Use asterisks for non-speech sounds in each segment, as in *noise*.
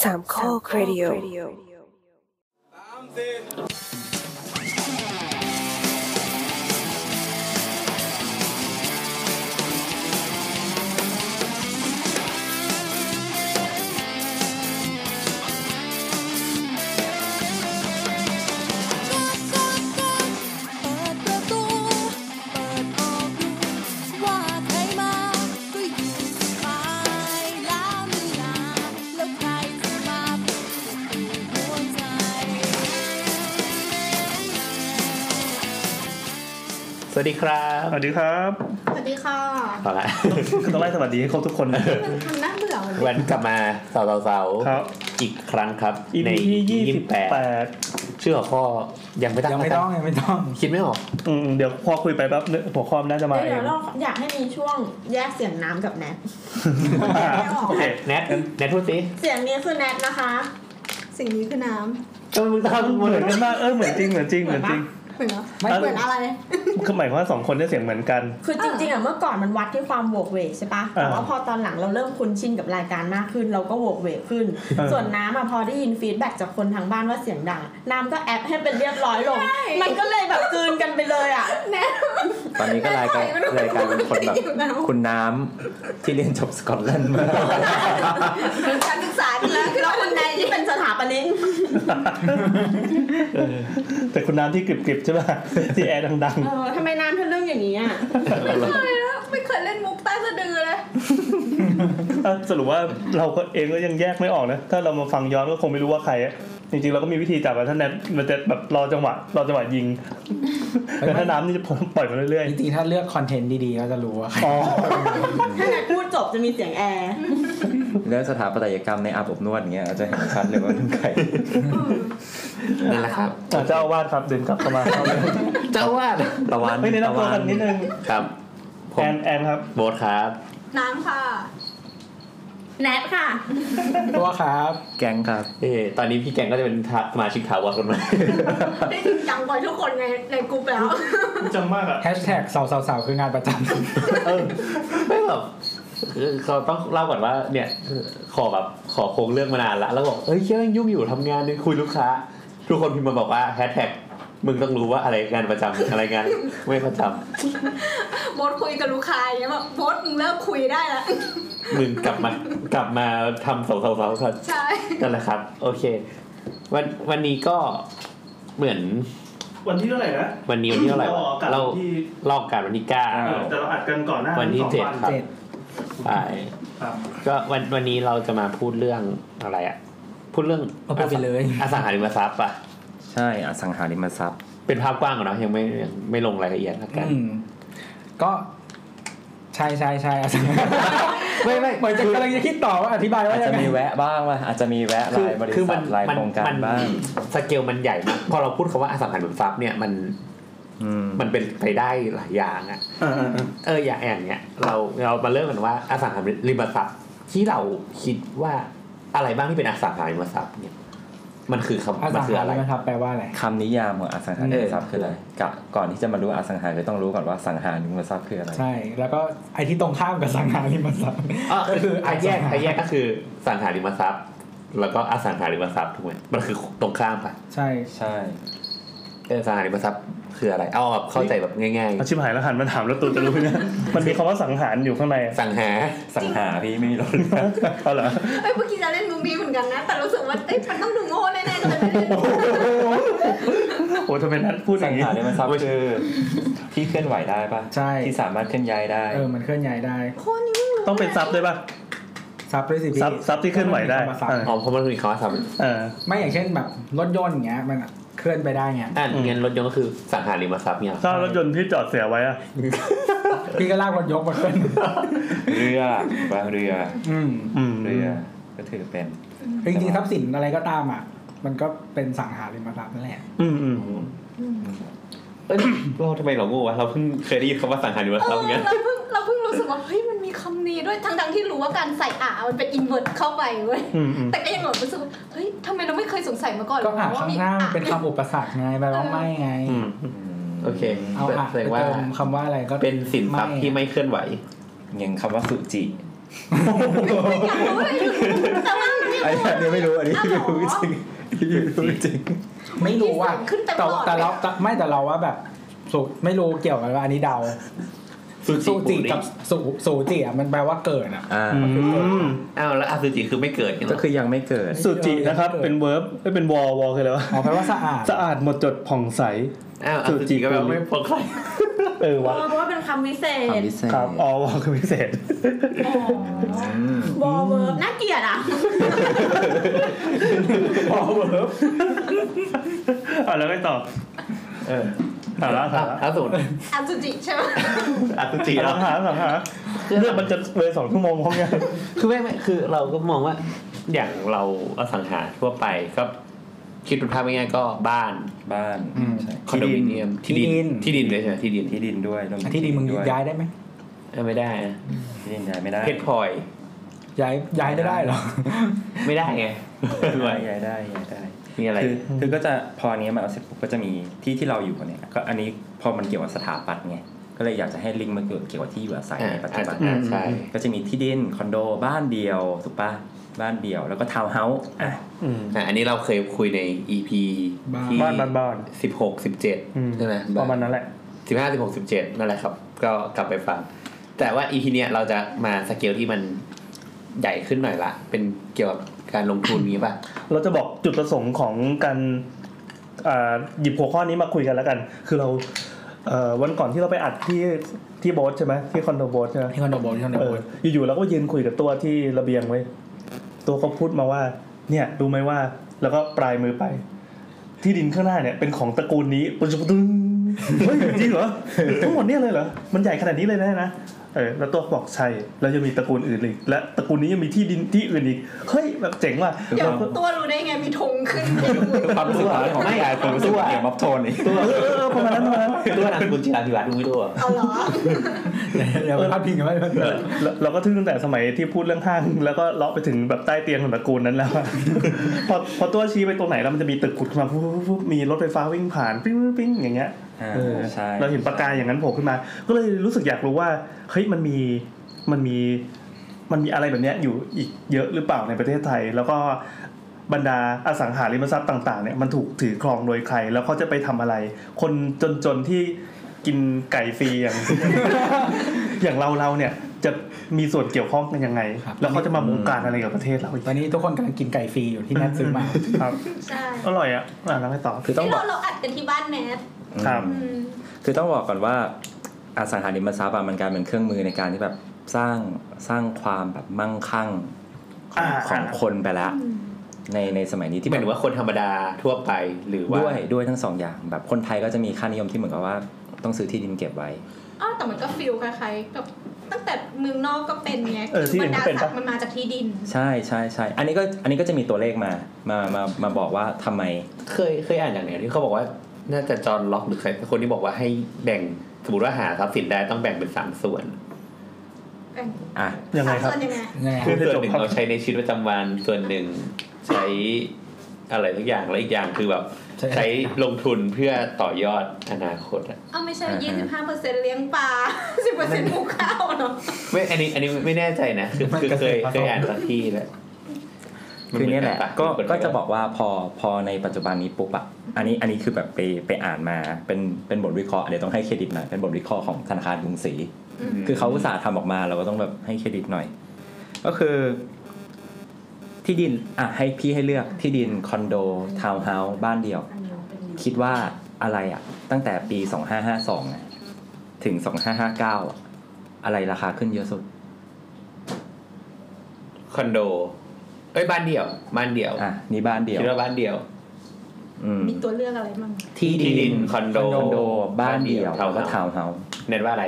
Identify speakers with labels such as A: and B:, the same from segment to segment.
A: สามข้อครดิโอ
B: เปิดประตู เปิดออกดูว่าใครมาก็อยู่สบายแล้วไม่นานแล้วใครจะมาเปิดประตูหัวใจ
C: สวัสดีครับ
D: สวัสดีครับ
E: สวัสดีค่ะ
C: เอาละ
D: ต้องไล่สวัสดีให้ครบทุกคน *laughs*
E: มันทำหน้าเบื่อเหมือน
C: วันกลับมาเสาร์เสาร์
D: ครับ
C: อีกครั้งครับ
D: EP
C: ใน
D: ที่
C: ยี่
D: ยี่
C: สิ
D: สิ
C: บบ แปด
D: แปด
C: ชื่อหัวข้อยังไม่ตั้ง
F: ยังไม่ต้องยังไม่ต้อง
C: คิดไม่ออก
D: อืมเดี๋ยวพอคุยไปแป๊บนึงหัวข้อมนน่าจะมาเอ
E: เดี๋ย
D: ง
E: วเราอยากให้มีช่วงแยกเสียงน้ำกับแนท
D: อ่า
E: เรา
D: โอเค
C: แนทแนทพูดสิ
E: เสียงนี้คือแนทนะคะ
G: สิ่งนี้คือน้
C: ทำไมมึงทำ
D: เห
C: เหมื
D: มื
C: อ
D: อน
C: กั
D: นกัน นมากเออเหมือนจริงเหมือนจริงเหมือนจริง
G: ำเหมือนเหรอ
D: ไม่
G: เหมือนอะไร
D: คือหมายความว่าสองคนได้เสียงเหมือนกัน
G: *laughs*
E: คือจริงๆอ่ะเมื่อก่อนมันวัดที่ความโหวกเวกใช่ปะแต่ว่า
D: อ่า
E: พอตอนหลังเราเริ่มคุ้นชินกับรายการมากขึ้น เราก็โหวกเวกขึ้น
D: อ่า
E: ส่วนน้ำอ่ะพอได้ยินฟีดแบ็กจากคนทางบ้านว่าเสียงดัง น้ำก็แอปให้เป็นเรียบร้อยลง
G: ใช่
E: มันก็เลยแบบกลืนกันไปเลยอ่ะ
G: แน่
F: ตอนนี้ก็รายการรายการเป็นคนแบบ คุณน้ำที่เรียนจบสกอตแลนด์มา
G: การศึกษาดีแล้วคือ
E: แล้ว
G: เรา
E: คุณนายที่เป็นสถาปนิก
D: เออแต่คุณน้ำที่กริบๆใช่ป่ะที่แอร์ดัง
E: เออทำไมน้ำเธอเรื่องอย่างนี้อ่ะ
G: ไม่เคยเล่นมุกใต้สะดือเลย
D: *laughs* ๆอ่ะสรุปว่าเราก็เองก็ยังแยกไม่ออกนะ ถ้าเรามาฟังย้อนก็คงไม่รู้ว่าใครอะจริงๆเราก็มีวิธีจับว่าถ้าแนทมันจะแบบรอจังหวะรอจังหวะยิงแต่ถ้าน้ำนี่จะ *laughs* ปล่อยมาเรื่อย
F: จริงๆ ถ้าเลือกคอนเทนต์ดีๆ ก็จะรู้ว่า
D: ๆอ๋อ
E: ถ้าแนทพูดจบจะมีเสียงแอร์
H: เรื่องสถาปัตยกรรมในอาบอบนวดอย่างเงี้ยอาจจะเห็นชัดเลยว่าเป็นใคร
C: นั่นแหละครับ
D: อ่ะเจ้าอาวาสครับเดินกลับเข้ามาเข้าเลย
C: เจ้าว่าด
H: ตะวัน
D: ไม่แนะ
H: ตะ
D: นำตัว
H: วั
D: กันนิดนึง
C: ครับผ
D: แอ
C: ม
D: นแอนครับ
C: โบ๊ทครับ
G: น้ำค่ะ
E: แนทค่ะ
F: ตัวครับ
H: แกงครับ
C: เอยตอนนี้พี่แกงก็จะเป็นทะสมาชิกถาวรคนใหม่
E: ได้จริงจังกว่าทุกคนในในกลุ่มแล้ว
D: จังมากอ่ะ
F: แฮชแท็กสาวๆๆคืองานประจ
C: เออไม่แบบเออเขาต้องเล่าก่อนว่าเนี่ยขอแบบขอโค้งเรื่องมานานละแล้วบอกเอ้ยเชื่อยุ่งอยู่ทำงานเนี่ยคุยลูกค้า ทุกคนพิมพ์มาบอกว่าแฮชแท็กมึงต้องรู้ว่าอะไรงานประจำอะไรงานไม่ประจำ
G: โบสคุยกับลูกค้าอย่างเงี้ยแบบโบสมึงเลิกคุยได้ละ
C: มึงกลับมากลับมาทำเสาเสาเสาก่อน
G: ใช่
C: นั่นแหละครับ โอเค วันวันนี้ก็เหมือน
D: วันที่เท่าไหร่นะ
C: วันนี้วันที่เท่าไหร่วะ
D: เรา
C: เรา
D: ที่
C: ลอกการวันที่เก้า
D: เออแต่เราอัดกันก่อนหน้า
C: วันที่
D: สอง
C: เจ็ด
F: ำ
C: ครับ
F: เจ็ด
C: ใช่
D: ครับ
C: ก็วันวันนี้เราจะมาพูดเรื่องอะไรอ่ะ พูดเรื่อง
F: เอาพูดไปเลย
C: อสังหาริมทรัพย์อ่ะ
H: ใช่อสังหาริมทรัพย์
C: เป็นภาพกว้างก่อนเนอะยังไม่ยังไม่ลงรายละเอียดละกัน
F: อืมก็ใช่ใช่
H: *laughs*
F: ใช่อสังหา
C: ไม่ไม่
F: เหมือนจะกำลังจะคิดต่อว่าอธิบายว่า
H: อาจ
F: ยัง
H: จะ
F: ไง
H: มีแวะบ้างว่ะอาจจะมีแวะ
C: คือ
H: รายบริ
C: คือ
H: ษั
C: มัน
H: ทราย
C: มัน
H: โครงการ
C: มัน
H: บ้าง
C: สเกลมันใหญ่มากพอเราพูดคำว่าอสังหาริมทรัพย์เนี่ยมัน
H: อืม
C: มันเป็นไปได้หลายอย่างอ่ะ
D: เออเออเออ
C: เอออย่างอย่างเนี้ยเราเรามาเริ่มกันว่าอสังหาริมทรัพย์ที่เราคิดว่าอะไรบ้างที่เป็นอสังหาริมทรัพย์เนี่ย มันคือคำ
F: อ
C: มั
F: สั
C: น
F: ง
C: คือ
F: หา
C: อะไร
F: ริมทรัพย์แปลว่าอะไร
H: คำนิยามของอสังหาริมทรัพย์คืออะไรกะก่อนที่จะมารู้ว่าอสังหาคือต้องรู้ก่อนว่าสังหาริมทรัพย์คืออะไร
F: ใช่ แล้วก็ไอ้ที่ตรงข้ามกับสังหาริมทรัพย์
C: อ่ะ
F: ก็
C: คือ
F: อ
C: อันแย
F: สั
C: ก
F: งหา
C: อันแยกก็คือสังหาริมทรัพย์ แล้วก็อสังหาริมทรัพย์ถูกไหมมันคือตรงข้ามปะ
F: ใช่
H: ใช่
C: เอออสังหาริมทรัพย์คืออะไรเอาแบบเข้าใจแบบง่าย
D: เอาชิบหายแล้วหันมาถามแล้วตูจะรู้เนี่ยมันมีคำว่าสังหารอยู่ข้างในอะ
C: ๆ สังหา
H: สังหาพี่ไม่มีรถ
D: เอาเหรอ
G: เอ้ยเมื่อกี้จะเล่นมุกนี้เหมือนกันนะ แต่รู้สึกว่าเอ้ยมันต้องดูโง่แน่ๆก็เลยไม่เล่น
D: โอ้ทำไมนัทพูดอ
H: สั
D: ย่าง งนี้
H: หาริมทรัพย์คือที่เคลื่อนไหวได้ปะ
F: ใช่
H: ที่สามารถเคลื่อนย้ายได้
F: เออมันเคลื่อนย้ายได้
G: โคตรนี่มึงรู้
D: ต้องเป็นซับด้วยป่ะ
F: ซับด้วยสิพี่
D: ซับซับที่เคลื่อนไหวได้
F: ต้องมีคำว่าซับ
D: เออ
C: อ๋อเพราะมันมีคำว่าสัง
D: เออ
F: ไม่อย่างเช่นแบบรถยนต์อย่างเงี้ยมันเคลื่อนไปได้ไง
C: อ่าน
D: อืม
C: งั้นรถยนต์ก็คือสังหาริมทรัพย์เนี่ย
D: ถ้ารถยนต์ที่จอดเสียไว้อะ
F: พี่ก็ลากรถยกมาขึ้น
H: เรือปลาเรือ
F: อืม
D: อืม
H: เรือก็ถือเป็น
F: จริงๆทรัพย์สินอะไรก็ตามอ่ะ มันก็เป็นสังหาริมทรัพย์นั่นแหละ
D: อืมอืม
C: เอ้ยเราทำไมเราโง่วะเราเพิ่งเคยได้ยินคำว่าสังหาริม
G: เอ
C: ทรัพ
G: อ
C: ย์งั้น
G: เราเพิ่งเราเพิ่งรู้สึกว่าเฮ้ยมันมีคำนี้ด้วยทั้งๆที่รู้ว่าการใส่อ่ะมันเป็นอินเวอร์เข้าไปเว้ย
D: อืมอืม
G: แต่ก็ยังแบบรู้สึกว่าเฮ้ยทำไมเราไม่เคยสงสัยมาก่อน
F: ก็อ่าน
G: ว่
F: ข้าง
G: มี
F: หน้ามัน
G: อ่ะ
F: เป็นคำอุปสรรคไงแปลว่าไม่ไง
D: อืม
C: โอเค
F: เอาอ่ะ
C: แส
F: ไป
C: ดงว่า
F: เติมคำว่าอะไรก็
C: เป็นสินทรัพย์ที่
F: ไม่
C: ไม่เคลื่อนไหว
H: อย่างคำว่าสุจิ
G: อยากรู้เลยอยู่แต่มันมี
H: อันนี้อันนี้ไม่รู้อันนี้ไม่รู้จริงอันนี้ไม่รู้จริง
A: ไม่รู้ว่า
G: ขึ้นเต็ม
A: แต่
G: หลอด
A: แต่เรา
G: เลยอะ
A: แต่ไม่แต่เราว่าแบบสูไม่รู้เกี่ยวกันว่าอันนี้เดา
C: ซูจิ
A: สูจิ
C: ปู่นี่
A: กับสูสูจิอ่ะมันแปลว่าเกิดอ่ะ
H: อ่า
D: อืม
C: อ้าวแล้วอาซูจิคือไม่เกิดใช่ไหม
H: ก็คือยังไม่เกิด
D: สุจินะครับ เป็นเวิร์บไม่เป็นวอลวอลคืออะไรวะ
A: อ๋อแปลว่าสะอาด
D: สะอาดหมดจดผ่องใส
C: อ้าวอาซูจิก็แบบไม่พอใคร
D: เออ
E: เพ
D: วะ
E: ราะว่าเป็นคำวิเศษ
H: ความพิเศษ
D: ครับอ๋อวอลคือพิเศษ
H: อืม
E: วอลเวิร์บน่าเกลียดอ่ะ
D: พอเวิร์ฟอ่ะแล้วไงต่อเออหาละหาละ
C: อาสุจิ
G: *laughs* อันสุจิใช่ไหม
C: อาซูจิ
D: หา
C: เรา
D: ละหาละหาละเรื่องมันจะเลยสองชั่วโมงพร้อมกัน
C: คือไม่ไม่คือเราก็มองว่า อย่างเราอสังหาทั่วไปก็คิดเป็นภาพง่ายๆก็บ้าน
H: บ้าน
A: อืม
H: ใช่
C: คอนโดมิเนียมที่ดิน
A: ที่
C: ที่
A: ดิ
C: ดิน
A: น
C: เลยใช่ไหมที่ดิน
H: ที่ดินด้วยรวมถึ
A: ที่ดีมึง
H: ด้วย
A: ย้ายได้ไหม
C: เออไม่ได้นะ
H: ที่ดินย้ายไม่ได้
C: เพชรพลอย
A: ย้ายย้ายได้ได้เหรอ
C: ไม่ได้ไง
H: ย้ายย้ายได้ย้ายได้
C: มีอะไร
H: คือคือก็จะพออันนี้มาเอาเสร็จปุ๊บก็จะมีที่ที่เราอยู่เนี่ยก็อันนี้พอมันเกี่ยวกับสถาปัตย์ไงก็เลยอยากจะให้ลิงก์มันเกี่ยวเกี่ยวกับที่อยู่อาศัย
C: อ่า
H: ในปัจจุบัน
C: อ่าใช่
H: ก็จะมีที่ดินคอนโดบ้านเดียวถูกปะบ้านเดียวแล้วก็ทาวน์เฮาส์อ่ะ
D: อืม
C: อ่ะอันนี้เราเคยคุยใน EP
A: บ้าน
C: ที่
D: บ้านบ้านบ้าน
C: สิบหกสิบเจ็ด
D: อืม
C: ใช่ไหม
D: ประมาณนั้นแหละ
C: สิบห้าสิบหกสิบเจ็ดนั่นแหละครับ ก็กลับไปฟัง แต่ว่า EP เนี้ยเราจะมาสเกลที่มันใหญ่ขึ้นหน่อยละ เป็นเกี่ยวกับการลงทุนนี้ป่ะ
D: เราจะบอกจุดประสงค์ของการอ่าหยิบหัวข้อนี้มาคุยกันแล้วกัน คือเราเอ่อวันก่อนที่เราไปอัดที่ที่โบสใช่ไหมที่คอนโดโบสใช่ไหม
A: ที่คอนโดโบนที่คอนโด
D: เอ
A: โบ
D: อน อยู่ๆเราก็ยืนคุยกับตัวที่ระเบียงไว้ยตัวเขาพูดมาว่า เนี่ยรู้ไหมว่าแล้วก็ปลายมือไป ที่ดินข้างหน้าเนี่ยเป็นของตระกูลนี้ปุจจุบตึงเฮ้ยจริงเหรอทั้งหมดเนี่ยเลยเหรอมันใหญ่ขนาดนี้เลยนะนะเออแล้วตัวบอกใช่แล้วยังมีตระกูลอื่นอีกและตระกูลนี้ยังมีที่ดินที่อื่นอีกเฮ้ยแบบเจ๋งว่ะ
G: อย่างตัวรู้ได้ไงมีธงขึ้น
H: ความรู้สึกของ
C: ไม่
H: ไม่อาความรู้สึก
C: ตัว
H: เกี่ยวกับม็อบโทนนี่
D: เออเออเออประมาณนั้นประมาณนั้น
C: ตัวนามสกุลจิราธิวัฒน์ดูไม่รู้อะ
G: เอาเหรอ
A: เดี๋ยวไปพาดพิงกันไม่เป็นไร
D: เราเราก็ทึ่งตั้งแต่สมัยที่พูดเรื่องห้าง แล้วก็เลาะไปถึงแบบใต้เตียงของตระกูลนั้นแล้วอะ *laughs* พอพอตัวชี้ไปตรงไหนแล้วมันจะมีตึกขุดขึ้นมาปุ๊บปุ๊บปุ๊บมีรถไฟฟ้าวิ่งผ่านปิ้งปิ้งปิ้งอย่างเงี้ย
H: อ่า
D: เออ
H: ใช่
D: เราเห็นประกายอย่างนั้นโผล่ขึ้นมา ก็เลยรู้สึกอยากรู้ว่าเฮ้ยมันมีมันมีมันมีอะไรแบบเนี้ยอยู่อีกเยอะหรือเปล่าในประเทศไทย แล้วก็บรรดาอสังหาริมทรัพย์ต่างๆเนี่ยมันถูกถือครองโดยใคร แล้วเขาจะไปทำอะไร คนจนๆที่กินไก่ฟรีอย่าง *laughs* อย่างเราเราเนี่ยจะมีส่วนเกี่ยวข้องกันยังไง แล้วเขาจะมาบงการอะไรกับประเทศเราอีก
A: ตอนนี้ทุกคนกำลังกินไก่ฟรีอยู่ที่แนทซื้อมา
D: ครับ
G: ใช่
D: อร่อยอ่ะอ่ะแล้วไงต่อ
H: คือต้อง
G: ที่
H: บอ
G: เรา
H: ก
G: เราอัดกันที่บ้านแนท
D: ครับ
G: อืม
H: คือต้องบอกก่อนว่าอสังหาริมทรัพย์อะมันกลายเป็นเครื่องมือในการที่แบบสร้างสร้างความแบบมั่งคั่งของ
D: อ่า
H: ของคนไปแล้วในในสมัยนี้
C: ที่
H: ที่
C: ห
H: แบ
C: มาย
H: บ
C: ถึงว่าคนธรรมดาทั่วไปหรือว่า
H: ด้วยด้วยทั้งสองอย่างแบบคนไทยก็จะมีค่านิยมที่เหมือนกับว่าต้องซื้อที่ดินเก็บไว้
G: อ้าวแต่มันก็ฟิลคล้ายๆกับตั้งแต่เมืองนอกก็เป็นไง
D: เออที่
G: บ
D: อื่น
G: รร
D: ก็
G: ดา
D: เป็นปะ
G: ศักดิ์มันมาจากที่ดิน
H: ใช่ใช่ใช่อันนี้ก็อันนี้ก็จะมีตัวเลขมามามามาบอกว่าทำไม
C: เคยเคยอ่านอย่างเนี้ยที่เขาบอกว่าน่าจะจอห์นล็อกหรือใครคนที่บอกว่าให้แบ่งสมมติว่าหาทรัพย์สินได้ต้องแบ่งเป็นสามส่วน
G: แบ่ง
H: อ่ะ
D: ยังไง
G: สาม
D: ครับ
G: ส่วนยังไง
A: ยังไง
D: คื
C: ส่ว
D: อ
C: นห
D: จะจบ
C: นึ่ง
D: ครับ
C: เราใช้ในชีวิตประจำวันส่วนหนึ่งใช้อะไรทุกอย่างแล้วอีกอย่างคือแบบใช้ลงทุนเพื่อต่อยอดอนาคตอะ
G: เอ้าไม่ใช่
H: อ่าฮะ
G: 25เปอร์เซ็นต์เลี้ยงปลา *laughs* 10เปอร์เซ็นต์ปลูกข้าวเนาะ
C: ไม่อันนี้อันนี้ไม่แน่ใจนะ คือคือเคยเคยอ่านสักที่แล้ว
H: คือเนี่ยแหละก็
C: มัเหมือน
H: ก็จะบอกว่าพอพอในปัจจุบันนี้ปุ๊บอ่ะอันนี้อันนี้คือแบบไปไปอ่านมาเป็นเป็นบทวิเคราะห์เดี๋ยวต้องให้เครดิตหน่อยเป็นบทวิเคราะห์ของธนาคารกรุงศรี คือเขาอุตส่าห์ทำออกมาเราก็ต้องแบบให้เครดิตหน่อย ก็คือ ที่ดินอ่ะให้พี่ให้เลือกที่ดินคอนโดทาวน์เฮาส์บ้านเดี่ยว คิดว่าอะไรอ่ะ ตั้งแต่ปี 2552อะถึง 2559อะอะไรราคาขึ้นเยอะสุด
C: คอนโดเอ้ยบ้านเดี่ยวบ้านเดี่ยว
H: อ่ะ นี่บ้านเดียว
C: คิดว่าบ้านเดี่ยว
H: อืม
G: มีตัวเลือกอะไรบ้าง
H: ที่ดิน
C: คอนโด
H: คอนโด บ้านเดียว
C: บ้าน
H: แล้ว
C: เดี่ยว
H: ก็ทาวน์เฮาส์
C: เน้นว่าอะไร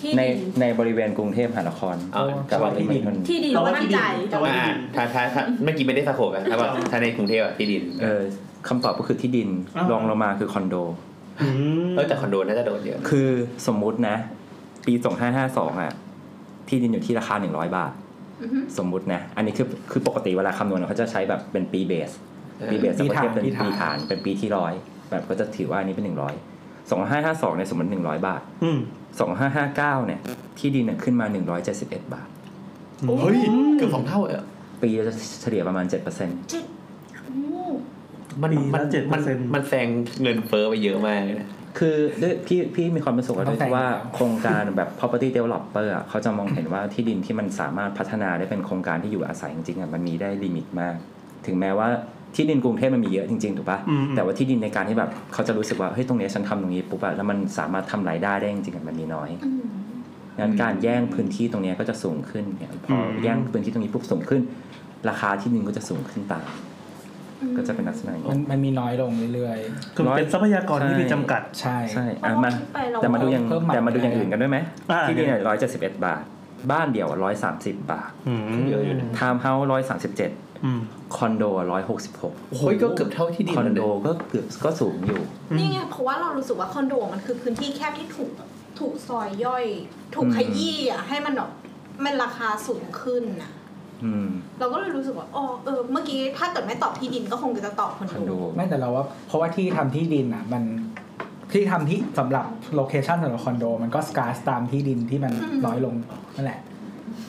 E: ที่
H: ใน
E: ดิน
H: ในบริเวณกรุงเทพมหานคร
C: อ๋อ
H: กับ
C: ว่า
H: ที่ดิน
E: ที่ดินเรามั่นใจ
D: แต่ว่า
C: อ่า
D: ที่ดิน
C: ถ้าถ้าถ้าเมื่อกี้ไม่ได้สะโขบอะ
I: *laughs*
C: ถ้าว่าถ้าในกรุงเทพอะที่ดิน
H: เออคำตอบก็คือที่ดิน
D: อ้าว
H: รองลงมาคือคอนโด
D: อืม
C: เออแต่คอนโดน่าจะโดนเยอะ
H: คือสมมุตินะ ปี 2552อ่ะที่ดินอยู่ที่ราคา 100 บาท
G: อือฮึ
H: สมมุตินะ อันนี้คือคือปกติเวลาคำนวณเขาจะใช้แบบเป็นปีเบส
C: เออ
H: ปีเบสเขาเทียบเป็น
A: ปี
H: ปี
A: ฐาน
H: ฐานเป็นปีที่ร้อยแบบก็จะถือว่าอันนี้เป็นหนึ่งร้อยสองห้าห้าสองเนี่ยสมมติหนึ่งร้อยบาท
D: อืม
H: สองห้าห้าเก้าเนี่ยที่ดินเนี่ยขึ้นมาหนึ่งร้อยเจ็ดสิบเอ็ดบาท
C: เฮ้ยเกือบสองเท่าเลยอะ
H: ปีจะเฉลี่ยประมาณ 7%
C: มัน
D: ปีละ
C: มัน
D: 7%
C: มันมันแซงเงินเฟ้อไปเยอะมากเลยนะ
H: คือด้วยพี่พี่มีความประสบการณ์ด้
A: ต้
H: วย
A: องแต่ง
H: ที่ว่าโครงการแบบ property developer อะเขาจะมองเห็นว่าที่ดินที่มันสามารถพัฒนาได้เป็นโครงการที่อยู่อาศัยจริงๆอะมันมีได้ลิมิตมาก ถึงแม้ว่าที่ดินกรุงเทพมันมีเยอะจริงๆถูกปะ
D: อืมอืม
H: แต่ว่าที่ดินในการที่แบบเขาจะรู้สึกว่าเฮ้ยตรงเนี้ยฉันทำตรงนี้ปุ๊บอะแล้วมันสามารถทำรายได้ได้จริงๆอะมันมีน้อย งั้นการแย่งพื้นที่ตรงเนี้ยก็จะสูงขึ้นเนี่ยพออ
D: ม
H: แย่งพื้นที่ตรงนี้ปุ๊บสูงขึ้น ราคาที่ดินก็จะสูงขึ้นตามก็จะเป็นลักษณะอย่าง
A: มั
H: นี้
A: นมันมีน้อยลงเรื่อย
D: คือมันเป็นทรัพยากรที่มีจำกัด
A: ๆ ใช่
H: ใช่อ่ะมา
G: ไปเรา
H: แต่มาดูอย่าง
A: เพิ่มใหม่
H: แต่มาดูอย่าง
A: ได้
H: อื่นกันด้วยไหม
D: อ่า
H: ที่ดินร้อยเจ็ดสิบเอ็ดบาท บ้านเดี่ยวร้อยสามสิบบาท
C: เยอะอยู่นะ
H: ทาวน์เฮาส์ร้อยสามสิบเจ็ด
D: อืม
H: คอนโดร้อยหกสิบหก
C: โอ้ยก็เกือบเท่าที่ดิน
H: คอน
C: เลย
H: โดก็เกือบก็สูงอยู่
G: นี่ไงเพราะว่าเรารู้สึกว่าคอนโดมันคือพื้นที่แคบที่ถูกถูกซอยย่อย ถูก
H: อืม
G: ขยี้อ่ะให้มันแบบมันราคาสูงขึ้นน่ะ
H: อืม
G: เราก็เลยรู้สึกว่าอ๋อเออ เมื่อกี้ถ้าเกิดไม่ตอบที่ดินก็คงจะตอบคอน
H: คอน
G: โด
H: โด
A: ไม่แต่เราว่า เพราะว่าที่ทำที่ดินอ่ะ มันที่ทำที่สำหรับโลเคชันสำหรับคอนโด มันก็สกาสตามที่ดินที่มันน้อยลงนั่นแหละ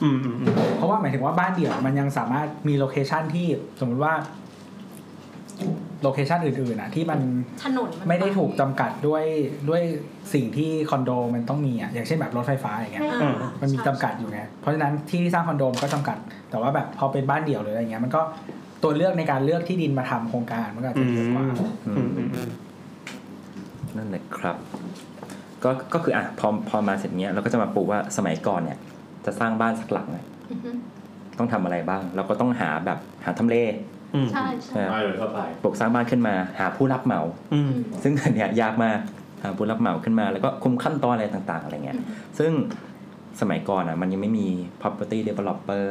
D: อืมอืมอืม
A: เพราะว่าหมายถึงว่าบ้านเดี่ยวมันยังสามารถมีโลเคชันที่สมมติว่าโลเคชันอื่นๆอ่ะที่มัน
G: ถนนน
A: ไม่ได้ถูกจำกัดด้วยด้วยสิ่งที่คอนโดมันต้องมีอ่ะอย่างเช่นแบบรถไฟฟ้าอย่างเงี้ย
G: อ่า
A: มันมีจำกัดอยู่ไงเพราะฉะนั้นที่ที่สร้างคอนโดมันก็จำกัด แต่ว่าแบบพอเป็นบ้านเดี่ยวหรืออะไรเงี้ยมันก็ตัวเลือกในการเลือกที่ดินมาทำโครงการมันก็อาจ
D: อื
A: จะเยอะกว่า
D: มอืมอืม
H: นั่นแหละครับ ก็ก็คืออ่ะพอพอมาเสร็จเนี้ยเราก็จะมาปูว่าสมัยก่อนเนี่ย จะสร้างบ้านสักหลังเนี่ย
G: อือฮึ
H: ต้องทำอะไรบ้าง เราก็ต้องหาแบบหาทำเล
G: ใช่ใช่
H: เอ่อ
C: มาเลยเข้าไป
H: ปลูกสร้างบ้านขึ้นมา หาผู้รับเหมา
D: อืม
H: ซึ่งอันเนี้ยยากมากหาผู้รับเหมาขึ้นมาแล้วก็คุมขั้นตอนอะไรต่าง ๆ อะไรเงี้ย
G: อืม
H: ซึ่งสมัยก่อนอ่ะมันยังไม่มี property developer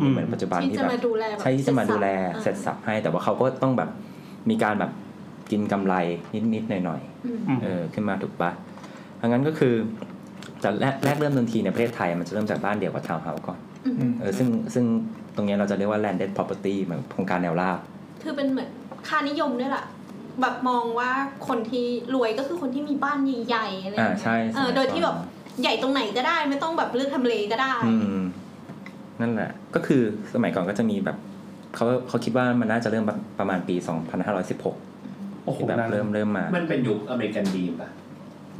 D: อืม
H: เหมือนปัจจุบัน
G: ที่
H: ที่
G: จะ
H: แบบ
G: มาดูแลแบบ
H: ใช่ที่จะมาดูแลเสร็จสับให้ แต่ว่าเขาก็ต้องแบบมีการแบบกินกำไรนิดๆหน่อยๆ
G: อืม
D: อืม
H: เออขึ้นมาถูกปะดังนั้นก็คือจะแรกแรกเริ่มเดิมทีในประเทศไทยมันจะเริ่มจากบ้านเดี่ยวกับทาวน์เฮาส์ก่อน
G: อืม
H: เออซึ่งซึ่งตรงเนี้ยเราจะเรียกว่า landed property เหมือนโครงการแนวราบ
G: คือเป็นเหมือนค่านิยมด้วยล่ะ แบบมองว่าคนที่รวยก็คือคนที่มีบ้านใหญ่ๆอะไรอย่าง
H: อ่า
G: เงี้ย
H: ใช่
G: เออโดยที่แบบใหญ่ตรงไหนก็ได้ ไม่ต้องแบบเลือกทำเลก็ได้
H: อืม นั่นแหละ ก็คือสมัยก่อนก็จะมีแบบเขาเขาคิดว่ามันน่าจะเริ่มแบบประมาณปี 2516
D: โอ้โห
H: ที่แบบ
D: นาน
H: เริ่มเริ่มมา
I: มันเป็นยุคอเมริกันดีมป่ะ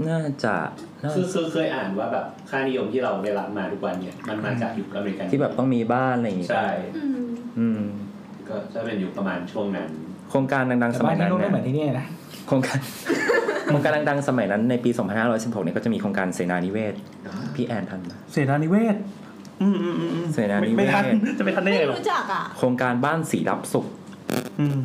H: น่าจะน่า
I: คือคือเคยอ่านว่าแบบค่านิยมที่เราได้รับมาทุกวันเนี่ย มันมาจากยุคอเมริกัน
H: ที่แบบต้องมีบ้านอะไรอย่างงี้
I: ใช่
G: อืม
H: อืม
I: ก็จะเป็นยุคประมาณช่วงนั้น
H: โครงการดังๆ
A: แต่
H: สมั
A: บ้าย นที่
H: นั้น
A: นู้น
H: เนี่
A: ไม่
H: ย
A: เหมือนที่นี่นะ
H: โครงการโครงการดังๆสมัยนั้นในปี 2516เนี่ยก็จะมีโครงการเสนานิเวศ พี่แอนทันนะ
D: เสนานิเวศ อืมอืมอืมอืม
H: เสนานิเวศ
D: ไม่ไม่ทัน จะไปทันได้
G: ไม่
D: ไงหรอ
G: รู้จักอ่ะ
H: โครงการบ้านสีรับสุข
D: อืม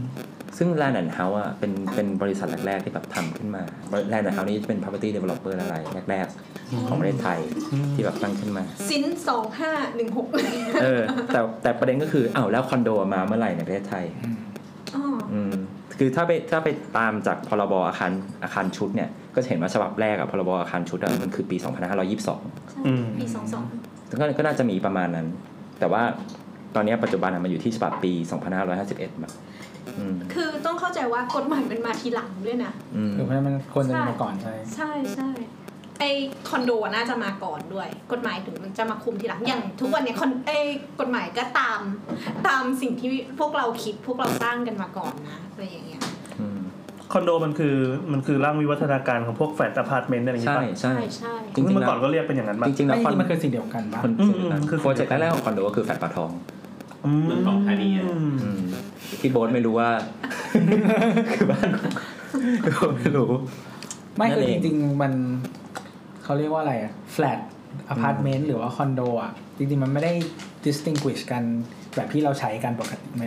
H: ซึ่ง Land and House อ่ะเป็นเป็นบริษัทแรก ๆ ที่แบบทำขึ้นมา Land and House นี่จะเป็น property developer รายแรก ๆ ของประเทศไทย
D: อืม
H: ที่แบบตั้งขึ้นมา
G: สินสองห้าหนึ่งหก
H: เออ แต่แต่ประเด็นก็คืออ้าวแล้วคอนโดมาเมื่อไหร่ในประเทศไทย
G: อ๋อ
H: อืมคือถ้าไปถ้าไปตามจากพรบอาคารอาคารชุดเนี่ย ก็จะเห็นว่าฉบับแรกอะพรบอาคารชุดอะมันคือปี 2522
G: ใช่
D: อืม
G: ปีสองสอง
H: ก็ก็น่าจะมีประมาณนั้น แต่ว่าตอนเนี้ยปัจจุบันอะมันอยู่ที่ฉบับปี 2551มาอืม
G: คือต้องเข้าใจว่ากฎหมายมันมาทีหลังด้วยนะ
H: อืม
A: คือเพราะฉะนั้นมันควรจะมีมาก่อนใช่
G: ใช่ใช่ไอคอนโดน่าจะมาก่อนด้วย กฎหมายถึงมันจะมาคุมทีหลังอย่างทุกวันเนี้ยคอนไอกฎหมายก็ตาม ตามสิ่งที่พวกเราคิดพวกเราสร้างกันมาก่อนนะอะไรอย่างเงี้ย
H: อืม
D: คอนโดมันคือมันคือร่างวิวัฒนาการของพวกแฟลตอพาร์ตเมนต์อะไรอย่าง
H: ใช่
D: เงี้ย
H: ใช่
G: ใช่ใช่
H: จริงๆ
D: เมื่อ
H: แล้ว
D: ก่อนก็เรียกเป็นอย่างนั้นมา
H: จริงๆแล้ว
A: ไม่
H: คอน
A: มันคือสิ่งเดียวกันปะ
H: คน
D: อืม
H: สื่อกัน
D: อืมคือ
H: โปรเจกต์แรกๆของคอนโดก็คือแฟลตปลาทอง
I: เมืองทองธานีอะ
D: อืม
H: อืมที่โบ๊ทไม่รู้ว่า *laughs* คือบ้านของคือผมไม่รู้
A: ไม่คือจ
H: นั่นเอง
A: ริงๆมันเขาเรียกว่าอะไรอะแฟลตอพาร์ตเมนต์หรือว่าคอนโดอะจริงๆ มันไม่ได้ distinguish กันแบบที่เราใช้กันปกติใน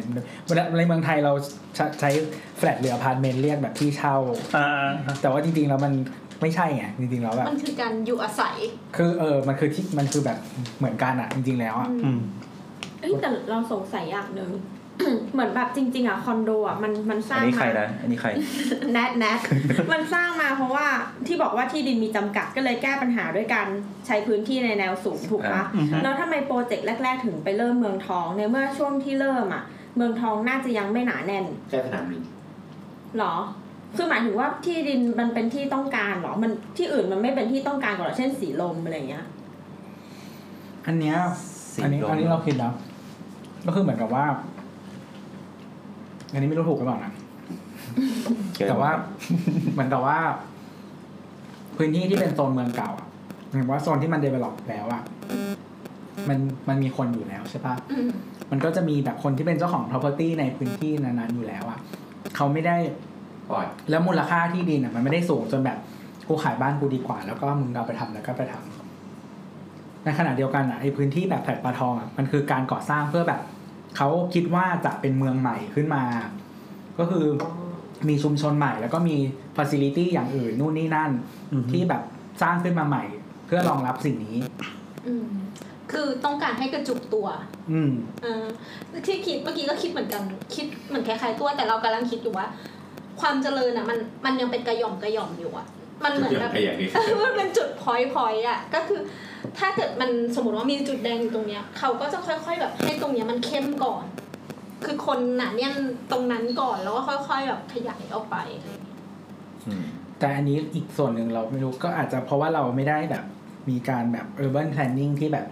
A: ในเมืองไทยเราใช้ใช้แฟลตหรืออพาร์ตเมนต์เรียกแบบที่เช่า
D: อ่าอ่าอ่า
A: แต่ว่าจริงๆ แล้วมันไม่ใช่ไงจริงๆ แล้วแบบ
G: มันคือการอยู่อาศัย
A: คือเออมันคือที่มันคือแบบเหมือนกันอะจริงๆ แล้วอะ
D: อืม
E: เอ้ยแต่เราสงสัยอย่างห *coughs* นึ่ง เหมือนแบบจริง ๆอ่ะคอนโดอ่ะมันมันส
H: อั
E: ร้าน ง
H: นี้ใคร
E: มา *laughs*
H: นะอันนี้ใคร
E: แนทแนท *laughs* มันสร้างมาเพราะว่าที่บอกว่าที่ดินมีจำกัดก็เลยแก้ปัญหาด้วยการใช้พื้นที่ในแนวสูงถูกปะ
H: อ่า
D: อือฮะ
E: แล้วทำไมโปรเจกต์แรก ๆ ถึงไปเริ่มเมืองทองในเมื่อช่วงที่เริ่มอ่ะ เมืองทองน่าจะยังไม่หนาแน่น
I: แค่สนามบิน
E: หรอ คือหมายถึงว่าที่ดินมันเป็นที่ต้องการหรอมันที่อื่นมันไม่เป็นที่ต้องการก่อนหรอเช่นสีลมอะไรอย่างเงี้ย
A: อันเนี้ยอันนี้อันนี้เราคิดนะ ก็คือเหมือนกับว่า อันนี้ไม่รู้ถูกหรือเปล่านะ แต่ว่า *laughs* เหมือนกับว่า พื้นที่ที่เป็นโซนเมืองเก่าอะหมายถึงว่าโซนที่มันเดเวล็อปแล้วอะมันมันมีคนอยู่แล้วใช่ปะ
G: อืม
A: มันก็จะมีแบบคนที่เป็นเจ้าของ property ในพื้นที่นั้นๆอยู่แล้วอะเขาไม่ได้
I: ปล่อย
A: แล้วมูลค่าที่ดินอะมันไม่ได้สูงจนแบบกูขายบ้านกูดีกว่า แล้วก็มึงเอาไปทำแล้วก็ไปทำในขณะเดียวกันอะไอพื้นที่แบบแผดปลาทองอะมันคือการก่อสร้างเพื่อแบบเขาคิดว่าจะเป็นเมืองใหม่ขึ้นมา ก็คือมีชุมชนใหม่ แล้วก็มีฟ a ซิลิตี้อย่างอื่นนู่นนี่นั่น
F: อือฮึ
A: ที่แบบสร้างขึ้นมาใหม่ เพื่อรองรับสิ่งนี้
G: อืมคือต้องการให้กระจุกตัว
A: อืม
G: เออที่คิดเมื่อกี้ก็คิดเหมือนกัน คิดเหมือนคล้ายๆตัว แต่เรากำลังคิดอยู่ว่า ความเจริญอ่ะมันมันยังเป็นกระหย่อมกระหย่อมอยู่อ่ะ มันเหมือนแบบ
I: จุดหย่อมกระหย่อมนี่
G: *laughs* มันเป็นจุดพอยพอยอ่ะ ก็คือ ถ้าเกิดมันสมมติว่ามีจุดแดงอยู่ตรงเนี้ยเขาก็จะค่อย ๆ แบบให้ตรงเนี้ยมันเข้มก่อน คือคนหนาแน่นตรงนั้นก่อนแล้วก็ค่อย ๆ แบบขยายออกไปอะไรอย่างเงี้ย
H: อืม
A: แต่อันนี้อีกส่วนหนึ่งเราไม่รู้ก็อาจจะเพราะว่าเราไม่ได้แบบมีการแบบ urban planning ที่แบบ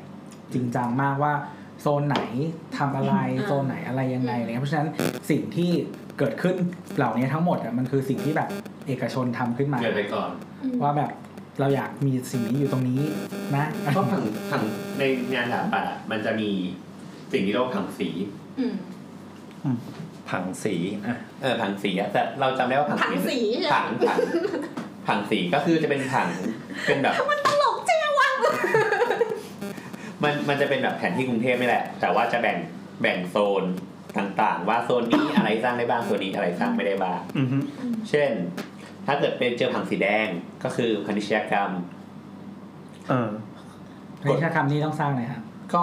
A: จริงจังมากว่าโซนไหนทำอะไรโซนไหนอะไรยังไงอะไรเงี้ยเพราะฉะนั้นสิ่งที่เกิดขึ้นเหล่านี้ทั้งหมดอ่ะมันคือสิ่งที่แบบเอกชนทำขึ้นมา
I: เกิดไปก่อน
G: อืม
A: ว่าแบบเราอยากมีสิ่งนี้อยู่ตรงนี้นะ
I: เพราะผังผังในงานสถาปัตย์อะมันจะมีสิ่งที่เรียกว่าผังสี
G: อืม
H: ผังสีอ่ะ
C: เออผังสีอะแต่เราจำได้ว่าผัง
G: ผังสีใช่ไหม
C: ผังผังผังสีก็คือจะเป็นผังเป็นแบบ
G: มันตลกจริงวะ
C: มันมันจะเป็นแบบแผนที่กรุงเทพนี่แหละ แต่ว่าจะแบ่งแบ่งโซนต่างๆ ว่าโซนนี้ อะไรสร้างได้บ้างโซนนี้อะไรสร้างไม่ได้บ้าง
D: อือฮึ
C: เช่น ถ้าเกิดเป็นเจอผังสีแดงก็คือพนิชยกรรม
D: เออ
A: ในชาคำนี้ต้องสร้างเลยครับ
C: ก็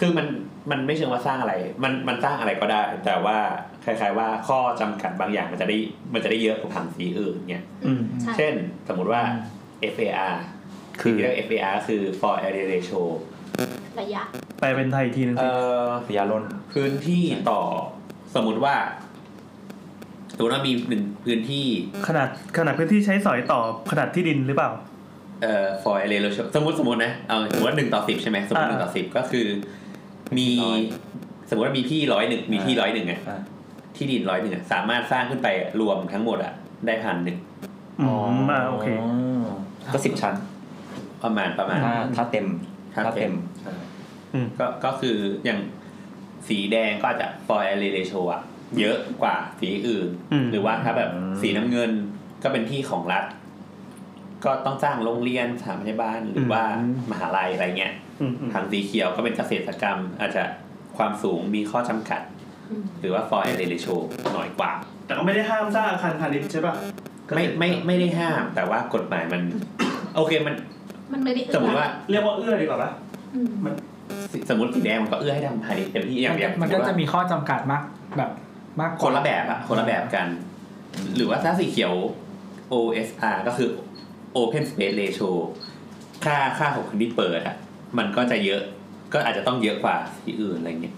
C: คือมันมันไม่เชิงว่าสร้างอะไร มันมันสร้างอะไรก็ได้ แต่ว่าคล้ายๆว่าข้อจำกัดบางอย่างมันจะได้มันจะได้เยอะกว่าผังสีอื่นเนี่ย
D: อืม
G: ใช่
C: เช่นสมมุติว่า FAR
F: คือ
C: ที่เรียก FAR คือ for area ratio
G: ระยะ
D: แปลเป็นไทยอีกทีหนึง
C: เอ
D: สิ
C: อ
H: พยาล้น
C: พื้นที่ต่อสมมติว่าสมมติว่ามีหนึ่งพื้นที่
D: ขนาดขนาดพื้นที่ใช้สอยต่อขนาดที่ดินหรือเปล่า
C: เอ่อ for a ratio สมมติสมมตินะเอาสมมติว่าหนึ่งต่อสิบใช่ไหมสมมติหนึ่งต่อสิบก็คือ มีสมมติว่ามีที่ร้อยหนึ่งมีที่ร้อยหนึ่งอะ
H: อ่ะ
C: ที่ดินร้อยหนึ่งอะสามารถสร้างขึ้นไปรวมทั้งหมดอะได้พันหนึ่ง
D: อืมอ่าโอเค
H: ก็สิบชั้น
C: ประมาณประมาณ
H: ถ้าถ้าเต็ม
C: ถ้าเต็ม
D: อืม
C: ก็ก็คืออย่างสีแดงก็อาจจะ for a ratio อะเยอะกว่าสีอื่น
D: อืม
C: หรือว่าถ้าแบบสีน้ำเงินก็เป็นที่ของรัฐ ก็ต้องสร้างโรงเรียนสถานพยาบาลหรือว่ามหาลัยอะไรเงี้ย
D: อืมอืม
C: ทางสีเขียวก็เป็นเกษตรกรรมอาจจะความสูงมีข้อจำกัด
G: อืม
C: หรือว่า for a ratio น้อยกว่า
D: แต่ก็ไม่ได้ห้ามสร้างอาคารพาณิชย์ใช่ป่ะ
C: ไม่ไม่ไม่ได้ห้าม แต่ว่ากฎหมายมัน *coughs* โอเคมัน
G: มันไม่ได้
C: สมมติว่า
D: เรียกว่าเอื้อดีกว่าปะ
G: อืม
C: สสมมติสีแดงมันก็เอื้อให้ทำพาณิชย์เต็มที่อย่างเดียว
A: มันก็จะมีข้อจำกัดมากแบบมากก
C: ค
A: ว่าน
C: ละแบบอะคนละแบบกัน หรือว่าถ้าสีเขียว OSR ก็คือ Open Space Ratio ค่าค่าของพื้นที่เปิดอะมันก็จะเยอะก็อาจจะต้องเยอะกว่าสีอื่นอะไรเงี้ย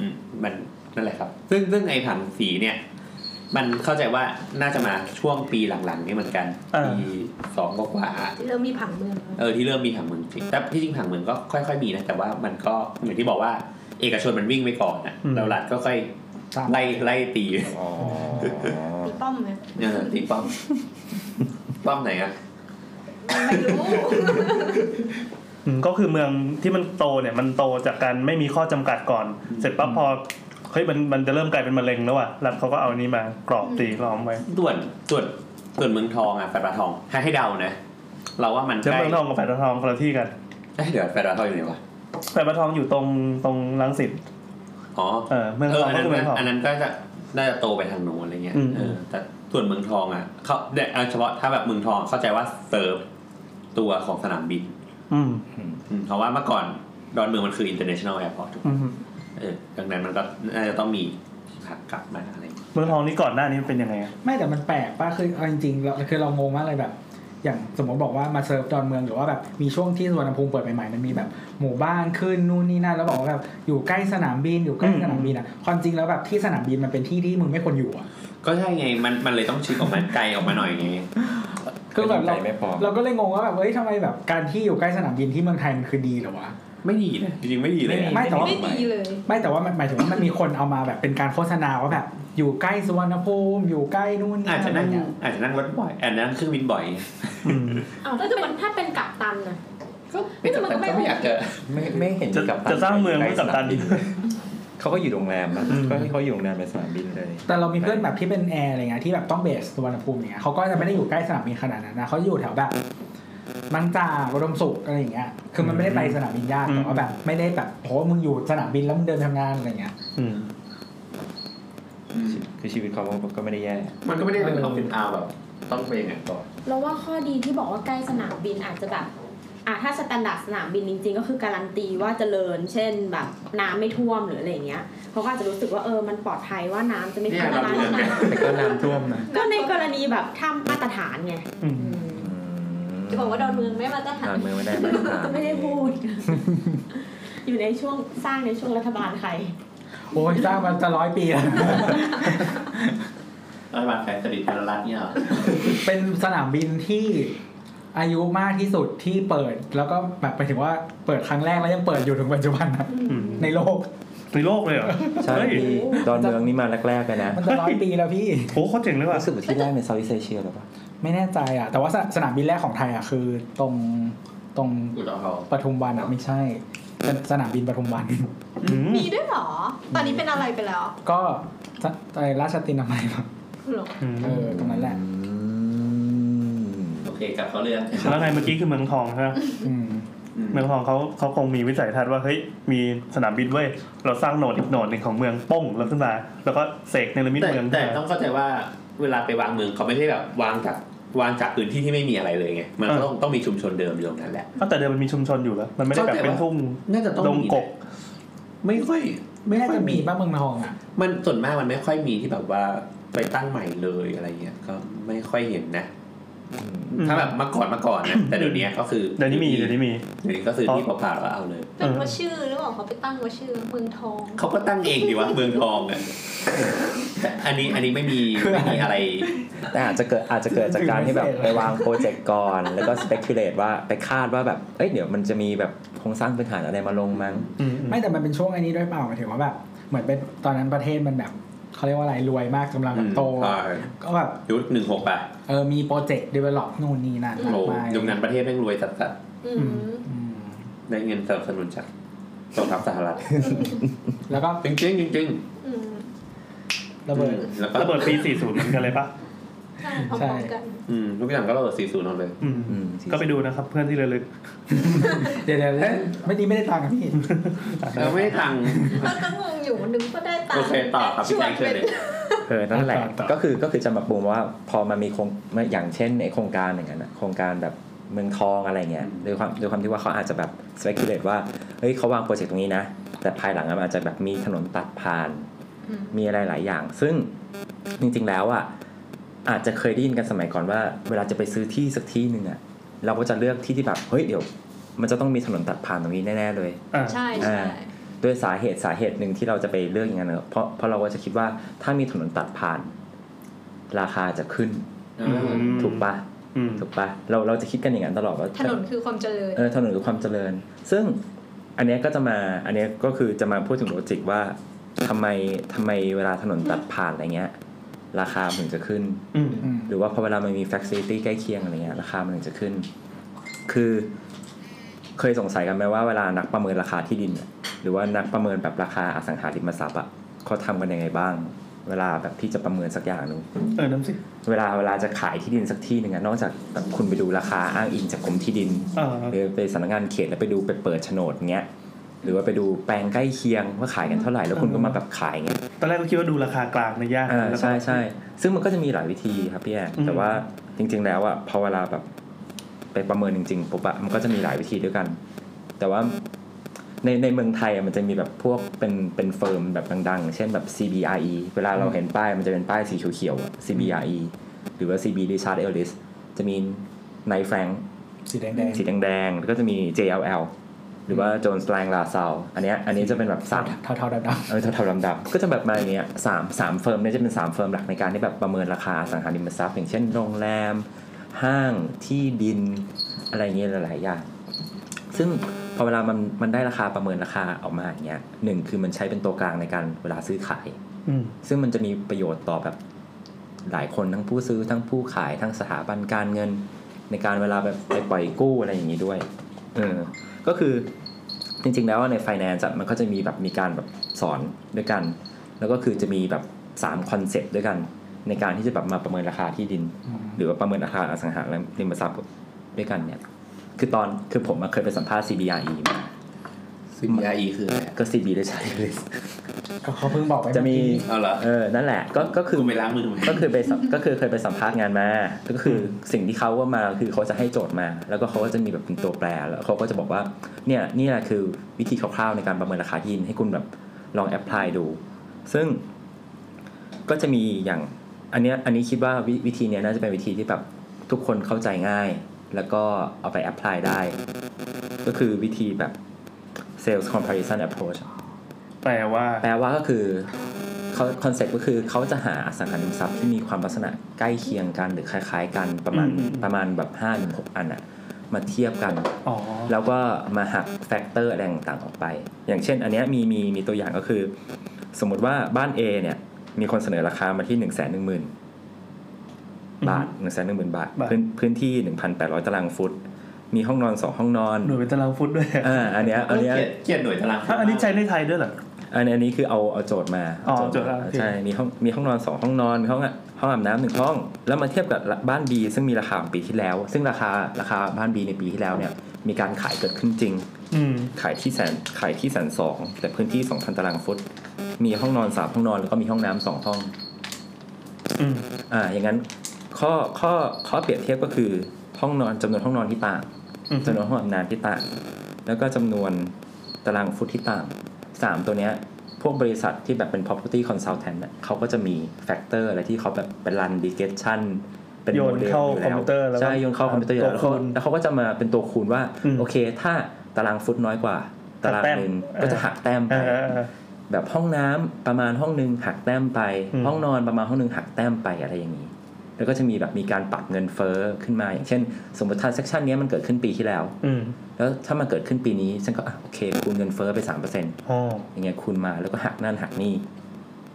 C: อืมมันนั่นแหละครับ ซึ่งซึ่งไอ้ผังสีเนี่ย มันเข้าใจว่าน่าจะมาช่วงปีหลังๆ นี่เหมือนกัน
D: เออ
C: ปีสองกว่า
G: ที่เริ่มมีผังเมือง
C: ๆเออที่เริ่มมีผังเมืองจริงแต่ที่จริงผังเมืองก็ค่อยๆมีนะแต่ว่ามันก็เหมือนที่บอกว่าเอกชนมันวิ่งไปก่อนนะ
D: อืม
C: แล้วรัฐก็ค่อยไล่ไล่ตี
H: อ๋อ
G: ตีป้อมไหม
C: เนี่ยตีป้อม ป้อมไหนอะ
G: ไม่รู้
D: อืมก็คือเมืองที่มันโตเนี่ยมันโตจากการไม่มีข้อจำกัดก่อน เสร็จปั๊บพอเฮ้ยมันมันจะเริ่มกลายเป็นมะเร็งแล้วอ่ะรัฐเขาก็เอาอันนี้มากรอบตีล้อมไว้
C: ส่วนส่วนส่วนเมืองทองอะแฟร์ทองให้ให้เดานะ เราว่ามัน
D: เจ้า
C: ใกล้
D: เมืองทองกับแปดทองคนละที่กัน
C: เอ้ยเดี๋ยวแฟร์ทองอยู่ไหนวะ
D: แปดทองอยู่ตรงตรงรังสิต
C: อ๋อ
D: เออเมือง
C: เอออัน
D: ทองก็
C: นั้
D: คื
C: น
D: อเมืองทอง
C: อันนั้นก็จะน่าจะโตไปทางโน้นอะไรเงี้ย
D: อืม
C: เออแต่ส่วนเมืองทองอ่ะเขาเด็กเฉพาะถ้าแบบเมืองทองเข้าใจว่าเซิร์ฟตัวของสนามบิน
D: อืม
C: อืมเพราะว่าเมื่อก่อนดอนเมืองมันคือ international airport ถูกไหม
D: อืม
C: เออดังนั้นมันก็น่าจะต้องมีขากลับมาอะไรเงี้ย
D: เมืองทองนี่ก่อนหน้านี้มันเป็นยังไงอะ
A: ไม่แต่มันแปลกป้าคือเอาจริงๆเราคือเรางงมากเลยแบบ อย่างสมมติบอกว่ามาเซิร์ฟดอนเมืองหรือว่าแบบมีช่วงที่สุวรรณภูมิเปิดใหม่ๆมันมีแบบหมู่บ้านขึ้นนู่นนี่นั่นแล้วบอกว่าแบบอยู่ใกล้สนามบินอยู่ใกล้สนามบินอ่ะความจริงแล้วแบบที่สนามบินมันเป็นที่ที่มึงไม่ควรอยู่อ่ะ
C: ก็ใช่ไงมันมันเลยต้องชิกออกมาไกลออกมาหน่อยไง
A: ก็แบบ
H: ใจ
A: เรา
H: ไม่พอ
A: เราก็เลยงงว่าแบบเอ้ยทำไมแบบการที่อยู่ใกล้สนามบินที่เมืองไทยมันคือดีเหรอวะ
H: ไม่ดีนะ
J: จริงๆไม่ดีเลยอะ
A: ไม่แต่ว่า
G: ไม่ดีเลย
A: ไม่แต่ว่ามันหมายถึงว่ามันมีคนเอามาแบบเป็นการโฆษณาว่าแบบ อยู่ใกล้สุวรรณภูมิอยู่ใกล้นู่นนี่
J: อาจจะนั่ง
A: ไรเงี้ย
J: อาจจะนั่งรถบ่อยอาจจะนั่งเครื่องบินบ่อย
G: เอาถ้าเป็นถ้าเป็นกัปตันนะ
H: ไม่จำเป็นก็ไม่อยากจะไม่ไม่เห็น
D: จะ
H: กับตัน
D: จะสร้างเมือง
H: ไป
D: เพื่อกับตัน
H: สามบิเขาก็อยู่โรงแรมนะ
D: อืม
H: ก็ให้เขาอยู่โรงแรมในสนามบินเลย
A: แต่เรามีเพื่อนแบบที่เป็นแอร์อะไรเงี้ยที่แบบต้องเบสสุวรรณภูมิอย่างเงี้ยเขาก็จะไม่ได้อยู่ใกล้สนามบินขนาดนั้นนะเขาอยู่แถวแบบบางจากอุดมสุขอะไรอย่างเงี้ยคือมันไม่ได้ไปสนามบินยากแต่ว่าแบบไม่ได้แบบโหมึงอยู่สนามบินแล้วมึงเดินทำงานอะไรเงี้ย
D: อืม
H: คือชีวิตเขาก็ไม่ได้แย่
C: มันก็ไม่ได้เป็น
A: เออ
C: เอาเป็นเอาแบบ ต้องไปอย่างนั้นก่อน
E: เราว่าข้อดีที่บอกว่าใกล้สนามบินอาจจะแบบอ่ะถ้าสแตนดาร์ดสนามบินจริงๆ ก็คือการันตีว่าเจริญ เช่นแบบน้ำไม่ท่วมหรืออะไรอย่างเงี้ยเขาก็อาจจะรู้สึกว่าเออมันปลอดภัยว่าน้ำจะไม่ท่วม
C: เนี่ยเรา
E: ร้าน
C: เรียน
E: น้ำ
H: แต่ก็น้ำท่วมนะ
E: ก็ในกรณีแบบถ้ามาตรฐานไง
D: อืม
G: อืมจะบอกว่าดอนเมืองไม่มาตรฐา
H: ดอน นเมืองไม่ได้มาตรฐาน
E: ไม่ได้พูด อยู่ในช่วงสร้างในช่วงรัฐบาลใคร
A: โอ้ยสร้างมาจะร้อยปีแล้ว
C: รัฐบาลแฟนสดิตธนรัฐเนี่ยเหรอ
A: เป็นสนามบินที่อายุมากที่สุดที่เปิดแล้วก็แบบไปถึงว่าเปิดครั้งแรกแล้วยังเปิดอยู่ถึงปัจจุบันนะ
D: อืม
A: ในโลก
D: ในโลกเลยเหรอ
H: ใช่
D: เฮ้ย
H: พี่ดอนเมืองนี่มาแรกๆเลยนะ
A: มันจะร้อยปีแล้วพี่
D: โหเขาเจ๋งเลยว่ะ
H: รู้สึกว่าที่แรกในเซาท์อีสเอเชียหรือเปล่า
A: ไม่แน่ใจอ่ะ แต่ว่าสสนามบินแรกของไทยอ่ะคือตรงตรง
C: อุตรเขา
A: ปทุมวันอ่ะไม่ใช่เป็นสนามบินปทุมวัน *laughs*
D: อืม
G: มีด้วยเหรอ ตอนนี้เป็นอะไรไปแล้ว
A: ก็สไอ้ราชตินามัยมั้ง
G: หรอ
D: อืม
A: เออตรงนั้นแหละ
C: โอเคกลับเขาเรื่อง
D: แล้วไงเมื่อกี้คือเมืองทองใช่ไหม
A: อืม
C: อืม
D: เมืองทองเขาเขาคงมีวิสัยทัศน์ว่าเฮ้ยมีสนามบินเว้ยเราสร้างโหนดอีกโหนดหนึ่งของเมืองป้งแล้วขึ้นมา แล้วก็เสกในระมิด
C: แต่
D: เมือง
C: แต่ต้องเข้าใจว่าเวลาไปวางเมืองเขาไม่ได้แบบวางจากวางจากพื้นที่ที่ไม่มีอะไรเลยไงมันก็ต้องต้องมีชุมชนเดิมอยู่ตรงนั้นแหละ
D: อ้าวแต่เดิมมันมีชุมชนอยู่แล้ว มันไม่ได้แบบเป็นทุ่ง
C: น่าจะต้อง
D: ดง
C: มี
D: กก
C: ไม่ค่อย ไม่
A: ไม่น่า
C: ค่อย
A: จะมี
C: มี
A: บ้างเมืองทองอ่ะ
C: มันส่วนมากมันไม่ค่อยมีที่แบบว่าไปตั้งใหม่เลยอะไรเงี้ยก็ไม่ค่อยเห็นนะ
D: อืม
C: ถ้าแบบเมาก่อนเมาก่อน
D: *coughs*
C: นะแต่เดี๋ยวนี้ก็คือ
D: เดี๋ยวนี้มีเดี๋ยวนี้มี
C: เดี๋ยวนี้ก็ซื้อที่เปล่าๆแล้วเอาเลย
G: เป็นว่าชื่อหรือเปล่าเขาไปตั้งว่าชื่อเมืองทอง
C: เขาก็ตั้งเองดีวะเมืองทองอ่ะแต่ *coughs* อันนี้อันนี้ไม่มีไม่มี
A: *coughs*
C: อะไร
H: แต่อาจจะเกิดอาจจะเกิดจากการที่แบบไปวางโปรเจกต์ก่อน แล้วก็สเปกิเลตว่าไปคาดว่าแบบเอ้ยเดี๋ยวมันจะมีแบบโครงสร้างพื้นฐานอะไรมาลงมั้ง
D: อืม
A: ไม่แต่มันเป็นช่วงอันนี้ด้วยเปล่าหมายถึงว่าแบบเหมือนเป็นตอนนั้นประเทศมันแบบเขาเรียกว่าอะไรรวยมากกำลังแบบโต
C: อืมใช่
A: ก็แบบ
C: ยุคหนึ่งหกป่ะ
A: เออมีโปรเจกต์ develop นู่นนี่นั่น
C: โห
A: มากมาย
C: ยุคนั้นประเทศแม่งรวยสัส
G: อืม
A: อืม
C: ๆได้เงินสนับสนุนจากกองทัพสห
D: *coughs*
C: รัฐ
A: แล้วก็
C: จริงจริงจริง
G: อืม
C: ๆ
A: ระเบิด
C: อืมแล้วก็
D: ระเบิดปี 40เหมือนกันเลยปะ
G: ใช่พร้อมๆกัน
C: อืมทุกอย่างก็ระเบิดสี่ศูนย์หมดเลย
D: *coughs* อืม
H: อืม
D: ก็ไปดูนะครับเพื่อนที่ระลึก
A: เดี๋ยวเดี๋ยว
C: เอ๊ะ
A: ไม่ดีไม่ได้ตังค์อะพี่
C: เออไม่ได้ตังค์ *coughs*
G: เราก็งงอยู่นึกว่าได้ตัง
C: โอเคต่อครับพี่แจ็คเชิญเลย
H: เออนั่นแหละ
A: ต่อต่อ
H: ก็คือก็คือจะมาปูมว่าพอมันมีโครงอย่างเช่นไอโครงการอย่างนั้นอะโครงการแบบเมืองทองอะไรเงี้ย
C: อืม
H: โดยความโดยความที่ว่าเขาอาจจะแบบ speculate ว่าเฮ้ยเขาวางโปรเจกต์ตรงนี้นะ แต่ภายหลังอะมันอาจจะแบบมีถนนตัดผ่าน
G: อืม
H: มีอะไรหลายอย่าง ซึ่งจริงๆแล้วอ่ะอาจจะเคยได้ยินกันสมัยก่อนว่า เวลาจะไปซื้อที่สักที่หนึ่งอ่ะเราก็จะเลือกที่ที่แบบเฮ้ยเดี๋ยว มันจะต้องมีถนนตัดผ่านตรงนี้แน่ๆเลย
D: อ่า
G: ใช่ใช่
H: ด้วยสาเหตุสาเหตุหนึ่งที่เราจะไปเลือกอย่างนั้นเนอะเพราะเพราะเราก็จะคิดว่าถ้ามีถนนตัดผ่าน ราคาจะขึ้น
C: อืม
H: ถูกปะ
D: อืม
H: ถูกปะเราเราจะคิดกันอย่างนั้นตลอดว่า
G: ถนนคือความเจริญ
H: เออถนนคือความเจริญ ซึ่งอันเนี้ยก็จะมาอันเนี้ยก็คือจะมาพูดถึงโลจิกว่าทำไมทำไมเวลาถนนตัดผ่านอะไรเงี้ย ราคามันถึงจะขึ้น
D: อืม
A: อืม
H: หรือว่าพอเวลามันมีแฟคซิลิตี้ใกล้เคียงอะไรเงี้ยราคามันถึงจะขึ้น คือเคยสงสัยกันไหมว่าเวลานักประเมินราคาที่ดินเนี่ยหรือว่านักประเมินแบบราคาอสังหาริมทรัพย์อะเขาทำกันยังไงบ้าง เวลาแบบที่จะประเมินสักอย่างหนึง
D: เออน้ำสิ
H: เวลาเวลาจะขายที่ดินสักที่หนึ่งอะนอกจากแบบคุณไปดูราคาอ้างอิงจากกรมที่ดิน
D: อ่า
H: หรือไปสำนักงานเขตแล้วไปดูไปเปิดโฉนดเงี้ยหรือว่าไปดูแปลงใกล้เคียงว่าขายกันเท่าไหร่แล้วคุณก็มาแบบขายเงี้ย
D: ตอนแรกก็คิดว่าดูราคากลางในย่าน
H: อ่า
D: แล้วก็
H: ใช่ใช่ซึ่งมันก็จะมีหลายวิธีครับพี่แอน
D: อืม
H: แต่ว่าจริง ๆ แล้วอะพอเวลาแบบไปประเมินจริงๆปุ๊บอะมันก็จะมีหลายวิธีด้วยกัน แต่ว่าในในเมืองไทยอะมันจะมีแบบพวกเป็นเป็นเฟิร์มแบบดังๆ เช่นแบบ CBRE เวลาเราเห็นป้ายมันจะเป็นป้ายสีเขียวๆอะ CBRE หรือว่า CB Richard Ellis จะมีไนแฟรง
A: สีแดงแดง
H: สีแดงๆแล้วก็จะมี JLL หรือว่า Jones Lang LaSalle อันเนี้ยอันนี้จะเป็นแบบสาม
A: เทาเทาๆดำ
H: เออเทาๆดำๆก็จะแบบมาอย่างเงี้ยสามสามเฟิร์มเนี่ยจะเป็นสามเฟิร์มหลักในการที่แบบประเมินราคาอสังหาริมทรัพย์อย่างเช่นโรงแรม ห้างที่ดินอะไรเงี้ยหลายๆอย่างซึ่ง พอเวลามันมันได้ราคาประเมินราคาออกมาอย่างเงี้ยหนึ่งคือมันใช้เป็นตัวกลางในการเวลาซื้อขาย
D: อืม
H: ซึ่งมันจะมีประโยชน์ต่อแบบหลายคนทั้งผู้ซื้อทั้งผู้ขายทั้งสถาบันการเงิน ในการเวลาแบบไปปล่อยกู้อะไรอย่างนี้ด้วยเออก็คือจริงๆแล้วในไฟแนนซ์มันก็จะมีแบบมีการแบบสอนด้วยกัน แล้วก็คือจะมีแบบ3คอนเซปต์ด้วยกัน ในการที่จะแบบมาประเมินราคาที่ดิน หรือว่าประเมินราคาอสังหาริมทรัพย์ด้วยกันเนี่ย คือตอนคือผมอะเคยไปสัมภาษณ์ CBRE มา
C: ซึ่ง CBRE คืออะไร
H: ก็ CB ได้ใช้เลย
A: ก็เขาเพิ่งบอกไป
H: จะมี
A: เอกี้
C: เอาเหรอ
H: เออ นั่นแหละ ก็ก็คือ
C: คุณไปล้างมือทำไม
H: ก็คือไปสัมก็คือเคยไปสัมภาษณ์งานมา ก็คือสิ่งที่เขาว่ามาคือเขาจะให้โจทย์มา แล้วก็เขาก็จะมีแบบเป็นตัวแปร แล้วเขาก็จะบอกว่า เนี่ยนี่แหละคือวิธีคร่าวๆในการประเมินราคาที่ดินให้คุณแบบลองแอพพลายดู ซึ่งก็จะมีอย่างอันเนี้ยอันนี้คิดว่าวิวิธีเนี้ยน่าจะเป็นวิธีที่แบบทุกคนเข้าใจง่าย แล้วก็เอาไปแอพพลายได้ ก็คือวิธีแบบ sales comparison approach
D: แปลว่า
H: แปลว่าก็คือเขาคอนเซ็ปต์ก็คือเขาจะหาอสังหาริมทรัพย์ที่มีความลักษณะใกล้เคียงกันหรือคล้ายๆกันประมาณ
D: อืมอืม
H: ประมาณแบบ5้าถึงหอันอะมาเทียบกัน
D: อ๋อ
H: แล้วก็มาหักแฟกเตอร์อะไรต่างๆออกไป อย่างเช่น อันเนี้ยมีมีมีตัวอย่างก็คือ สมมติว่าบ้าน A เนี่ยมีคนเสนอราคามาที่ 1 1 0 0 0 0 บาท 1 1 0 0 0 0 บาท พื้นพื้นที่ 1,800 ตารางฟุต มีห้องนอน 2 ห้องนอน
D: หน่วยเป็นตารางฟุต
H: *laughs*
D: ด้วย
H: อ่าอันเนี้ยอันเนี้ย
C: เกลียดเกลียดหน่วยตาราง
D: อ่ะอันนี้ใช้ในไทยด้วยเหรอ
H: อันนี้อันนี้คือเอาเอาโจทย์มา
D: อ๋อ
H: เม
D: โจทย์อ่ะโอเค
H: ใช่ มีห้องมีห้องนอนสองห้องนอนมีห้องอ่ะห้องอาบน้ำหนึ่งห้อง แล้วมาเทียบกับบ้าน B ซึ่งมีราคาของปีที่แล้ว ซึ่งราคาราคาบ้าน B ในปีที่แล้วเนี่ยมีการขายเกิดขึ้นจริง
D: อืม
H: ขายที่แสนขายที่แสนสองแต่พื้นที่ 2,000 ตารางฟุต มีห้องนอนสามห้องนอนแล้วก็มีห้องน้ำสองห้อง
D: อืม
H: อ่าอย่างนั้นข้อข้อข้อเปรียบเทียบก็คือห้องนอนจำนวนห้องนอนที่ต่าง
D: อืม
H: จำนวนห้องอาบน้ำที่ต่าง แล้วก็จำนวนตารางฟุตที่ต่างสามตัวเนี้ยพวกบริษัทที่แบบเป็น property consultant น่ะเขาก็จะมีแฟกเตอร์อะไรที่เขาแบบเป็น run regression เป็น
D: โยน
H: โมเดล
D: เข้า
H: อยู่แล้
D: คอมพิ
H: ว
D: วเตอร์แล้วก็
H: ใช่โยนเข้าคอมพิวเตอร์อยู่แล้วแล้ว
D: ตั
H: เขา
D: วคูณ
H: แล้วเขาก็จะมาเป็นตัวคูณว่า
D: อืม
H: โอเค ถ้าตารางฟุตน้อยกว่า ตาราง
D: หักแต้ม
H: หนึ่ง
D: เออ
H: ก็จะหักแต้มไป
D: อ่าอ่าอ่า
H: แบบห้องน้ำประมาณห้องหนึ่งหักแต้มไป
D: อืม
H: ห้องนอนประมาณห้องหนึ่งหักแต้มไปอะไรอย่างนี้ แล้วก็จะมีแบบมีการปรับเงินเฟ้อขึ้นมา อย่างเช่น สมมติ transaction เนี้ยมันเกิดขึ้นปีที่แล้ว
D: อืม
H: แล้วถ้ามันเกิดขึ้นปีนี้ฉันก็อ่ะโอเคคูณเงินเฟ้อไป 3%
D: อ๋อ
H: อย่างเงี้ยคูณมาแล้วก็หักนั่นหักนี่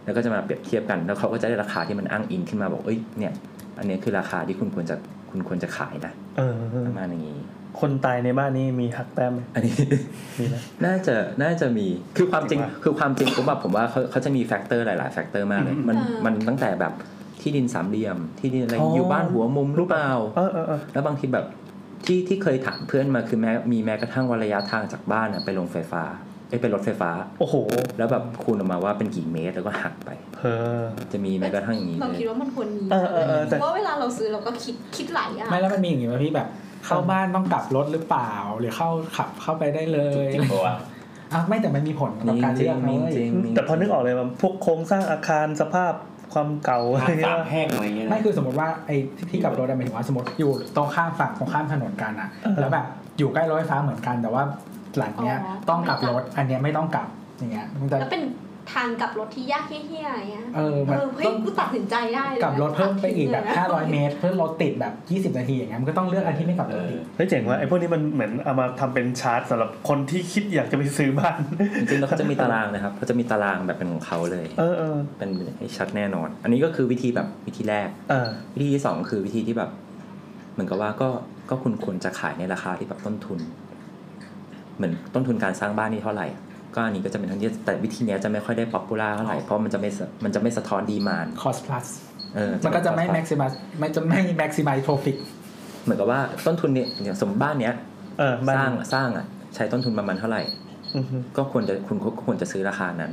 H: แล้วก็จะมาเปรียบเทียบกัน แล้วเขาก็จะได้ราคาที่มันอ้างอิงขึ้นมาบอกเอ้ยเนี่ยอันเนี้ยคือราคาที่คุณควรจะคุณควรจะขายนะ
D: เออเออ
H: ประมาณอย่างนี้
D: คนตายในบ้านนี่มีหักแต้มไหม
H: อันนี้
D: มีนะ
H: *laughs* น่าจะน่าจะมีคือความจริ
D: จ
H: ง
D: ริงปะ
H: คือความจริงผมแบบผมว่าเขาเขาจะมีแฟกเตอร์หลาย ๆ แฟกเตอร์มากเลย
D: อืม
H: มัน
G: *laughs* เออ
H: มันตั้งแต่แบบที่ดินสามเหลี่ยม ที่ดินอะไรอยู่บ้านหัวมุมหรือเปล่า
D: เออเออเออ
H: แล้วบางทีแบบที่ที่เคยถามเพื่อนมาคือแม้มีแม้กระทั่งว่าระยะทางจากบ้านน่ะไปลงไฟฟ้าเอ้ยไปรถไฟฟ้า
D: โอ้โห
H: แล้วแบบคูณออกมาว่าเป็นกี่เมตรแล้วก็หักไป
D: เออ
H: จะมีแม้กระทั่งอย่างนี้เล
G: เรา
H: ย
G: คิดว่ามันควรมี
D: เออเออเออแต่
G: เพราะเวลาเราซื้อเราก็คิดคิดหลายอย่าง
A: ไม่แล้วมันมีอย่างงี้ไหมพี่แบบ เข้าบ้านต้องกลับรถหรือเปล่า หรือเข้าขับเข้าไปได้เลย
C: จริงปะวะ
A: อ่ะไม่แต่มันมีผลกับการเลือกนะเว้ย
D: แต่พอนึกออกเลยว่าพวกโครงสร้างอาคารสภาพความเก่าอะไรเงี้
C: สาย มแห้งอะไรเงี้ย
A: ไม่
C: นะ
A: คือสมมติว่าไอ้ที่ที่กลับรถอะหมายถึงว่าสมมติอยู่ตรงข้ามฝั่งตรงข้ามถนนกันอะ
D: เออ
A: แล้วแบบอยู่ใกล้รถไฟฟ้าเหมือนกันแต่ว่าหลังเนี้ยต้องกลับรถอันเนี้ยไม่ต้องกลับอย่างเงี้ยมันจะ
G: แล้วเป็นทางกลับรถที่ยากเฮี้ยๆอย่างเงี้ย
A: เออ
G: เอ
A: มัน
G: อเฮ้ย
A: ต้อง
G: กูตัดสินใจได้เลย
A: กลับรถเพิ่มไปอีกแบบ
G: ตัดสินใจได้
A: 500 เมตร เพื่อรถติดแบบ 20 นาทีอย่างเงี้ยมันก็ต้องเลือกอันที่ไม่กลับร
C: เอ
A: ถ
C: อ
A: อีก
D: เฮ้ยเจ๋งว่ะไอ้พวกนี้มันเหมือนเอามาทำเป็นชาร์ตสำหรับคนที่คิดอยากจะไปซื้อบ้าน
H: จริงๆแล้วเขาจะมีตารางนะครับเขาจะมีตารางแบบเป็นของเขาเลย
D: เออเออ
H: เป็นให้ชัดแน่นอน อันนี้ก็คือวิธีแบบวิธีแรก
D: เออ
H: วิธีที่สองคือวิธีที่แบบ เหมือนกับว่าก็ก็คุณควรจะขายในราคาที่แบบต้นทุน เหมือนต้นทุนการสร้างบ้านนี่เท่าไหร่ ก็อันนี้ก็จะเป็นทางที่แต่วิธีเนี้ยจะไม่ค่อยได้ป๊อปปูล่าเท่าไหร่เพราะมันจะไม่สะมันจะไม่สะท้อนดีมาน
A: คอส plus
H: เออ
A: มันก็จะไม่ maximize ไม่จะไม่ maximize profit
H: เหมือนกับว่าต้นทุนเนี่ยอย่างสมมติบ้านเนี้ย
D: เออ
H: ส
D: บ้าน
H: ร้างสร้างอ่ะใช้ต้นทุนประมาณเท่าไหร่
D: อือฮึ
H: ก็ควรจะคุณก็ควรจะซื้อราคานั้น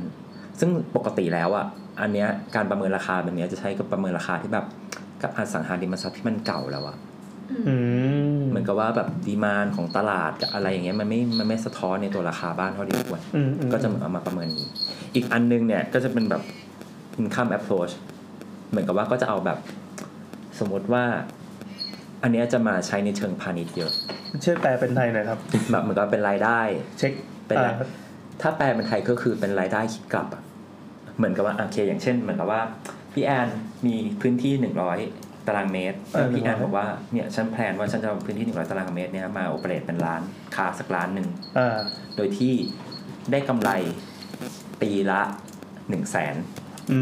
H: ซึ่งปกติแล้วอ่ะ อันเนี้ยการประเมินราคาแบบเนี้ยจะใช้กับประเมินราคาที่แบบกับอสังหาริมทรัพย์ที่มันเก่าแล้วอ่ะ
D: อืม
H: เหมือนกับว่าแบบดีมานของตลาดกับอะไรอย่างเงี้ยมันไม่ มันไม่สะท้อนในตัวราคาบ้านเท่าที่ควร
D: อืมอืม
H: ก็จะเหมือนเอามาประเมินนี้ อีกอันนึงเนี่ยก็จะเป็นแบบ income approach เหมือนกับว่าก็จะเอาแบบสมมติว่า อันเนี้ยจะมาใช้ในเชิงพาณิชย์เยอะ
D: ช่วยแปลเป็นไทยหน่อยครับ
H: แบบเหมือนกับเป็นรายได้
D: เช็ค
H: เป็น
D: อ่า
H: ไร ถ้าแปลเป็นไทยก็คือเป็นรายได้คิดกลับอะเหมือนกับว่าโอเค อย่างเช่น เหมือนกับว่าพี่แอนมีพื้นที่หนึ่งร้อย ตารางเมตร
D: เออ
H: พี่แอนบอกว่าเนี่ยฉันแพลนว่าฉันจะเอาพื้นที่ 100 ตารางเมตรเนี่ยมาโอเปเรตเป็นร้านค้าสักร้านหนึ่ง
D: อ่า
H: โดยที่ได้กำไรปีละ1นึ่งแสน
D: อื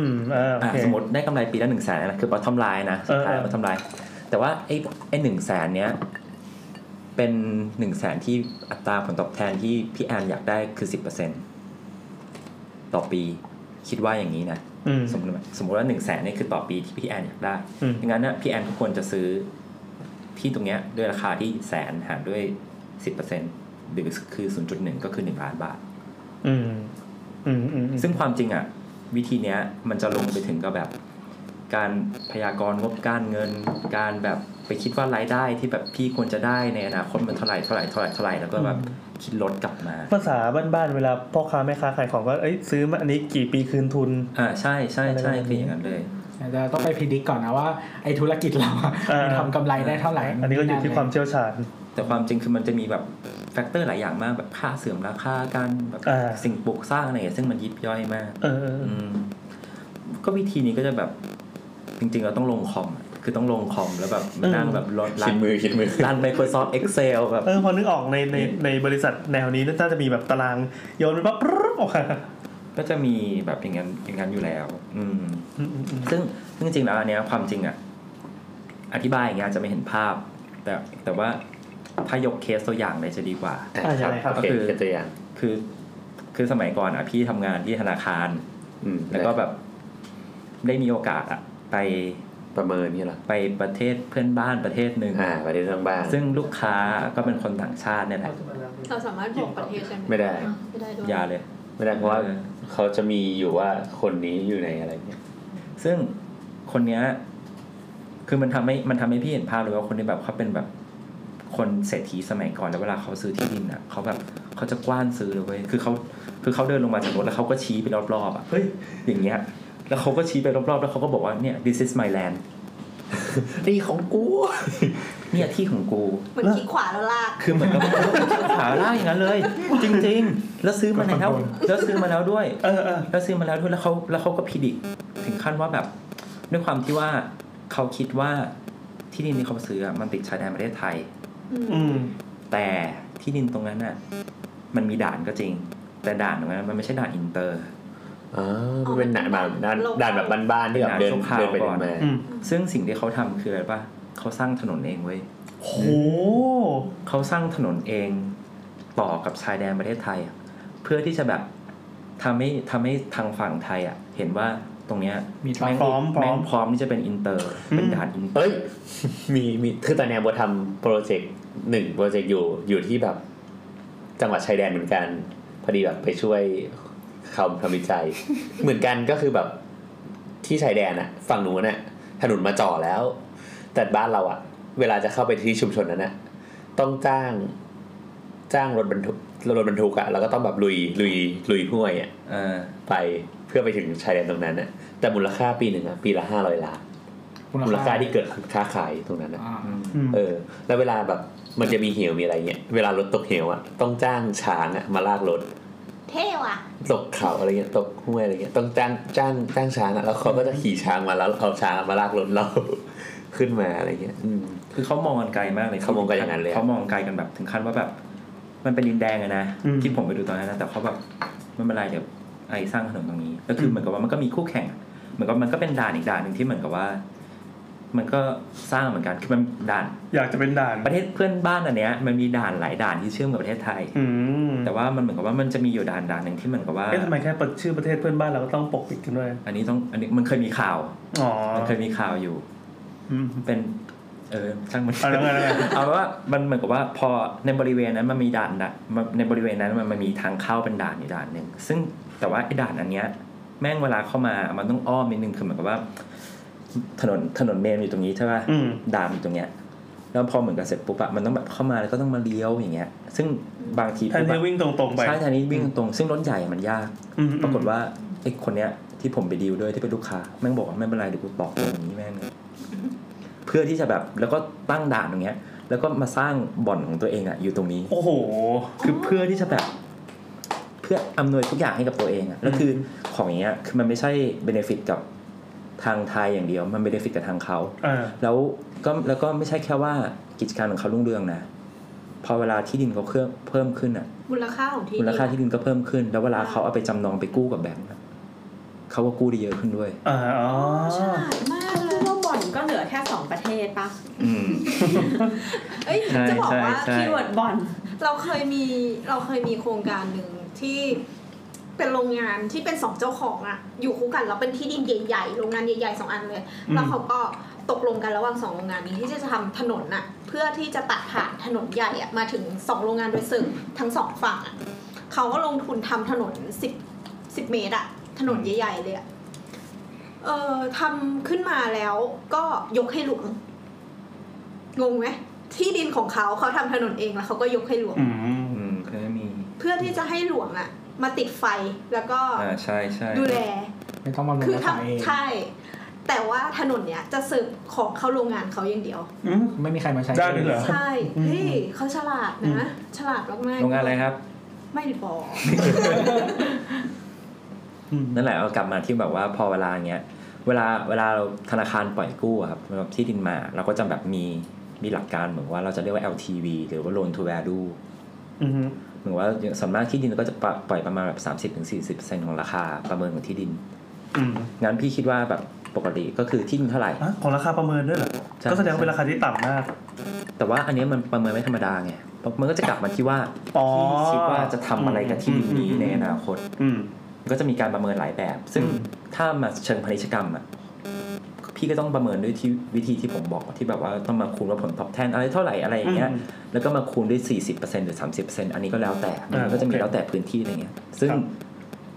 D: มอ่าโอเค
H: สมมติได้กำไรปีละ1นึ่งแสนนะคือ bottom line นะสุดท้าย
D: เออเออ
H: แล้ว bottom line แต่ว่าไอ้ไอ้หนึ่งแสนเนี้ยเป็น1นึ่งแสนที่อัตราผลตอบแทนที่พี่แอนอยากได้คือ 10%ต่อปีคิดว่าอย่างนี้นะ
D: อืม
H: สมมติว่าสมมติว่าหนึ่งแสนนี่คือต่อปีที่พี่แอนอยากได้
D: อืม
H: ดังนั้นนะพี่แอนก็ควรจะซื้อที่ตรงเนี้ยด้วยราคาที่แสนหารด้วยสิบเปอร์เซ็นหรือคือศูนย์จุดหนึ่งก็คือหนึ่งล้านบาท
D: อืมอืมอืมอืม
H: ซึ่งความจริงอ่ะ วิธีเนี้ยมันจะลงไปถึงกับแบบ การพยากรณ์งบการเงิน การแบบไปคิดว่ารายได้ที่แบบพี่ควรจะได้ในอนาคตมันเท่าไหร่เท่าไหร่เท่าไหร่เท่าไหร่แล้วก็แบบคิดลดกลับมา
D: ภาษาบ้านๆเวลาพ่อค้าแม่ค้าขายของก็เอ้ยซื้อมาอันนี้กี่ปีคืนทุน
H: อ่าใช่ใช่ใช่คืออย่างนั้นเลย
A: อาจจะต้องไปพิจิตรก่อนนะว่าไอ้ธุรกิจเราอะ
D: เออ
A: มันทำกำไรได้เท่าไหร่
D: อันนี้ก็อยู่ที่ความเชี่ยวชาญ
H: แต่ความจริงคือมันจะมีแบบแฟกเตอร์หลายอย่างมากแบบค่าเสื่อมราคาการแบบ
D: อ่า
H: สิ่งปลูกสร้างอะไรอย่างเงี้ยซึ่งมันยิบย่อยมาก
D: เออเออ
H: อืมก็วิธีนี้ก็จะแบบ จริง ๆ เราต้องลงคอมอะคือต้องลงคอมแล้วแบบมานั่งแบบลดรั
C: คิด
H: น
C: มือคิดมือ
H: รัน Microsoft Excel แบบ
D: เออพอนึกออกในในในบริษัทแนวนี้น่าจะมีแบบตารางโยนไปปั๊บปรึ๊บออกมา
H: ก็จะมีแบบอย่างนั้นอย่างนั้นอยู่แล้ว อืม
D: อืมอืมอืม
H: ซึ่งซึ่งจริงๆแล้วอันเนี้ยความจริงอ่ะ อธิบายอย่างเงี้ยอาจจะไม่เห็นภาพ แต่แต่ว่าถ้ายกเคสตัวอย่างเลยจะดีกว่า
D: อ่ะอย่างไรครับ
C: โอเคเป็นตัวอย่าง
H: คือ คือสมัยก่อนอ่ะพี่ทำงานที่ธนาคาร
C: อืม
H: แล้วก็แบบได้มีโอกาสอะไป
C: ประเมินนี่เหรอ
H: ไปประเทศเพื่อนบ้านประเทศหนึ่ง
C: อ่าประเด็นเรื่องบ้าน
H: ซึ่งลูกค้าก็เป็นคนต่างชาติเนี่ยแหละ
G: เราสามารถบอกประเทศใช่ไหม
C: ไม่ได้
G: ไม่ได้ด้วย
H: อยาเลย
C: ไม่ได้เพราะว่าเขาจะมีอยู่ว่าคนนี้อยู่ในอะไรเนี่ย
H: ซึ่งคนเนี้ย คือมันทำให้มันทำให้พี่เห็นภาพเลยว่าคนที่แบบเขาเป็นแบบคนเศรษฐีสมัยก่อนแล้วเวลาเขาซื้อที่ดินอ่ะเขาแบบเขาจะกว้านซื้อเลยเว้ยคือเขาคือเขาเดินลงมาจากรถแล้วเขาก็ชี้ไปรอบๆอ่ะ
D: เฮ้ย
H: อย่างเงี้ย แล้วเขาก็ชี้ไปรอบๆ แล้วเขาก็บอกว่าเนี่ย this is my
C: *laughs*
H: land
C: นี่ของกู
H: *laughs* เนี่ยที่ของกู
G: เหมือนขี้ขวาแล้วลาก
H: คือเหมือนกับ หาได้อย่างนั้นเลย จริงๆ แล้วซื้อมาแล้วแล้วซื้อมาแล้วด้วย
D: เออเออ
H: แล้วซื้อมาแล้วด้วยแล้วเขาแล้วเขาก็พิดิกถึงขั้นว่าแบบ ด้วยความที่ว่าเขาคิดว่าที่ดินที่เขาซื้ออะมันติดชายแดนประเทศไทย
D: อืม
H: แต่ที่ดินตรงนั้นน่ะมันมีด่านก็จริง แต่ด่านตรงนั้นมันไม่ใช่ด่านอินเตอร์
C: อ๋อมันเป็นด่านแบบด่าน
G: โลก
C: ด่านแบบบ้านๆที่แบบเดิน
H: ด่านชั่วคราว
C: เดินไป
H: ก่
C: เดิ
H: อ
C: น
H: น
C: มา
D: อืม
H: ซึ่งสิ่งที่เขาทำคืออะไรปะเขาสร้างถนนเองเว้ย
D: โห
H: เขาสร้างถนนเองต่อกับชายแดนประเทศไทยอะเพื่อที่จะแบบทำให้ทำให้ทางฝั่งไทยอ่ะ เห็นว่าตรงเนี้ย
A: มีทรั
D: พ
A: ฟฟิก
D: ร้อมพร้
H: แม่
D: อม
H: งพร้อมที่จะเป็นอินเตอร์ เป็นด่านอินเตอร์
C: เอ้ย *laughs* มีมีคือตอนเนี้ยบัวทำโปรเจกต์หนึ่งโปรเจกต์อยู่อยู่ที่แบบ จังหวัดชายแดนเหมือนกัน พอดีแบบไปช่วยเขาทำวิจัย *laughs* เหมือนกันก็คือแบบที่ชายแดนอะฝั่งนู้นน่ะถนนมาจ่อแล้ว แต่บ้านเราอะเวลาจะเข้าไปที่ชุมชนนั้นอะต้องจ้างจ้างรถบรรทุกรถบรรทุกอะแล้วก็ต้องแบบลุยลุยลุยห้วยอะ
H: เออ
C: ไปเพื่อไปถึงชายแดนตรงนั้นน่ะแต่มูลค่าปีหนึ่งอะปีละห้าร้อยล้านมูลค่าที่เกิดค้าขายตรงนั้นนะ
A: อ่า
H: อืม
D: อืม
C: เออ แล้วเวลาแบบมันจะมีเหวมีอะไรเงี้ยเวลารถตกเหวอะต้องจ้างช้างอะมาลากรถ
G: เท่ว่ะ
C: ตกเขาอะไรเงี้ยตกห้วยอะไรเงี้ยต้องจ้างจ้างจ้างช้างอะแล้วเขาก็จะขี่ช้างมาแล้วเอาช้างมาลากรถเรา *laughs* ขึ้นมาอะไรเงี้ยอืม
H: คือเขามองกันไกลมากเลย
C: เขามองกันอย่างนั้นเลยอะ
H: เขามองไกลกันแบบถึงขั้นว่าแบบ มันเป็นดินแดงอะนะ
D: อืม
H: ที่ผมไปดูตอนนั้นนะแต่เขาแบบไม่เป็นไรเดี๋ยวไอ้สร้างถนนตรงนี้แล้วคือเหมือนกับว่ามันก็มีคู่แข่ง เหมือนกับมันก็เป็นด่านอีกด่านหนึ่งที่เหมือนกับว่า มันก็สร้างเหมือนกันคือมันด่าน
D: อยากจะเป็นด่าน
H: ประเทศเพื่อนบ้านอันเนี้ยมันมีด่านหลายด่านที่เชื่อมกับประเทศไทย
D: อืม
H: แต่ว่ามันเหมือนกับว่ามันจะมีอยู่ด่านด่านหนึ่งที่เหมือนกับว่า
D: เอ๊ะทำไมแค่เปิดชื่อประเทศเพื่อนบ้านเราก็ต้องปกปิดกันด้วย
H: อันนี้ต้องอันนี้มันเคยมีข่าว
D: อ๋อ
H: มันเคยมีข่าวอยู่
D: อืม
H: เป็น เออช่างมัน
D: เอาแล้วไงแล้วไง
H: เอาเป็นว่ามันเหมือนกับว่าพอในบริเวณนั้นมันมีด่านด่ะมันในบริเวณนั้นมันมันมีทางเข้าเป็นด่านอยู่ด่านหนึ่งซึ่งแต่ว่าไอ้ด่านอันเนี้ยแม่งเวลาเข้ามามันต้องอ้อมนิดนึงคือเหมือนกับว่า ถนนถนนเมนอยู่ตรงนี้ใช่ป่ะ
D: อืม
H: ด่านอยู่ตรงเนี้ยแล้วพอเหมือนกับเสร็จปุ๊บอะมันต้องแบบเข้ามาแล้วก็ต้องมาเลี้ยวอย่างเงี้ย ซึ่งบางที
D: แทนที่วิ่งตรงๆไป
H: ใช่ทางนี้วิ่งตรงซึ่งรถใหญ่มันยาก
D: อืมอืม
H: ปรากฏว่าไอ้คนเนี้ยที่ผมไปดีลด้วยที่เป็นลูกค้าแม่งบอกว่าไม่เป็นไรเดี๋ยวกูตอกตรงนี้แม่งเลยเพื่อที่จะแบบแล้วก็ตั้งด่านตรงเงี้ย แล้วก็มาสร้างบ่อนของตัวเองอะอยู่ตรงนี้
D: โอ้โห
H: คือเพื่อที่จะแบบ เพื่ออำนวยทุกอย่างให้กับตัวเองอะแล้วคือของอย่างเงี้ยคือมันไม่ใช่เบเนฟิตกับ ทางไทยอย่างเดียว มันไม่ได้ฟิกแต่ทางเขา
D: อ่า
H: แล้วก็แล้วก็ไม่ใช่แค่ว่ากิจการของเขารุ่งเรืองนะ พอเวลาที่ดินเขาเพิ่มเพิ่มขึ้นอ่ะ
G: มูลค่าของที่
H: มูล
G: ดิน
H: ค่าที่ดินก็เพิ่มขึ้น แล้วเวลาเขาเอาไปจำนองไปกู้กับแบงก์อะเขาก็กู้ได้เยอะขึ้นด้วย
D: อ่าอ๋อ
G: ฉลาดมากเล
E: คือย ว่าบ่อนก็เหลือแค่สองประเทศปะ
H: อืม
G: เอ้ย
H: ใช่
G: จะบอกว่า
H: ใช่
G: คี
E: คี
G: ย์
E: ย์
G: เวิ
E: เวิ
G: ร์ด
E: ร์ดบ่อน
G: เราเคยมีเราเคยมีโครงการหนึ่งที่เป็นโรงงานที่เป็นสองเจ้าของอะอยู่คู่กันแล้วเป็นที่ดินใหญ่ๆโรงงานใหญ่ๆสองอันเลย แล้วเขาก็ตกลงกันระหว่างสองโรงงานนี้ที่จะทำถนนน่ะ เพื่อที่จะตัดผ่านถนนใหญ่อะมาถึงสองโรงงานโดยสึกทั้งสองฝั่งอะเขาก็ลงทุนทำถนนสิบสิบเมตรอะถนนใหญ่ ๆ เลยอะเออทำขึ้นมาแล้วก็ยกให้หลวงงงไหมที่ดินของเขาเขาทำถนนเองแล้วเขาก็ยกให้หลวง
D: อืม
H: อืมเคยมี
G: เพื่อที่จะให้หลวงอะมาติดไฟแล้วก็
H: อ่าใช่ใช่
G: ดูแล
A: ไม่ต้องมาลง
G: คือ
A: รัก
G: ท
A: ษาเอง
G: ำใช่ แต่ว่าถนนเนี้ยจะสืบของเข้าโรงงานเขาอย่างเดียว
A: ไม่มีใครมาใช้
D: ได้ด้วยเหรอ
G: ใช่
D: อืม
G: เฮ้ยเขาฉลาดนะฉลาดมากๆ
H: โรงงานอะไรครับ
G: ไม่บอก
H: นั่นแหละเอากลับมาที่แบบว่าพอเวลาเงี้ยเวลาเวลาเราธนาคารปล่อยกู้อะครับสำหรับที่ดินมาเราก็จะแบบมีมีหลักการเหมือนว่าเราจะเรียกว่า LTV หรือว่า loan to value
D: อืม
H: เหมือนว่าส่วนมากที่ดินเราก็จะปล่อยปล่อยประมาณแบบ 30-40%ของราคาประเมินของที่ดิน
D: อืม
H: งั้นพี่คิดว่าแบบปกติก็คือที่ดินเท่าไหร่
D: อ่ะของราคาประเมินด้วยเหรอ
H: ใช่
D: ก็แสดงว่าเป็นราคาที่ต่ำมาก
H: แต่ว่าอันเนี้ยมันประเมินไม่ธรรมดาไงเพราะมันก็จะกลับมาที่ว่า
D: อ๋อ
H: ที่คิดว่าจะทำอะไรกับที่ดินนี้
D: อืม
H: ในอนาคต
D: อืม
H: ก็จะมีการประเมินหลายแบบ ซึ่ง
D: อืม
H: ถ้ามาเชิงพาณิชยกรรมอ่ะพี่ก็ต้องประเมินด้วยที่วิธีที่ผมบอกที่แบบว่าต้องมาคูณว่าผลตอบแทนอะไรเท่าไหร่อะไรอย่างเงี้ย
D: อืม
H: แล้วก็มาคูณด้วย 40%หรือ 30%อันนี้ก็แล้วแต่ มันก็จะมี
D: อ่าโอเค
H: แล้วแต่พื้นที่อะไรเงี้ย ซึ่ง
D: ครับ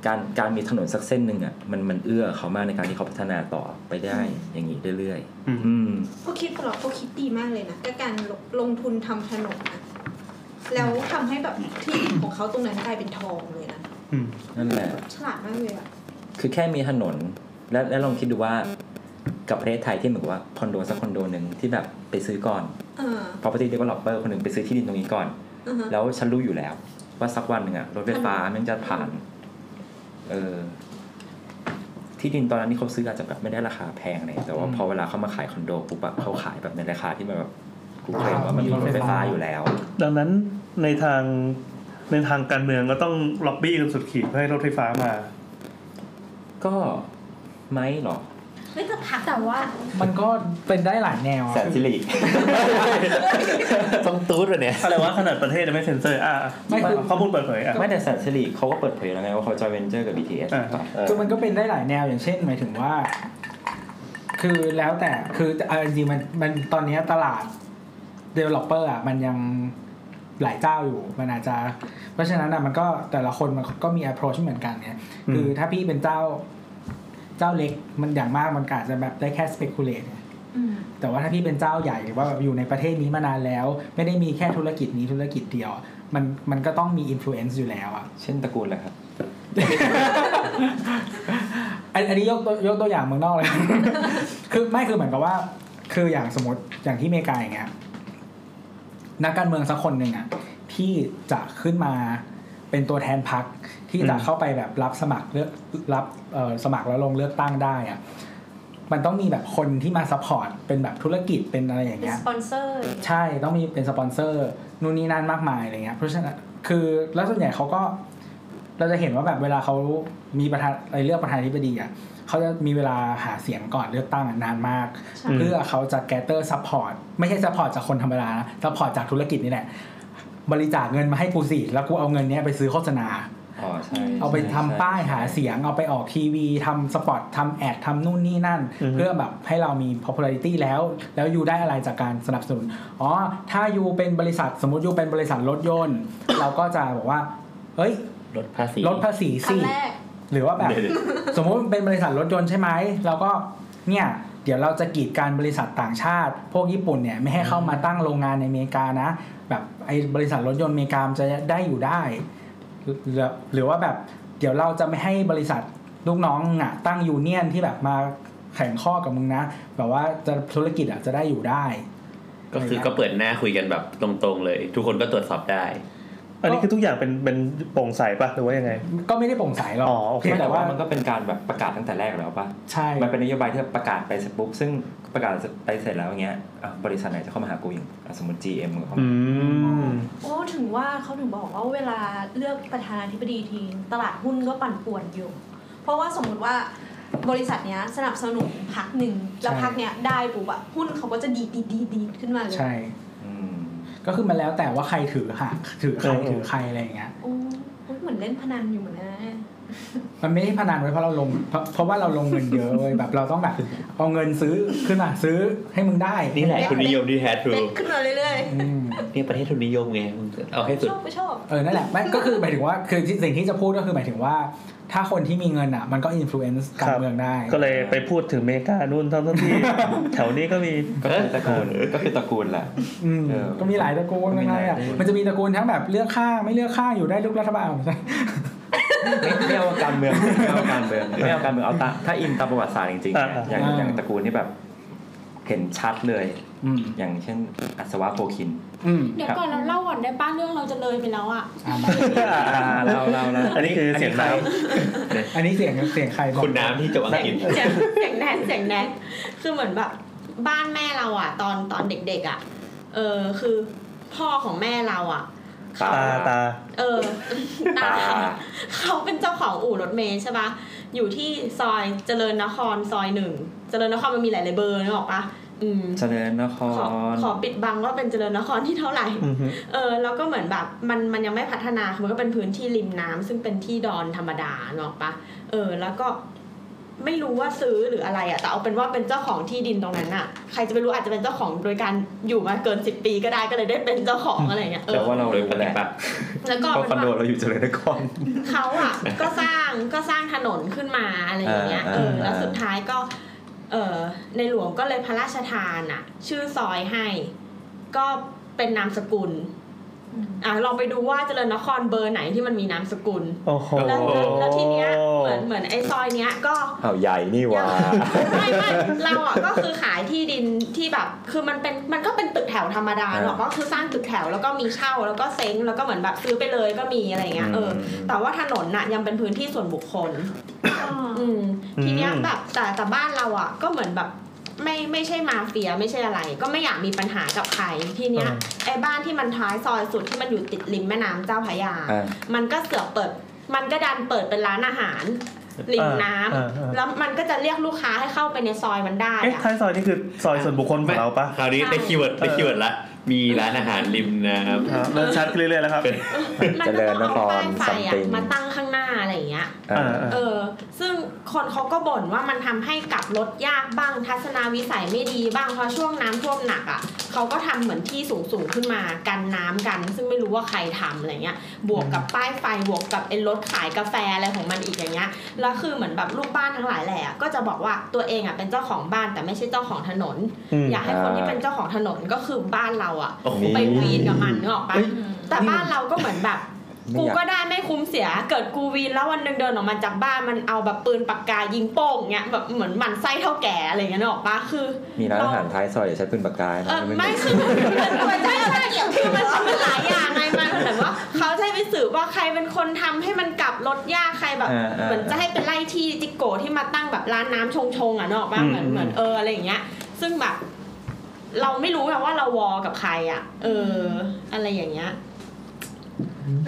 H: การการมีถนนสักเส้นหนึ่งอ่ะมันมันเอื้อเขามากในการที่เขาพัฒนาต่อไปได้อย่างนี้เรื่อย
D: อืม
H: ๆ อืม
G: พวกคิดตลอดพวกคิดดีมากเลยนะกับการลงลงทุนทำถนนนะแล้วทำให้แบบที่ดินของเขาตรงนั้นกลายเป็นทองเลยนะ
D: อืม
H: นั่นแหละ
G: ฉลาดมากเลยอะ
H: คือแค่มีถนน และและลองคิดดูว่ากับประเทศไทยที่เหมือนกับว่าคอนโดสักคอนโดหนึ่งที่แบบไปซื้อก่อน
G: เออ
H: property developer คนหนึ่งไปซื้อที่ดินตรงนี้ก่อน
G: อือฮะ
H: แล้วฉันรู้อยู่แล้ว ว่าสักวันหนึ่งอะรถไฟฟ้ามันจะผ่าน เออที่ดินตอนนั้นที่เขาซื้ออาจจะแบบไม่ได้ราคาแพงเลยแต่ว่า
D: อืม
H: พอเวลาเขามาขายคอนโดปุ๊บอะเขาขายแบบในราคาที่มันแบบกูเคลมว่ามันมีรถไฟฟ้าอยู่แล้ว
D: ดังนั้นในทางในทางการเมืองก็ต้องล็อบบี้กันสุดขีดเพื่อให้รถไฟฟ้ามา
H: ก็ไหมหรอ
G: เฮ้ยแต่ถาม
E: แต่ว่า
A: มันก็เป็นได้หลายแนวอะ
H: แสนสิริ ต้องตูดเลยเนี่ย
D: อะไรวะขนาดประเทศยังไม่เซ็นเซอร์ อ่ะอ่ะ
A: ไม่คือ
D: ข้อมูลเปิดเผยอ่ะ
H: *laughs* ไม่แต่แสนสิริเขาก็เปิดเผยแล้วไงว่าเขาจอยเวนเจอร์กับ BTS
D: เออ
H: เออ
A: คือมันก็เป็นได้หลายแนวอย่างเช่นหมายถึงว่า คือแล้วแต่คือเอาจริงๆมันมันตอนเนี้ยตลาด developer อ่ะมันยังหลายเจ้าอยู่มันอาจจะ เพราะฉะนั้นอ่ะมันก็แต่ละคนมันก็มี approach ไม่เหมือนกันไง
D: อืม
A: คือถ้าพี่เป็นเจ้าเจ้าเล็กมันอย่างมากมันก็อาจจะแบบได้แค่ speculate ไง
G: อืม
A: แต่ว่าถ้าพี่เป็นเจ้าใหญ่หรือว่าแบบอยู่ในประเทศนี้มานานแล้ว ไม่ได้มีแค่ธุรกิจนี้ธุรกิจเดียวอะมันมันก็ต้องมี influence อยู่แล้วอ่ะ
H: เช่นตระกูลเลยครับ
A: อันอันนี้ยกตัวยกตัวอย่างเมืองนอกเลย *laughs* คือไม่คือเหมือนกับว่า คืออย่างสมมติอย่างที่อเมริกาอย่างเงี้ย นักการเมืองสักคนหนึ่งอ่ะที่จะขึ้นมาเป็นตัวแทนพรรคที่จะ
D: อืม
A: เข้าไปแบบรับสมัครเลือกรับเอ่อสมัครแล้วลงเลือกตั้งได้อ่ะ มันต้องมีแบบคนที่มาซัพพอร์ตเป็นแบบธุรกิจเป็นอะไรอย่าง
G: เป็น
A: เงี้ย
G: สปอนเซอร์อย่างเงี้ย
A: ใช่ต้องมีเป็นสปอนเซอร์นู่นนี่นั่นมากมายอะไรเงี้ยเพราะฉะนั้นคือแล้วส่วนใหญ่เขาก็ เราจะเห็นว่าแบบเวลาเขามีประธานอะไรเลือกประธานาธิบดีอ่ะเขาจะมีเวลาหาเสียงก่อนเลือกตั้งอะนานมาก
G: ใช่
A: เพื่อเขาจะแกเตอร์ซัพพอร์ตไม่ใช่ซัพพอร์ตจากคนธรรมดานะซัพพอร์ตจากธุรกิจนี่แหละบริจาคเงินมาให้กูสิแล้วกูเอาเงินเนี้ยไปซื้อโฆษณา
H: อ๋อใช่
A: เอาไป
H: ใช่
A: ทำ
H: ใช่
A: ป้ายหาเสียง เอาไปออกทีวีทำสปอตทำแอดทำนู่นนี่นั่น
D: อือฮึ
A: เพื่อแบบให้เรามี popularity แล้ว แล้วยูได้อะไรจากการสนับสนุน อ๋อ ถ้ายูเป็นบริษัทสมมติยูเป็นบริษัทรถยนต์ เราก็จะบอกว่า เฮ้ย
H: ลดภาษี
A: ลดภาษีสิ
G: คำแรก
A: หรือว่าแบบ สมมุติเป็นบริษัทรถยนต์ใช่ไหมเราก็เนี่ย เดี๋ยวเราจะกีดการบริษัทต่างชาติ พวกญี่ปุ่นเนี่ยไม่ให้เข้ามาตั้งโรงงานในอเมริกานะ แบบไอ้บริษัทรถยนต์อเมริกามันจะได้อยู่ได้หรือหรือว่าแบบเดี๋ยวเราจะไม่ให้บริษัทลูกน้องอ่ะตั้งยูเนียนที่แบบมาแข่งข้อกับมึงนะ แบบว่าจะธุรกิจอ่ะจะได้อยู่ได้
C: ก็คือก็เปิดหน้าคุยกันแบบตรงๆเลย ทุกคนก็ตรวจสอบได้
D: เอ อันนี้คือทุกอย่างเป็นเป็นโปร่งใสปะหรือว่ายังไง
A: ก็ไม่ได้โปร่งใสหรอก
D: อ๋อโอเค
A: เพียง
F: แต่
A: แต่
F: ว่า
A: ว่า
F: มันก็เป็นการแบบประกาศตั้งแต่แรกแล้วป่ะ
A: ใช่
F: มันเป็นนโยบายที่ประกาศไปเสร็จปุ๊บซึ่งประกาศไปเสร็จแล้วอย่างเงี้ยอ่ะบริษัทไหนจะเข้ามาหากูอีกอ่ะสมมติ GM ก็เข้า
D: อื
F: มาม
G: โอ้ถึงว่าเขาถึงบอกว่าเวลาเลือกประธานาธิบดีทีมตลาดหุ้นก็ปั่นป่วนอยู่ เพราะว่าสมมติว่าบริษัทเนี้ยสนับสนุนพักหนึ่งแล้วพักเนี้ยได้ปุ๊บอะหุ้นเขาก็จะดีดดีดดีดขึ้นมาเลย
A: ใช่
F: อืม
A: ก็คือมันแล้วแต่ว่าใครถือหาถือใคร
D: เออ
A: ถือใครอะไรอย่างเงี้ย
G: โอ้ยเหมือนเล่นพนันอยู่เหมือนนะ
A: มันไม่ได้พนันไว้ยเพราะเราลงเพราะเพราะว่าเราลงเงินเยอะเลย *laughs* แบบเราต้องแบบเอาเงินซื้อขึ้นมาซื้อให้มึงได้
C: นี่แหละทุนนิยมที่แท้ทรู
G: เล่นขึ้นมาเรื่อย
A: อืม
C: เนี่ยประเทศทุนนิยมไงมึงเอาให้
G: ๆ
C: สุด
G: ชอบไม่ชอบ
A: เออนั่นแหละไม่ก็คือหมายถึงว่าคือที่สิ่งที่จะพูดก็คือหมายถึงว่า ถ้าคนที่มีเงินอ่ะ มันก็อิม l u เ n c e การเมืองได้
D: ก็เลยไปพูดถึงเมกานู่นทั้งๆ *laughs* ที่ แถวนี้ก็มี
F: ก็คือตระกูลก็คือตระกูลแหละ
A: อืม
F: เออ
A: ก็มีหลายตระกูล
F: ก็มี
A: นะ
F: หลาย
A: ครับ
F: ตระกูล
A: มันจะมีตระกูลทั้งแบบเลือกข้างไม่เลือกข้างอยู่ได้ทุกรัฐบาลใช่
F: ไม่เอาการเมืองไม่เอาการเมืองไม่เอาการเมืองเอาตาถ้าอินตามประวัติศาสตร์จริงๆ
D: อ่ะ
F: เนี่ยอย่างอย่างตระกูลที่แบบเห็นชัดเลย
A: อืม
F: อย่างเช่นอัศวะโพคิน
A: อืม
K: เดี๋ยวก่อนเราเล่าก่อนได้ป้าเรื่องเราจะเลยไปแล้วอ่ะ
A: อ่ะ
F: เราเราเรา
D: อันนี้คือเสียงน้
A: อันนี้เสียงเสียงใครบอก
C: คุณน้ำที่จบอังกฤษ
E: เสียงเสียงแนนเสียงแนนคือเหมือนแบบบ้านแม่เราอ่ะ ตอนตอนเด็กๆอ่ะ เออคือพ่อของแม่เราอ่ะ
D: ตาตา
E: เออตาเขาเป็นเจ้าของอู่รถเมล์ใช่ปะอยู่ที่ซอยเจริญนครซอยหนึ่ง เจริญนครมันมีหลายๆเบอร์นึกออกปะอืม
F: เจริญนค
E: ขอ
F: ร
E: ขอปิดบังว่าเป็นเจริญนครที่เท่าไหร่
D: อือฮึ
E: เออแล้วก็เหมือนแบบมันมันยังไม่พัฒนาคือมันก็เป็นพื้นที่ริมน้ำซึ่งเป็นที่ดอนธรรมดาเนกอะปะเออ แล้วก็ไม่รู้ว่าซื้อหรืออะไรอะแต่เอาเป็นว่าเป็นเจ้าของที่ดินตรงนั้นอะใครจะไปรู้อาจจะเป็นเจ้าของโดยการอยู่มาเกินสิบปีก็ได้ก็เลยได้เป็นเจ้าของอะไรเงี้ยเอ
F: แต่
E: อ
F: ว่าเรารู้แหละ
E: แล้วก็
F: เพราะคอน
E: มัน
F: โด
E: ว่า
F: เราอยู่เจริญนคร
E: เขาอ่ะ ก็สร้างก็สร้างถนนขึ้นมาอะไรอย่างเงี้ย
F: อ่า
E: เออแล้ว
F: อ่า
E: สุดท้ายก็ เออในหลวงก็เลยพระราชทานอ่ะ ชื่อซอยให้ ก็เป็นนามสกุล
G: อืม
E: อ่ะลองไปดูว่าเจริญนครเบอร์ไหนที่มันมีนามสกุล
D: โอ้โห
E: แล้วแล้วแล้วทีเนี้ยเหมือนเหมือนไอ้ซอยเนี้ยก็
F: เอาใหญ่นี่หว่า
E: ไม่ไม่เราอ่ะก็คือขายที่ดินที่แบบ คือมันเป็นมันก็เป็นตึกแถวธรรมดา
F: อ่า
E: หรอกก็คือสร้างตึกแถวแล้วก็มีเช่าแล้วก็เซ้งแล้วก็เหมือนแบบซื้อไปเลยก็มีอะไรเงี้ยเออ
F: อืม
E: แต่ว่าถนนน่ะยังเป็นพื้นที่ส่วนบุคคล อืม
D: อืม
E: ทีเนี้ยแบบแต่แต่บ้านเราอ่ะ ก็เหมือนแบบไม่ไม่ใช่มาเฟียไม่ใช่อะไร ก็ไม่อยากมีปัญหากับใครทีเนี้ยไอ้บ้านที่มันท้ายซอยสุดที่มันอยู่ติดริมแม่น้ำเจ้าพระยา
F: อ่า
E: มันก็เสือกเปิด มันก็ดันเปิดเป็นร้านอาหารริมน้ำ
D: อ่าอ่า
E: แล้วมันก็จะเรียกลูกค้าให้เข้าไปในซอยมันได้
D: เอ๊ะ
E: อะ
D: ท้ายซอยนี่คือซอยส่วนบุคคลของเราปะ
C: คราวนี้ได้คีย์เวิร์ดได้คีย์เวิร์ดละ มีร้านอาหารริมนะครับ
D: อ่าเริ่มชัดขึ้นเรื่อยๆแล้วครับ
C: เป็น
E: มัน
F: เจ
E: ก็
F: ริ
E: ต้
F: ญน
E: องเอา
F: คร
E: ป้ายไฟอะ
F: something
E: มาตั้งข้างหน้าอะไรอย่างเงี้ย
F: อ่า
D: อ่า
E: เออ ซึ่งคนเขาก็บ่นว่ามันทำให้กลับรถยากบ้าง ทัศนวิสัยไม่ดีบ้าง เพราะช่วงน้ำท่วมหนักอะ่ะ เขาก็ทำเหมือนที่สูงสูงๆขึ้นมากันน้ำกัน ซึ่งไม่รู้ว่าใครทำอะไรเงี้ย บวกกับป้ายไฟ บวกกับไอ้รถขายกาแฟอะไรของมันอีกอย่างเงี้ย แล้วคือเหมือนแบบลูกบ้านทั้งหลายแหละก็จะบอกว่าตัวเองอะ่ะเป็นเจ้าของบ้านแต่ไม่ใช่เจ้าของถนน
D: อืม
E: อยากให้คนที่เป็นเจ้าของถนนก็คือบ้านเราอ่ะ
C: โอ้โห
E: ไปวีนกับมันนึกออกปะ
D: เอ้ย
E: แต่บ้านเราก็เหมือน
F: *laughs*
E: แบบ
F: ไม่
E: กู
F: อยาก
E: ก็ได้ไม่คุ้มเสีย เกิดกูวีนแล้ววันหนึ่งเดินออกมาจากบ้านมันเอาแบบปืนปากกายิงโป้งเงี้ยแบบเหมือนหมันไส้เท่าแก่อะไรเงี้ยนึกออกปะคือ
F: มีร้านอาหารท้ายซอยเดี๋ยวใช้ปืนปากกายนะ
E: เออ
F: ไม่
E: ไม่คือมันมันมันใช่ใช่คือมันมันหลายอย่างไงมันเหมือนว่าเขาจะไปสืบว่าใครเป็นคนทำให้มันกลับรถยากใครแบบ
F: อ่าอ่า
E: เหมือนจะให้เป็นไล่ที่จิโกะที่มาตั้งแบบร้านน้ำชงชงๆอ่ะเนกอะบ้า
D: อืม
E: เหมือน
D: อืม
E: เหมือนเอออะไรอย่างเงี้ย ซึ่งแบบ เราไม่รู้แบบว่าเราวอกับใครอ่ะ เออ อะไรอย่างเงี้ย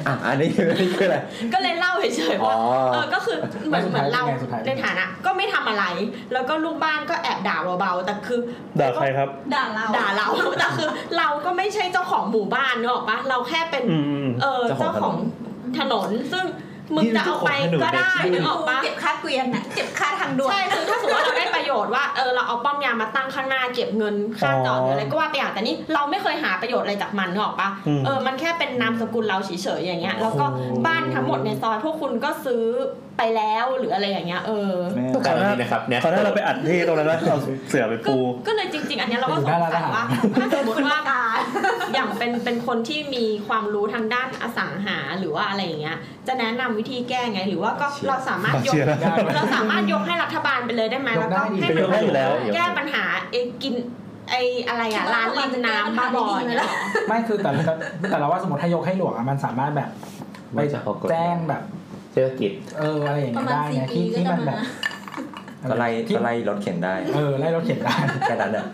F: อ่ะอันนี้ *laughs* คืออันนี้คืออะไร
E: ก็เลยเล่าเฉยๆว่า
F: อ๋อ
E: เออก็คือเหมือนเหมือนเราในฐานะ ก็ไม่ทำอะไร แล้วก็ลูกบ้านก็แอบด่าเบาๆแต่คือ
D: ด่าใครครับ
G: ด่าเรา
E: ด่าเรา *laughs* แต่คือเราก็ไม่ใช่เจ้าของหมู่บ้านเนกอะปะเราแค่เป็น
D: อืมอืม
E: เออ
F: เจ้าข
E: เจ้าข
F: อ
E: อง งถนนซึ่งมึงจะเอาไปก็ได้นึกออกปะ
G: เจ็บค่าเกวียนอะเจ็บค่าทางด่วน
E: ใช่คือถ้าสมมติว่าเราได้ประโยชน์ว่าเออเราเอาป้อมยามมาตั้งข้างหน้าเก็บเงินค่าจอดหรืออะไรก็ว่าไปอย่างแต่นี่เราไม่เคยหาประโยชน์อะไรจากมันนึกออกปะ
D: อืม
E: เออมันแค่เป็นนามสกุลเราเฉยๆอย่างเงี้ยแล้วก็บ้านทั้งหมดในซอยพวกคุณก็ซื้อไปแล้วหรืออะไรอย่างเงี้ยเออ
F: แม่
D: ขอหน้า
C: นี่นะครับเนี่ย
D: ขอหน้าเราไปอัดที่ตรงนั้นแล้วเอาเสือไป
E: ก็
D: ปู
E: ก็เลยจริง ๆ อันเนี้ยเราก็สงสัยว่าถ้าสมมติว่าอย่างเป็นเป็นคนที่มีความรู้ทางด้านอสังหาหรือว่าอะไรอย่างเงี้ยจะแนะนำวิธีแก้ไง หรือว่าก็เราสามารถยก
D: เชื่อแล้ว
E: เราสามารถยกให้รัฐบาลไปเลยได้ไหมแล้วก็ให้
D: เป็น
E: มัน
D: ได้อยู่แล้ว
E: แก้ปัญหาไอ้กินไ
G: ไออะไรอ่ะร้านริมน้ำบ้าบอเนี่ยเหรอ
A: ไม่คือแต่แต่แต่เราว่าสมมติถ้ายกให้หลวงอะมันสามารถแบบไป
C: ไม่จะพอกด
A: แจ้งแบบ
C: เศรษฐกิจ
A: เอออะไรอย่าง
E: ประ
A: เงี้ย
E: มาณ
A: ได้
E: สี่
A: นะ
E: ปี
A: ที่
E: ก็
A: ที่
E: จะ
A: มันแบ
E: มา
A: บ
H: ก็ไล่
A: ที่
H: ก็ไล่รถเข็นได้
A: เออไล่รถเข็นได้
H: *laughs* แค่นั้นอะ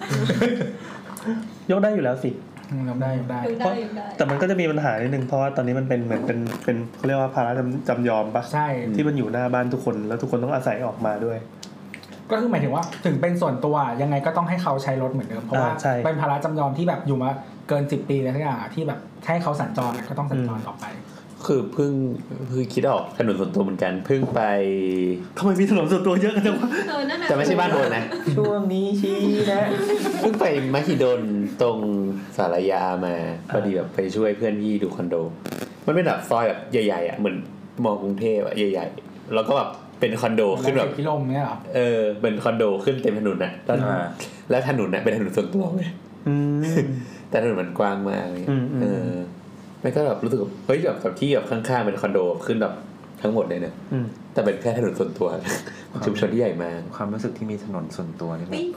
D: ยกได้อยู่แล้วสิ
A: อืมยกได้ยกได้
E: ดูได้ดูได้
D: แต่มันก็จะมีปัญหานิดนึงเพราะว่าตอนนี้มันเป็นเหมือนเป็นเป็นเขาเรียกว่าภาระจำจำยอมปะ
A: ใช่
D: ที่มันอยู่หน้าบ้านทุกคนแล้วทุกคนต้องอาศัยออกมาด้วย
A: ก็คือหมายถึงว่าถึงเป็นส่วนตัวยังไงก็ต้องให้เขาใช้รถเหมือนเดิมเพราะว่า
D: อ่าใช่
A: เป็นภาระจำยอมที่แบบอยู่มาเกินสิบปีแล้วทุกอย่างอะที่แบบให้เขาสัญจรอะก็ต้องสัญจรต่อไป
C: คือเพิ่งเพิ่งคิดออกถนนส่วนตัวเหมือนกันเพิ่งไป
D: ทำไมมีถนนส่วนตัวเยอะกันจังวะ
G: เออนั่นน่ะ
L: แต่ไม่ใช่บ้านโดนนะ
C: ช่วงนี้ชี้นะเพิ่งไปมหิดลตรงสารยามาพอดีแบบไปช่วยเพื่อนพี่ดูคอนโด มันเป็นแบบซอยแบบใหญ่ๆอ่ะเหมือนมองกรุงเทพอ่ะใหญ่ๆ แล้วก็แบบเป็นคอนโดขึ้นแบบ
A: สิบกิโลเมตรเนี่ยเหรอ
C: เออเป็นคอนโดขึ้นเต็มถนนน่ะแล้ว
H: อ่า
C: แล้วถนนน่ะเป็นถนนส่วนตัวเลย
D: อืม
C: แต่ถนนมันกว้างมากเลย
D: อืมอืม
C: เออมันก็แบบรู้สึกว่าเฮ้ยแบบแบบที่แบบข้างๆเป็นคอนโดขึ้นแบบทั้งหมดเลยเนี่ย
D: อืม *laughs*
C: แต่เป็นแค่ถนนส่วน *laughs* ตัวชุมชนที่ใหญ่มาก
H: ความรู้สึกที่มีถนนส่วนตัวนี่แห
G: เฮ้
H: ละ
G: ย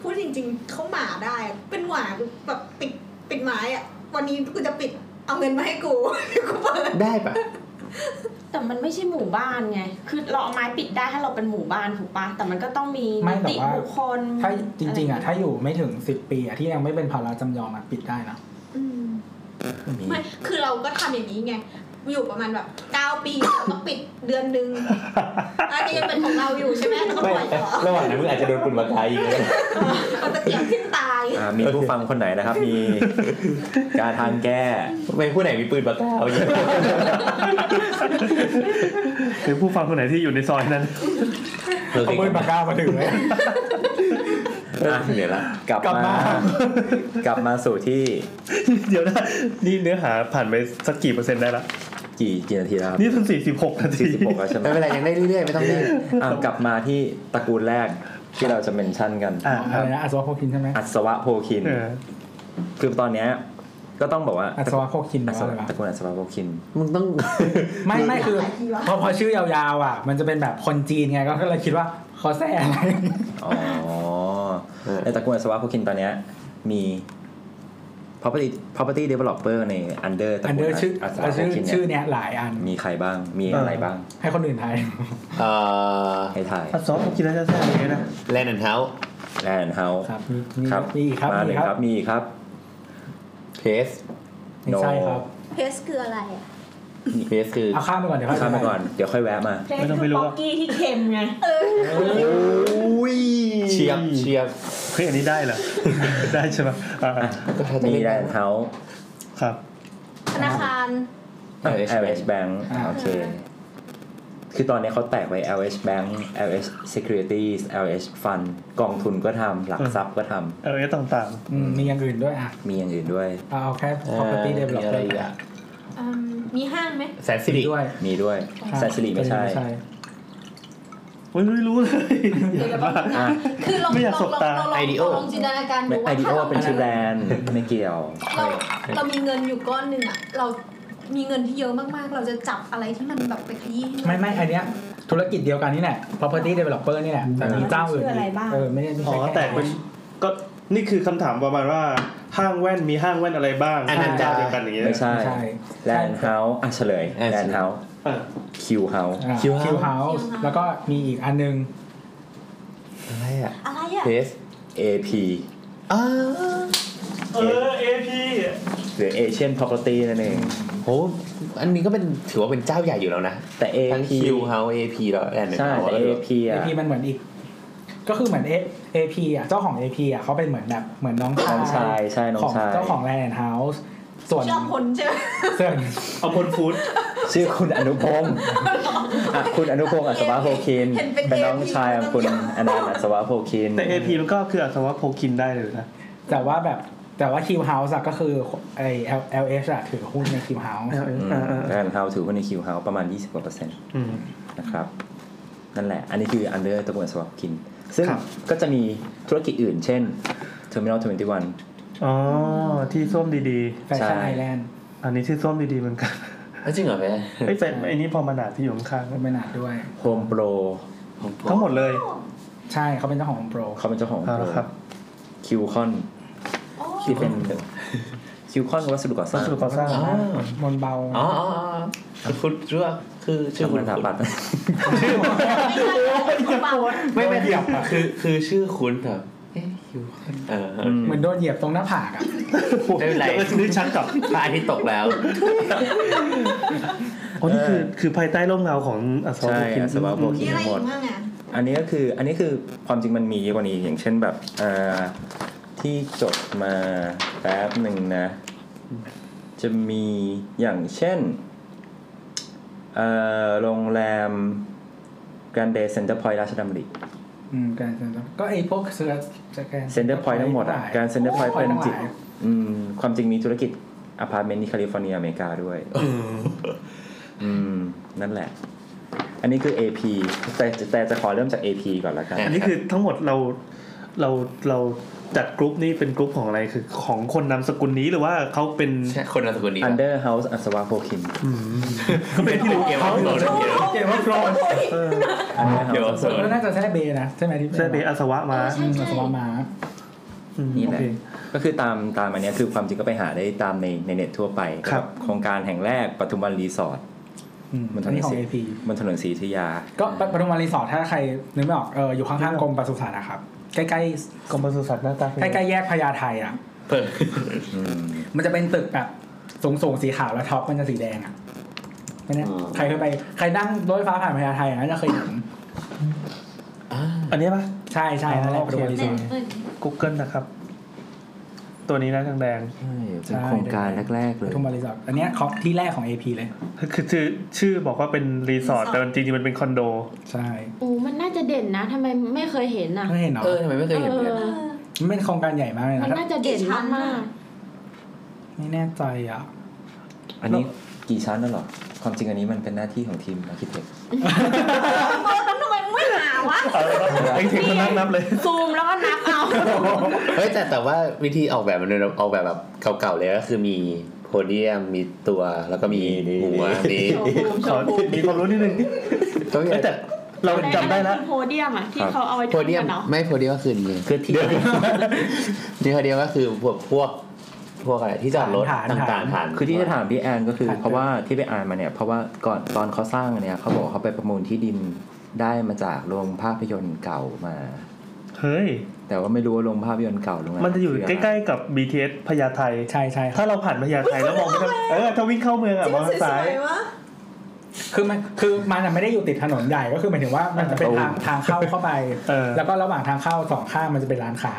G: พูดจริง ๆเขาหมาได้อะเป็นหมาแบบปิดปิดไม้อ่ะ วันนี้กูจะปิดเอาเงินมาให้กูเดี๋ยวกูเปิด
C: ได้ปะ
E: แต่มันไม่ใช่หมู่บ้านไง คือเราเอาไม้ปิดได้ถ้าเราเป็นหมู่บ้านถูกปะแต่มันก็ต้องมี
A: ไม่
E: นิ
A: แต่
E: ติ
A: ว่า
E: บุคคล
A: ถ้าจริง ๆอ่ะถ้าอยู่ไม่ถึงสิบปีอ่ะที่ยังไม่เป็นภาระจำยอมอ่ะปิดได้นะ
G: อืม ไม่ คือเราก็ทำอย่างนี้ไง อยู่ประมาณแบบเก้าปีแล้วก็ปิดเดือนหนึง อันนี้ยังเป็นของเราอยู่ใช่ไหมแล้วก็ปล่อยต่อ
C: ระหว่างนั้นมึงอาจจะโดนปุ่นมาตายอีกเลย
G: เอาตะเกียบขึ้นตาย
H: อ่ามีผู้ฟังคนไหนนะครับ มีการทาง *laughs* แก้
C: ไม่ผู้ไหนมีปืนปากกาเอาอย่างนี้
D: หรือผู้ฟังคนไหนที่อยู่ในซอยนั้น *laughs*
A: เอาปืนปากกามาถึงเลย
C: อ่ะเหนื่อยละ
H: กลับ
A: กลับ
H: มา
A: มา
H: กลับมาสู่ที่
D: เดี๋ยวนะนี่เนื้อหาผ่านไปสักกี่เปอร์เซ็นต์ได้ละ
H: กี่กี่นาทีแล้วครับ
D: นี่เพิ่งสี่สิบหกนาที
H: สี่สิบหกแล้วใช่ไหม
C: ไม่เป็นไรยังได้เรื่อยๆไม่ต้องรีบ
H: อ่ะกลับมาที่ตระกูลแรกที่เราจะเมนชั่นกัน
D: อ่าค
A: อะ
D: รับ
A: ไรนะอัศวะโพคินใช่ไหม
H: อัศวะโพคิน
D: เออ
H: คือตอนเนี้ยก็ต้องบอกว่า
A: อัศวะโพคิน
H: อั
A: แปล
H: ศ
A: ว่าอะไร
H: วะ
A: วะ
H: ตระกูลอัศวะโพคิน
C: มึงต้อง
A: ไม่ไม่คือพอพอชื่อยาวๆอ่ะ มันจะเป็นแบบคนจีนไงก็เลยคิดว่าคอแซ่อะไร
H: อ๋อในตระกูลอัศวะโพคินตอนเนี้ยมี property property developer ใน under ตระ
A: อัน
H: กู
A: เดอ
H: ล
A: ร์ชื่อ
H: อัศวะ
A: อ่ะ
H: โพ
A: ชื่อ
H: คิน
A: ชื่อ
H: เนี่ย
A: เนี้ยหลายอัน
H: มีใครบ้างมีอะไรบ้าง
A: ให้คนอื่นทาย
C: เอ่อ
H: ให้ถ่าย
D: อัดซอฟกินแล้วจะแซ่บอย่างเงี้ยนะ
C: แลนด์แอนด์เฮาส์
H: แอนเฮาส์
A: ครับมีมี
H: ครับ
A: มีอีกครับมีค
H: มาหนึ่งค
A: รั
H: รั
A: บบ
H: มีอีกครับ
C: เพส
A: ไม่ใช่ครับ
E: เพสคืออะไรอ่ะ
C: เพสคือ
A: เอาข้ามไปก่อนเดี๋ยวค่อย
H: ข้ามไปก่อนเดี๋ยวค่อยแวะมา
D: ไม่ต้องไปรู้
E: ป๊อก
D: ว่า
E: กี้ที่เค็มไง
C: เชียบเชียบ
D: เฮ้ยอันนี้ได้เหรอ *laughs* ได้ใช่ไหมอ่า
H: มีแลนด์เฮาส์
D: ครับ
G: ธนาคาร
H: เอ่อ LH Bank อ่าโอเค คือตอนนี้เขาแตกไป LH Bank LH Securities LH Fund กองทุนก็ทำหลักทรัพย์ก็ท
D: เออต่าง
A: อืมมีอย่างอื่นด้วยอ่ะ
H: ำมีอย่างอื่นด้วย
A: เอาเอาแค่
C: อ่า
A: property
C: มีอะไร
A: developer
C: อีกอ่ะ
G: อืมมีห้างไหม
C: แสนสิริ
A: ด้วย
H: มีด้วยแซนซิลิไม่ใช่
D: ๆอุ้ยไม่รู้เลยอย่า *laughs* บ้า
H: อ่ะ
G: คือลอง
D: ไม่อยาก
G: ล
D: ส
G: อง
D: บ
G: ลอง
D: ตา
G: ลองลองลองจินตนาการดู
H: ไอ
G: ว่า
H: เดีย
G: ถ้าเรา
H: เป็นชื่อแบรนด์ไม่เกี่ยว
G: เราเรามีเงินอยู่ก้อนหนึ่งอ่ะ เรามีเงินที่เยอะมากๆ เราจะจับอะไรที่มันแบบไปขยี้ให้น
A: ไม่ไม่อันเนี้ยธุรกิจเดียวกันนี่แหละ property developer นี่แหละแต่มีเจ้าอื่น
E: ชื่ออะไรบ้าง
A: เออไม่ได้ไม่
D: อ๋อ
A: ใช่ค่
D: แต่เป็นก็นี่คือคำถามประมาณว่าห้างแว่นมีห้างแว่นอะไรบ้าง
C: อันนั้น
D: เจ้า
C: จ้า
D: เดียวกันอย่างเงี้ย
H: ไม่ใช่
A: ไม่ใช่
H: แลนด์เฮาส์อ่ะเฉลย
C: อ่ะเฉลย
H: แลนด์เฮาส์
D: อ่ะ
H: คิวเฮาส์
A: คิวเฮาส์แล้วก็มีอีกอันนึง
C: อะไรอ่ะ
G: อะไรอ่ะ
C: เพส
H: เอพ
C: อ้า
D: เออเอพี
H: หรือเอเชียนพ r o ร์ตี้นั่นเอง
C: โหอันนี้ก็เป็นถือว่าเป็นเจ้าใหญ่อยู่แล้วนะ
H: แต่เอ
C: ทั้ง
H: พี
C: คิวเฮาเอพีแล้วแอนด์
H: ใช่
C: เฮา
H: แต่
C: แล้ว
H: เอ
C: ก็
H: พี
A: เอ
H: อ่ะ
A: พีมันเหมือนอีก ก็คือเหมือนเอเอพีอ่ะเจ้าของเอพีอ่ะเขาเป็นเหมือนแบบเหมือนน้องชา
H: น้องชาย
A: ย
H: ใช่น้อ
A: ข
H: ง
A: อง
H: ชาย
A: เจ้าของแลนด์เฮาส์ส่วน
G: ชอบผลใช่ไหม
A: ส่วน
D: เอาพลฟูด
H: ชื่อคุณอนุพงศ์อ่ะคุณอนุพงศ์อัศวะโพคิน เป็นน้องชายของคุณอนันต์อัศวะโพคิน
D: แต่เอพีมันก็คืออัศวะโพคินได้เลยนะ
A: แต่ว่าแบบแต่ว่าคิวเฮาส์ก็คือไอ L L H อะถือหุ้นในคิวเฮาส์
D: เออ
H: อืม
D: เออเออ
H: แลนด์เฮาส์ถือหุ้นในคิวเฮาส์ประมาณ 20กว่าเปอร์เซ็นต์
D: อืม
H: นะครับนั่นแหละ อันนี้คืออันเดอร์ตะบวนสวอปกิน ซึ่ง
D: ครับ
H: ก็จะมีธุรกิจอื่น เช่น Terminal 21
D: อ๋อ ที่ส้มดี
A: แฟชั่นไอแลนด์
D: ๆ อันนี้ชื่อส้มดีๆเหมือน *laughs* กัน
C: จริงเหรอแม่
D: ไอ้ยแฟนไอ้นี่พอมาหนาที่อยู่ข้างๆ
A: ก็ไม่นาดด้วย
H: Home Pro
D: ทั้งหมดเลย
A: ใช่เขาเป็นเจ้าของโปร
H: เขาเป็นเจ้าของ
D: เอา
H: Pro
D: ละครับ
H: Q คิวคอน
G: อ๋อ
H: ที่เป็นคิวคอนวัสดุก่อส
D: วั
H: ร้าง
D: สดุก่อสร้าง
A: มนต์เบา *laughs*
C: อ๋ออ๋ออ๋อคุณชื่อว่าคือชื่อ
H: ทำ
C: คุ
H: งา
C: ณ
H: นสถาปัตย์
C: ไม่ไม่เดียวคือคือชื่อคุณเถอะเอ๊ะคิวเออ
H: อืม
A: เหมือนโดนเหยียบตรงหน้าผากอ่ะ
C: ไม่เป็นไร
D: เดี๋ยวก็นึกชักกลับ
C: พระอาทิตย์ตกแล้ว
D: อ๋อนี่คือคือภายใต้ร่มเงาของอัศวะ
H: ใช่
D: โพคิน
H: อัศวะโพคิ
G: มีอะไรอีกบ้างอ่ะ
H: อันนี้ก็คืออันนี้คือความจริงมันมีเยอะกว่านี้อย่างเช่นแบบเอ่อที่จดมาแป๊บหนึ่งนะ จะมีอย่างเช่นเอ่อโรงแรมกันเดย์เซ็นเตอร์พอยต์ราชดำริ
A: อืมการเซ็นเตอร์ก็ไอ้พวกเซอร์
H: เซ็นเตอร์พอยต์ทั้งหมดอ่ะการเซ็นเตอร์พอยต์เป็นจิตอืมความจริงมีธุรกิจอพาร์ตเมนต์ที่แคลิฟอร์เนียอเมริกาด้วย อืม นั่นแหละ อันนี้คือ AP แต่แต่จะขอเริ่มจาก AP ก่อนละกัน
D: อันนี้คือทั้งหมดเราเราเราจัดกรุ๊ปนี่เป็นกรุ๊ปของอะไรคือของคนนามสกุลนี้หรือว่าเขาเป็น
C: ใช่คนนามสกุลนี้
H: Under House อัศวะโพคิน
C: ก็เป็นที่รู้เกมว่าเราเกม
A: เกมว่าโกรน
D: เออ
C: เดี๋ยว
A: ก็น่าจะแซ่เบนะใช่ไหมที่
D: ใช่เป็นอาสวะมา
A: อืมสวามา
D: อืม
H: นี่แห
D: โอ
H: ละ
D: เค
H: ก็คือตามตามอันเนี้ยคือความจริงก็ไปหาได้ตามในในเน็ตทั่วไป
D: ครับ
H: โครงการแห่งแรกปทุมวันรีสอร์ท
A: อืม
H: บนถนน
A: อันนี้ของ AP
H: บนถนนศรีอยุธยา
A: ก็ปปทุมวันรีสอร์ทถ้าใครนึกไม่ออกเอออยู่ข้างๆกรมปศุสัตว์นะครับ ใกล้
D: กรมปศุสัตว์หน้าตาเป็น
A: ๆใกล้ๆแยกพญาไทอ่ะ
C: เปิด
H: อืม
A: มันจะเป็นตึกแบบสูงๆสีขาวแล้วท็อปมันจะสีแดงอ่ะไม่แน่ใครเคยไปใครนั่งรถไฟฟ้าผ่านพญาไทอย่างนั้นจะเคยเห็น
D: อันนี้ปะ
A: ใช่ใช่นั่นแหละ
D: อ๋อ
A: ป
D: โอเค
A: ทุมวันรีสอร์ท
D: Google นะครับ ตัวนี้นะทางแดง
H: ใช่เป็นโครงการแรก
A: ป
H: ๆเลย
A: ทุมวันรีสอร์ทอันเนี้ยของที่แรกของ AP เลย
D: คือชื่อชื่อบอกว่าเป็นรีสอร์ทแต่มันจริงๆมันเป็นคอนโด
A: ใช่
E: อูมันน่าจะเด่นนะทำไมไม่เคยเห็นอ่ะ
A: ไม่เห็นเนาะ
C: เออทำไมไม่เคยเห็นเหมือนกัน
E: เออ
A: มันเป็นโครงการใหญ่มากเลย
E: มัน
A: นะ
E: น่าจะเด่นมาก
A: ไม่แน่ใจอ่ะ
H: อันนี้กี่ชั้นแล้วเหรอ ความจริงอันนี้มันเป็นหน้าที่ของทีมอาคิเทค
G: แล้วทำไมไม่หาวะ
D: ไอ้เทคคนนั่งนับเลย
E: ๆซูมแล้วก็นับเอา
C: เฮ้ยแต่แต่ว่าวิธีออกแบบมันออกแบบแบบเก่าๆเลยก็คือมีโพเดียมมีตัวแล้วก็มีหัวมี
D: ขอมีความรู้นิดนึง
C: ก็มี
D: เอ้ยแต่เราจำได้แล้ว
E: คือโพเดียมอะที่เขาเอาไว้
C: โพเดียม
E: เนาะ
C: ไม่โพเดียมก็คือนี่
H: คือที่
C: นี่โพเดียมก็คือพวกพวกพวกอะไรที่จอดรถ
A: ฐาน
C: ต
A: ฐาน
C: ่างๆฐาน
H: คือที่จะถามพี่แอนก็คือ เพราะว่าที่ไปอ่านมาเนี่ย เพราะว่าก่อนตอนเขาสร้างเนี่ยเขาบอกว่าเขาไปประมูลที่ดินได้มาจากโรงภาพยนตร์เก่ามา
D: เฮ้ย
H: แต่ว่าไม่รู้ว่าโรงภาพยนตร์เก่าโรง
D: มันจะอยู่ใกล้ๆกับ BTS พญาไท
A: ใช่ใช่ครับ
D: ถ้าเราผ่านพญาไทแล้วมองไปทางเออถ้าวิ่งเข้าเมืองอ่ะ มองทางซ้าย
G: วะ
A: คือมันคือมันอะไม่ได้อยู่ติดถนนใหญ่ก็คือหมายถึงว่ามันจะเป็นทางทางเข้าเข้าไป
D: เออ
A: แล้วก็ระหว่างทางเข้าสองข้างมันจะเป็นร้านค้า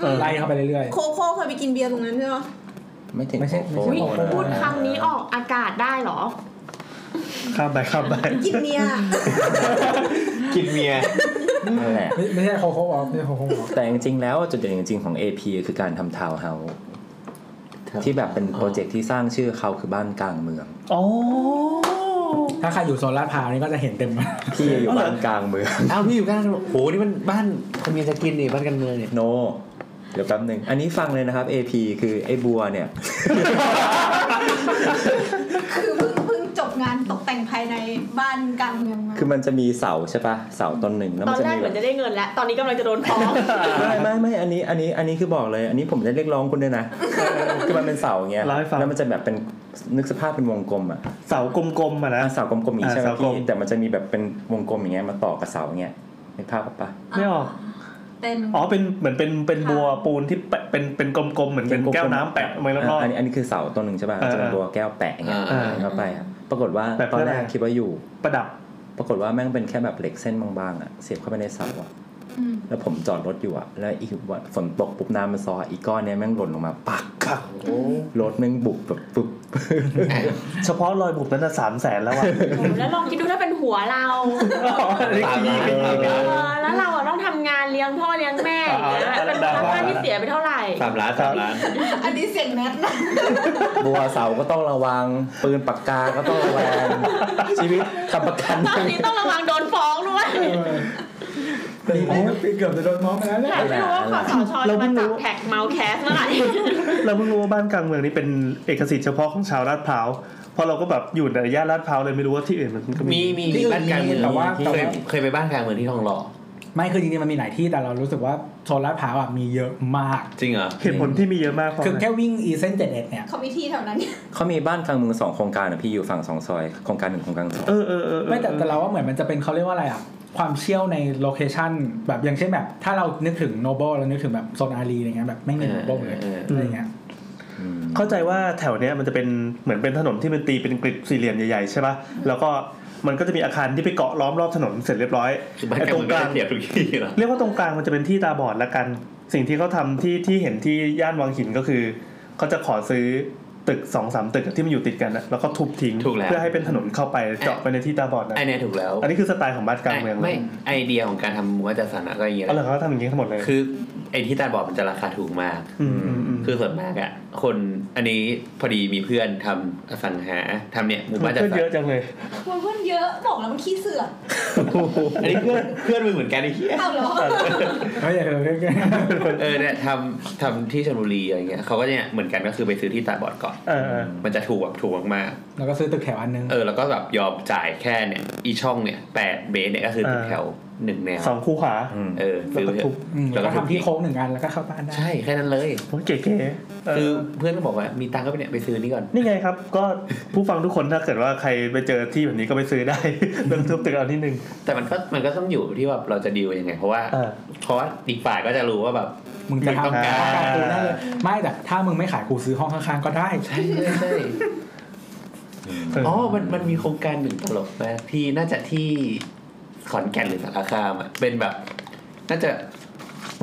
D: เออ
A: ไล่เข้าไปเรื่อย
G: โคโค่เคยไปกินเบียร์ตรงนั้นใช่ไหม
H: ๆไม่ถึง
A: ไม่ใช่
H: โอ้โห
A: ไม่ใช่
E: พูดคำนี้ออกอากาศได้เหรอ
D: ข้ามไปข้ามไป
G: กินเนีย
C: กินเมีย
H: นั่นแหละ
A: ๆไม่ไม่ใช่โคโค่บอกไม่ใช่โคโค่บอก
H: แต่จริงๆ แล้วจุดเด่นจริงๆ ของ AP คือการทำทาวน์เฮาส์ที่แบบเป็นโปรเจกต์ที่สร้างชื่อเขาคือบ้านกลางเมือง
D: อ๋อ
A: ถ้าใครอยู่โซนลาดพร้าวนี่ก็จะเห็นเต็ม
H: พี่อยู่บ้านกลางเมือง
C: อ้าวพี่อยู่ข้างถนนโหนี่มันบ้านคนเมียจะกินนี่บ้านกันเมืองเนี่ย
H: *laughs* โน เดี๋ยวแป๊บหนึ่ง อันนี้ฟังเลยนะครับ AP คือไอ้บัวเนี่ย
G: คือเพิ่งเพิ่งจบงานตกแต่งภายในบ้านกลางเมืองมา
H: คือมันจะมีเสาใช่ปะเสาต้นหนึ่งแล้ว
E: ต
H: มั
E: อน น
H: จะ
E: แรก
H: มี
E: เห
H: แบ
E: มือบ นจะได้เงินแล้ว ตอนนี้กำลังจะโดนฟ้อง
H: ไม่ไม่ไม่อันนี้อันนี้อันนี้คือบอกเลย อันนี้ผมได้เรียกร้องคุณด้วยนะ *laughs* คือมันเป็นเสาอย่างเงี้ย
D: เล่าให้ฟัง
H: แล้วมันจะแบบเป็นนึกสภาพเป็นวงกลมอะ
D: เสากลมๆอ่ะนะ
H: อ่ะเสากลมๆอย่างนี้
D: อ่ะ
H: ใช่ไหม
D: เสากล
H: พี่
D: ม
H: แต่มันจะมีแบบเป็นวงกลมอย่างเงี้ยมาต่อกับเสาอย่างเงี้ยนึกภาพออกปะ
D: ไม่ออก
G: เป็น
D: อ๋อ เป็นเหมือนเป็นเป็นบัวปูนที่แปะเป็นเป็นกลมๆ เหมือนเป็นแก้วน้ำแปะไว้รอบ
H: ะอันนี้อันนี้คือเสาต้นหนึ่งใช่ป่ะ
D: เออ
H: จะเป็นบัวแก้วแปะอย่างเงี้ย
D: อ่า
H: เข้าไปอ่ะปรากฏว่า
D: แบบ
H: ตอนแร
D: เพื่อ
H: ก
D: อะไร
H: คิดว่าอยู่
D: ๆประดับ
H: ปรากฏว่าแม่งเป็นแค่แบบเหล็กเส้นบางๆอ่ะเสียบเข้าไปในเสาอ่ะ
G: อืม
H: แล้วผมจอดรถอยู่อ่ะแล้วอีกวันฝนตกปุ๊บน้ำมันซออีกก้อนเนี้ยแม่งหล่นลงมาปักรถแม่งบุบแบบปุ๊บ
D: เฉพาะรอยบุบนั้นสามแสนแล้วอ่ะ
E: แล้วลองคิดดูถ้าเป็นหัวเรา
C: ตามร้าน
E: เออแล้วเราอะต้องทำงานเลี้ยงพ่อเลี้ยงแม่อย่างเงี้ย
D: เอาละ
E: เป็นค่า
D: เอาละ
E: บ้านที่เสียไปเท่าไหร่
C: ตามร้านตามร้าน
G: อันนี้เสียงแนทนะ
H: บัวเสาก็ต้องระวังปืนปากกาก็ต้องระแวงชีวิตขับประกัน
E: ต
G: *laughs*
E: อนนี้ต้องระวังโดนฟ้องด้วย
A: แต่เกือบจะโดนมองไปแล้วเนี่ย
E: แต่ไม่รู้ว่าขอสชจะมาจับแท็กเมาส์แคสเมื่อไหร่
D: เราเพิ่งรู้ว่าบ้านกลางเมืองนี้เป็นเอกสิทธิ์เฉพาะของชาวลาดพร้าวเพราะเราก็แบบอยู่ในย่านลาดพร้าวเลยไม่รู้ว่าที่อื่นมันก็
C: มีมีมีบ้านกลางเมือง
A: แต่ว่า
C: เคยเคยไปบ้านกลางเมืองที่ทองหล่อ
A: ไม่คือจริงๆมันมีหลายที่แต่เรารู้สึกว่าโซนลาดพร้าวอ่ะมีเยอะมาก
M: จริงเหรอ
D: เหตุผลที่มีเยอะมากเพราะ
A: คือ
D: อะไร
A: แค่วิ่งอีเซนเจ็ดเอ็ดเนี่ย
G: เขามีที่แถวนั้นเนี่ย
H: เขามีบ้านกลางเมืองสองโครงการนะพี่อยู่ฝั่งสองซอยโครงการหนึ่งโครงการสอง
D: เออเออเออเออ
A: ไม่แต่แต่เราว่าเหมือนมันจะเป็นเขาเรียกว่าอะไรอ่ะ ความเชี่ยวในโลเคชันแบบอย่างเช่นแบบ ถ้าเรานึกถึงโนเบิลเรานึกถึงแบบโซนอารีอะไรเงี้ยแบบไม่มีโนเบิลเลย
M: เออเออ
A: อะไรเงี้ย
D: เข้าใจว่าแถวเนี้ยมันจะเป็นเหมือนเป็นถนนที่เป็นตีเป็นกริดสี่เหลี่ยมใหญ่ๆใช่ป่ะแล้วก็มันก็จะมีอาคารที่ไปเกาะล้อมรอบถนนเสร็จเรียบร้อย
M: บ้าน
D: ไอ้
M: แก
D: ต
M: ม
D: รง
M: น
D: ก
M: ก็
D: ลาง
M: จะเสียบทุกที่เหรอ
D: เรียกว่าตรงกลางมันจะเป็นที่ตาบอดละกัน สิ่งที่เขาทำที่ที่เห็นที่ย่านวังหินก็คือเขาจะขอซื้อตึกสองสามตึกอะที่มันอยู่ติดกันนะแล้วก็ทุบทิ้ง
M: ถูกแล้ว
D: เพื่อให้เป็นถนนเข้าไปเจาะไปในที่ตาบอดนะ
C: ไอเนี่ยถูกแล้ว
D: อันนี้คือสไตล์ของบ้านกลางเมือง
C: ไม่ไอเดียของการทำวัดจัดสรรอะก็อย่างเงี้ย
D: เอา
C: แห
D: เหรอ
C: ละ
D: เขาทำอย่างนี้ทั้งหมดเลย
C: คือไอที่ตาบอดมันจะราคาถูกมาก
D: มอืมอืม
C: คือส่วนมากอะคนอันนี้พอดีมีเพื่อนทำอสังหาทำเนี่ยหมู่บ้านจัด
D: เพื่อน
C: สร
D: เย
C: ร
D: อะจังเลย
G: มันเพื่อนเยอะบอกแล้วมันขี้เสือก
C: อันนี้เพื่อนเพื่อนมึงเหมือนกันไอ้เหี้ย
G: เอาเหรอ
A: เฮ้ยอย่าเถอะเฮ้ย
C: เออเนี่ยทำทำที่ชลบุรีอะไรเงี้ยเขาก็เนี่ยเหมือนกันก็คือไปซื้อที่ตาบอดก่อน
D: เออเออ
C: มันจะถูกแบบถูกมาก
A: แล้วก็ซื้อตึกแถวอันนึง
C: ๆเออแล้วก็แบบยอมจ่ายแค่เนี่ยอีช่องเนี่ยแปดเบสเนี่ยก็คือตึกแถวหนึ่งแนว
D: สองคู่ขวา
C: เออ
D: แล้ว
C: ซื้อ
D: ก็
C: เถ
D: ทุบ
C: อะ
A: อืม
C: แล้
A: แล้ว ว
C: ก็
A: ก็ทำที่โค้งหนึ่งอันแล้วก็เข้าบ้านได้
C: ใช่แค่นั้นเลย
D: โอ้ยเก๋ๆเออ
C: คือเพื่อนก็บอกว่ามีตังค์ก็ไปเนี่ยไปซื้อนี่ก่อน
D: นี่ไงครับ ก็ผู้ฟังทุกคนถ้าเกิดว่าใครไปเจอที่แบบนี้ก็ไปซื้อได้ *laughs* เริ่มทุบตึกเอาที่หนึ่ง
C: แต่มันก็มันก็ต้องอยู่ที่ว่าเราจะดีลยังไง เพราะว่า
D: เออ
C: เพราะว่าอีกฝ่ายก็จะรู้ว่าแบบ *laughs*
A: มึงจะ
C: มึงต้อง
A: ทำ
C: การ
A: ต้องการกูได้เลยไม่แต่ถ้ามึงไม่ขายกูซื้อห้องข้างๆก็ได้
C: ใช่ใช่
D: เออ
C: อ๋อมันมันมีโครงการหนึ่งตลกนะที่น่าจะที่ขอนแก่นหรือสารคามอ่ะเป็นแบบ น่าจะ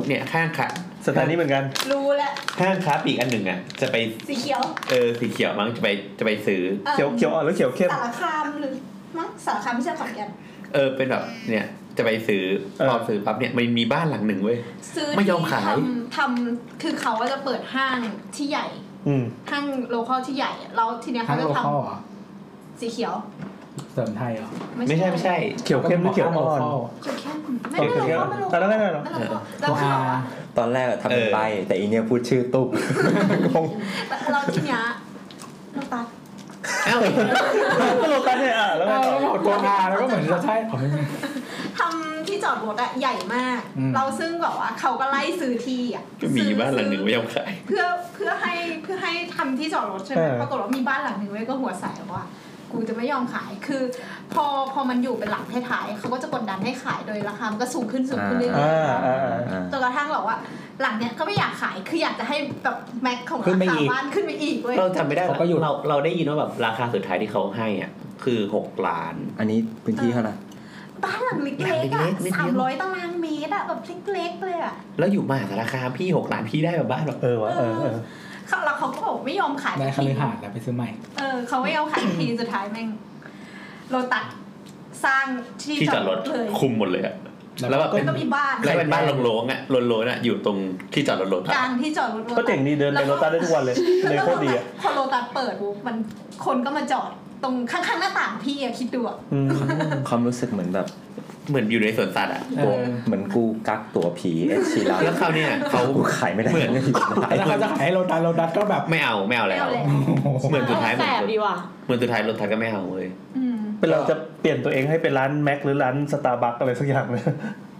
C: เนี่ยข้างขา
D: สไตล์นี้เหมือนกัน
G: รู้แล้ว
C: ข้างขาปลีกอันหนึ่งอ่ะจะไป
G: สีเขียว
C: เออสีเขียวมั้งจะไปจะไปซื้อ
G: อ่อ
D: เขียวเขียวอ่อนหรือเขียวเข้ม
G: สารคามหรือมั้งสารคามไม่ใช่ขอนแก่น
C: เออเป็นแบบเนี่ยจะไปซื้อ
D: เออ
C: พอซื้อปั๊บเนี่ยมันมีบ้านหลังหนึ่งเว้ย
G: ซื้อ
C: ไม่ยอมขาย
G: ทำทำคือเขาว่าจะเปิดห้างที่ใหญ่
D: อืม
G: ห้างโลเคอลที่ใหญ่อะแล้วทีเนี้ย
A: ทั้ง
G: เขาจะ
A: โล
G: ท
A: คอลเหรอ
G: ำสีเขียว
A: เสริมไทยเหรอ
C: ไม่ใช่ไม่ใช่
D: เขียวเข้มหรือเขียว
A: ทั้งโล
D: อ่อน
A: คอล
G: เขียวเข้มไม่
D: เขียวเข้ม
G: ไม่รู้ว่าไม่รู้
D: ตอนนั้นไม่ได้หรอ
G: ไม่รู้แล้วคือแบบว่า
H: ตอนแรกอะทำเป็นใบแต่อีเนี่ยพูดชื่อตุ๊บ งง
G: เราทีเนี้ยน้ำตาล
C: เอ้า
D: โลตัสเนี่ยอ่ะแล้ว
A: เอ
D: ไงต่อ
A: อแล้วบอกตัวอาแล้วก็เหมือนจะใช่ผมไม่มี
G: ทำที่จอดรถอะใหญ่มาก
A: อืม
G: เราซึ่งแบบว่าเขาก็ไล่ซื้อที่อะ
C: ก็มีบ้านหลังหนึ่งไม่ยอมขาย
G: เพื่อเพื่อให้เพื่อให้ทำที่จอดรถใช่ไหมปรากฏว่ามีบ้านหลังหนึ่งไว้ก็หัวใสบอกว่า กูจะไม่ยอมขายคือ พอพอมันอยู่เป็นหลังท้ายๆเขาก็จะกดดันให้ขายโดยราคามันก็สูงขึ้นสูงขึ้นเรื่อย
D: อ่าอ่าอ่า
G: ๆจนกระทั่งแบบว่า หลังเนี้ยก็ไม่อยากขายคืออยากจะให้แบบแม็กของ
A: ขึ้น
G: รา
A: ไป
G: คา
A: อีก
G: บ้านขึ้นไปอีกเว้ย
C: เราจำไม่ได้
A: เขาก็หยุด
C: เราเราได้ยินว่าแบบราคาสุดท้ายที่เขาให้อ่ะคือหกล้าน
H: อันนี้พื้นที่เท่าไหร่
G: บ้านหลังเล็กๆ
C: หลัง
G: อะ
C: เล็กๆนิดเดียว
G: สามร้อยตารางเมตรอะแบบเล็กๆเลยอะ
C: แล้วอยู่มหาสารคามพี่หกล้านพี่ได้แบบบ้านแบบ
D: เออวะเออเออ
G: เขาแล้วเขาก็บอกไม่ยอมขาย
A: ได้ค
G: ที
A: ฤหาสน์แล้วไปซื้อใหม่
G: เออเขาไม่ยอมขายทีสุดท้ายแม่งโลตัดสร้างที่
C: ที่
G: จ
C: จ
G: อ
C: อ
G: ด
C: ดร
G: รถ
C: ถ
G: เลย
C: คุมหมดเลยอะ
A: แล้
C: แล้ว วแบ
A: ก็
C: บเป็น
G: ก็มีบ้าน
C: แล้วเป็นบ้านโล่งๆอ่ะโล่งๆอ่ะอยู่ตรงที่จอดรถรถ
G: ก
C: อะ
G: ลางที่จอดรถโลตัส
D: ก็เจ๋งดีเดินไปโลตัสได้ทุกวันเลยเดินโคตรดีอ่ะ
G: พอโลตัสเปิดปุ๊บมันคนก็มาจอดตรงข้างๆหน้าต่างพี่อะคิดดูอะ
D: อืม
H: ความรู้สึกเหมือนแบบ
C: เหมือนอยู่ในสวนสัตว์อ่ะ
A: เออ
H: เหมือนกูกักตั๋วผีเอชชีลา
C: แล้วเขาวเนี่ยเขา
H: กูขายไม่ได้ไม่ได้
A: แล้วเขาจะขายให้โรตัสโรตัสก็แบบ
C: ไม่เอาไม่เอา
G: ไม่
C: แล้ว
G: เอาแล้ว
C: เหมือนสุดท้ายเหมื
E: แส
C: อน
E: บดีว่ะ
C: เหมือนสุดท้ายรถทันก็ไม่เอาเลย
G: อืม
D: เป็นเราจะเปลี่ยนตัวเองให้เป็นร้านแม็กหรือร้านสตาร์บัคอะไรสักอย่างเลย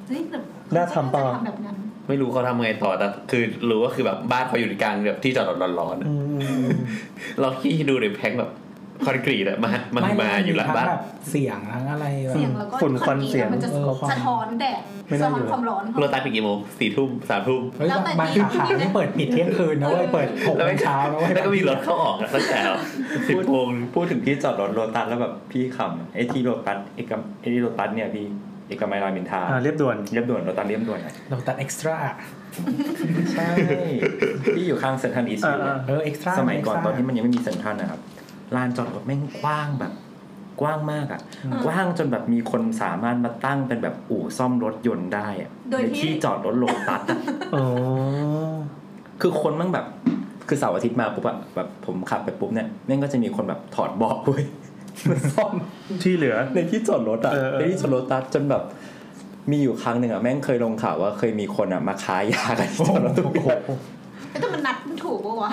G: เฮ้ยแต่
D: น่าทำเปล่า
G: น่จะทำแบบนั้น
C: ไม่รู้เขาทำไงต่อแต่คือรู้ว่าคือแบบบ้านเขาอยู่ในกลางแบบที่จอดรถร้อนๆอะ
D: อืม
C: เราที่ดูในแพ็คแบบคอนกรีตอะมามันมาอยู่หลังบ้าน
A: ทั้แบบเสียงทั้งอะไรแบบ
G: เสียงแล้วก็
D: ฝุ่นควัน
G: ดีะ
D: เสียง
G: มันจะ
A: เออความ
G: สะท้อนแดด
D: ไม่
G: สะ
D: น่าอ
G: ท้อ
D: น ยู่
G: ความร้อน
C: โรตัสปิดกี่โมงสี่ทุ่มสามทุ่ม
A: เฮ้ย
G: แล้วแต่
A: บาง
G: ที่
A: สาขาที่เปิดปิดเที่ยงคืนนะเว้ยเปิดหก
C: แล้ว
A: โม
C: ไม่
A: งเช้านะเว้ย
C: แล้วก็มีรถเข้าออกอะตั้งแต่สิบโมง
H: พูดถึงที่จอดรถโลตัสแล้วแบบพี่ขำไอ้ที่โลตัสเอกมไอ้ที่โลตัสเนี่ยพี่เอกมัยรามอินทรา
D: อ่าเรียบด่วน
H: เรียบด่วนโลตัสเรียบด่วนอะ
A: โรตัสเอ็กซ์ตร้า
H: ใช่พี่อยู่ข้างเซ็นทรัลอีสต์
D: อ่า
H: อยู่
D: อ่า
H: อะ
A: เออเอ็กซ์ตร้า
H: สมัยก่อนตอนที่มันยังไม่มีเซ็นทรัลนะครับลานจอดรถแม่งกว้างแบบ กว้างมากอะกว้างจนแบบมีคนสามารถมาตั้งเป็นแบบอู่ซ่อมรถยนต์ได้อะ
G: โดย
H: ใน
G: ที่
H: ที่จอดรถโลตัสอะ *laughs*
D: อ๋อ
H: คือคนแมั่งแบบ คือเสาร์อาทิตย์มาปุ๊บอะแบบผมขับไปปุ๊บเนี่ยแม่งก็จะมีคนแบบถอดเบาะเว้ย *laughs* มาซ่อม
D: ที่เหลือ
H: ในที่จอดรถอะ
D: เออเออ
H: ในที่จอดรถตัดจนแบบ มีอยู่ครั้งหนึ่งอะแม่งเคยลงข่าวว่าเคยมีคนอะมาค้ายากันที่จอดรถตรงนี้
G: แต่มันนัดมันถูกปะวะ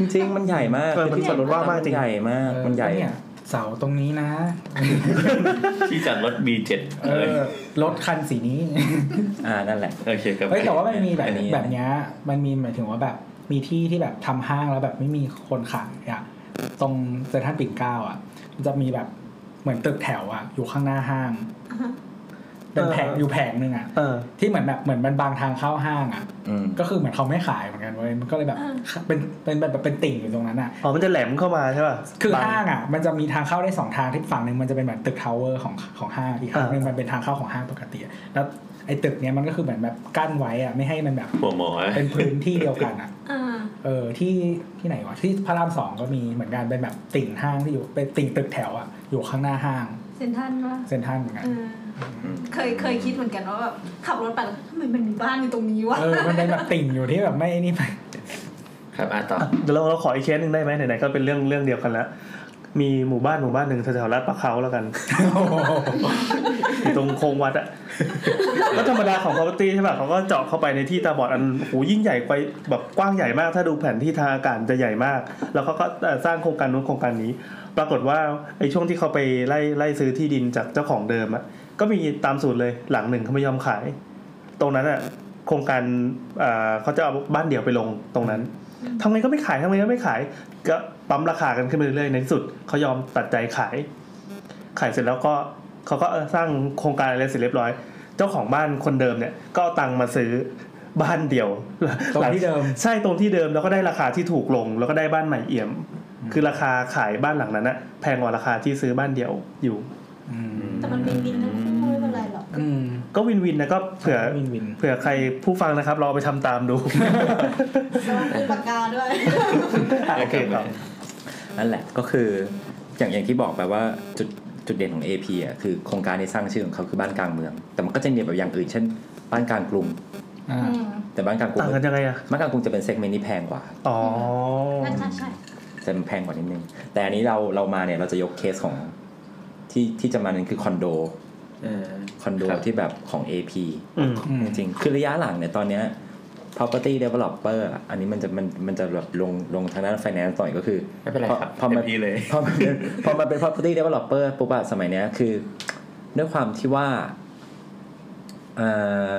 H: จริงๆมันใหญ่มาก
D: เออมัน
H: ที่จอดรถ
D: ว่างมากจริง
H: นใหญ่มากมันใหญ่
A: เนี่ย เสาตรงนี้นะ
I: ที่จอดรถ B7
A: เอ
I: เลย
A: อรถคันสีนี้
H: อ่านั่นแหละ
I: โอเคครับ
A: เฮ้ยแต่ว่ามันมีแบบ
H: อันนี้
A: แบบเนี้ยมันมีหมายถึงว่าแบบมีที่ที่แบบทำห้างแล้วแบบไม่มีคนขายอะตรงเซ็นทรัลปิ่นเกล้าอ่ะมันจะมีแบบเหมือนตึกแถวอ่ะ อยู่ข้างหน้าห้างเป็นแผงอยู่แผงหนึ่งอ่ะ
D: เออ
A: ที่เหมือนแบบเหมือนมันบางทางเข้าห้างอ่ะ
H: อืม
A: ก็คือเหมือนเขาไม่ขายเหมือนกันเว้ยมันก็เลยแบบเป็นเป็นแบบเป็นติ่งอยู่ตรงนั้นอ่ะ
D: อ๋อ มันจะแหลมเข้ามาใช่ป่ะ
A: คือ
D: บัง
A: ห้างอ่ะมันจะมีทางเข้าได้สองทางที่ฝั่งหนึ่งมันจะเป็นแบบตึกทาวเวอร์ของของห้างอีกทาง
D: อ่า
A: หนึ่งมันเป็นทางเข้าของห้างปกติอะแล้วไอ้ตึกเนี้ยมันก็คือเหมือนแบบกั้นไว้อ่ะไม่ให้มันแบบ
I: หัวหมอ
A: เป็นพื้นที่เดียวกันอ่ะ
G: อ่า
A: เออที่ที่ไหนวะที่พระรามสองก็มีเหมือนกันเป็นแบบติ่งห้างที่อยู่เป็นติ่งตึกแถวอ่ะอยู่ข้างหน้าห้าง
G: เซนทรันว่า
A: เซ็นทรัลเหมือนกัน
G: เออเคยเคยคิดเหมือนกันว่าแบบขับรถไปแล้วทำไมมันมีบ้านอยู่ตรงนี้วะ
A: เออมันเป็นแบบติ่งอยู่ที่แบบไม่นี่ไป
I: ครับอ่ะต่อ
D: เดี๋ยวเราเราขออีกเคสหนึ่งได้ไหมไหนๆก็เป็นเรื่องเรื่องเดียวกันละมีหมู่บ้านหมู่บ้านหนึ่งแถวๆลาดปะเขาแล้วกันอยู่ตรงโครงวัดอะก็ธรรมดาของพาวเวอร์ตี้ใช่ป่ะเขาก็เจาะเข้าไปในที่ตาบอดอันโหยิ่งใหญ่ไปแบบกว้างใหญ่มาก ถ้าดูแผนที่ทางอากาศจะใหญ่มาก แล้วเขาก็เอ่อสร้างโครงการนู้นโครงการนี้ ปรากฏว่าไอ้ช่วงที่เขาไปไล่ไล่ซื้อที่ดินจากเจ้าของเดิมอะก็มีตามสูตรเลยหลังหนึ่งเขาไม่ยอมขาย ตรงนั้นอะโครงการเอ่อเขาจะเอาบ้านเดี่ยวไปลงตรงนั้น ทำไงก็ไม่ขายทำไงก็ไม่ขาย ก็ปั๊มราคากันขึ้นไปเรื่อยๆในที่สุดเขายอมตัดใจขาย ขายเสร็จแล้วก็เขาก็เออสร้างโครงการอะไรเสร็จเรียบร้อย เจ้าของบ้านคนเดิมเนี่ย ก็เอาตังค์มาซื้อบ้านเดี่ยว
A: ตรงที่เดิม
D: ใช่ตรงที่เดิมแล้วก็ได้ราคาที่ถูกลง แล้วก็ได้บ้านใหม่เอี่ยม คือราคาขายบ้านหลังนั้นอะแพงกว่าราคาที่ซื้อบ้านเดี่ยวอยู่
A: อืม
G: แต่มันวินวินทั้งคู่ไม่เป็นไรหรอก
A: อืม
D: ก็วินวินนะก็เผื่อ
A: วินวิน
D: เผื่อใครผู้ฟังนะครับลองไปทำตามดู
G: มีปากกาด้วย
D: อ่ะโอเคต่อ
H: นั่นแหละก็คืออย่างอย่างที่บอกไปว่าจุดจุดเด่นของ AP อ่ะคือโครงการที่สร้างชื่อของเขาคือบ้านกลางเมือง แต่มันก็จะมีแบบอย่างอื่นเช่น บ้านกลางกรุง
A: อ่า
H: แต่บ้านกลางกรุง
D: ต่างกันยังไงอะ
H: บ้านกลางกรุงจะเป็นเซกเมนต์ที่แพงกว่า
D: อ๋อ
K: ใช่ใช่
H: จะแพงกว่านิดนึง แต่อันนี้เราเรามาเนี่ยเราจะยกเคสของที่ที่จะมานั้นคือคอนโดคอนโด
I: ครับ
H: ที่แบบของ AP
D: อืม
A: อืม
H: จริงๆ คือระยะหลังเนี่ยตอนเนี้ย property developer อ่ะอันนี้มันจะมันมันจะแบบลงลงทางด้าน finance ต่อยก็คือ
I: ไม่เป็นไรครับ
H: พอพอมัน
I: เต็มที่เลย
H: พอมันเป็นพอมันเป็น property developer ปุ๊บอะสมัยเนี้ยคือ ด้วยความที่ว่าเอ่อ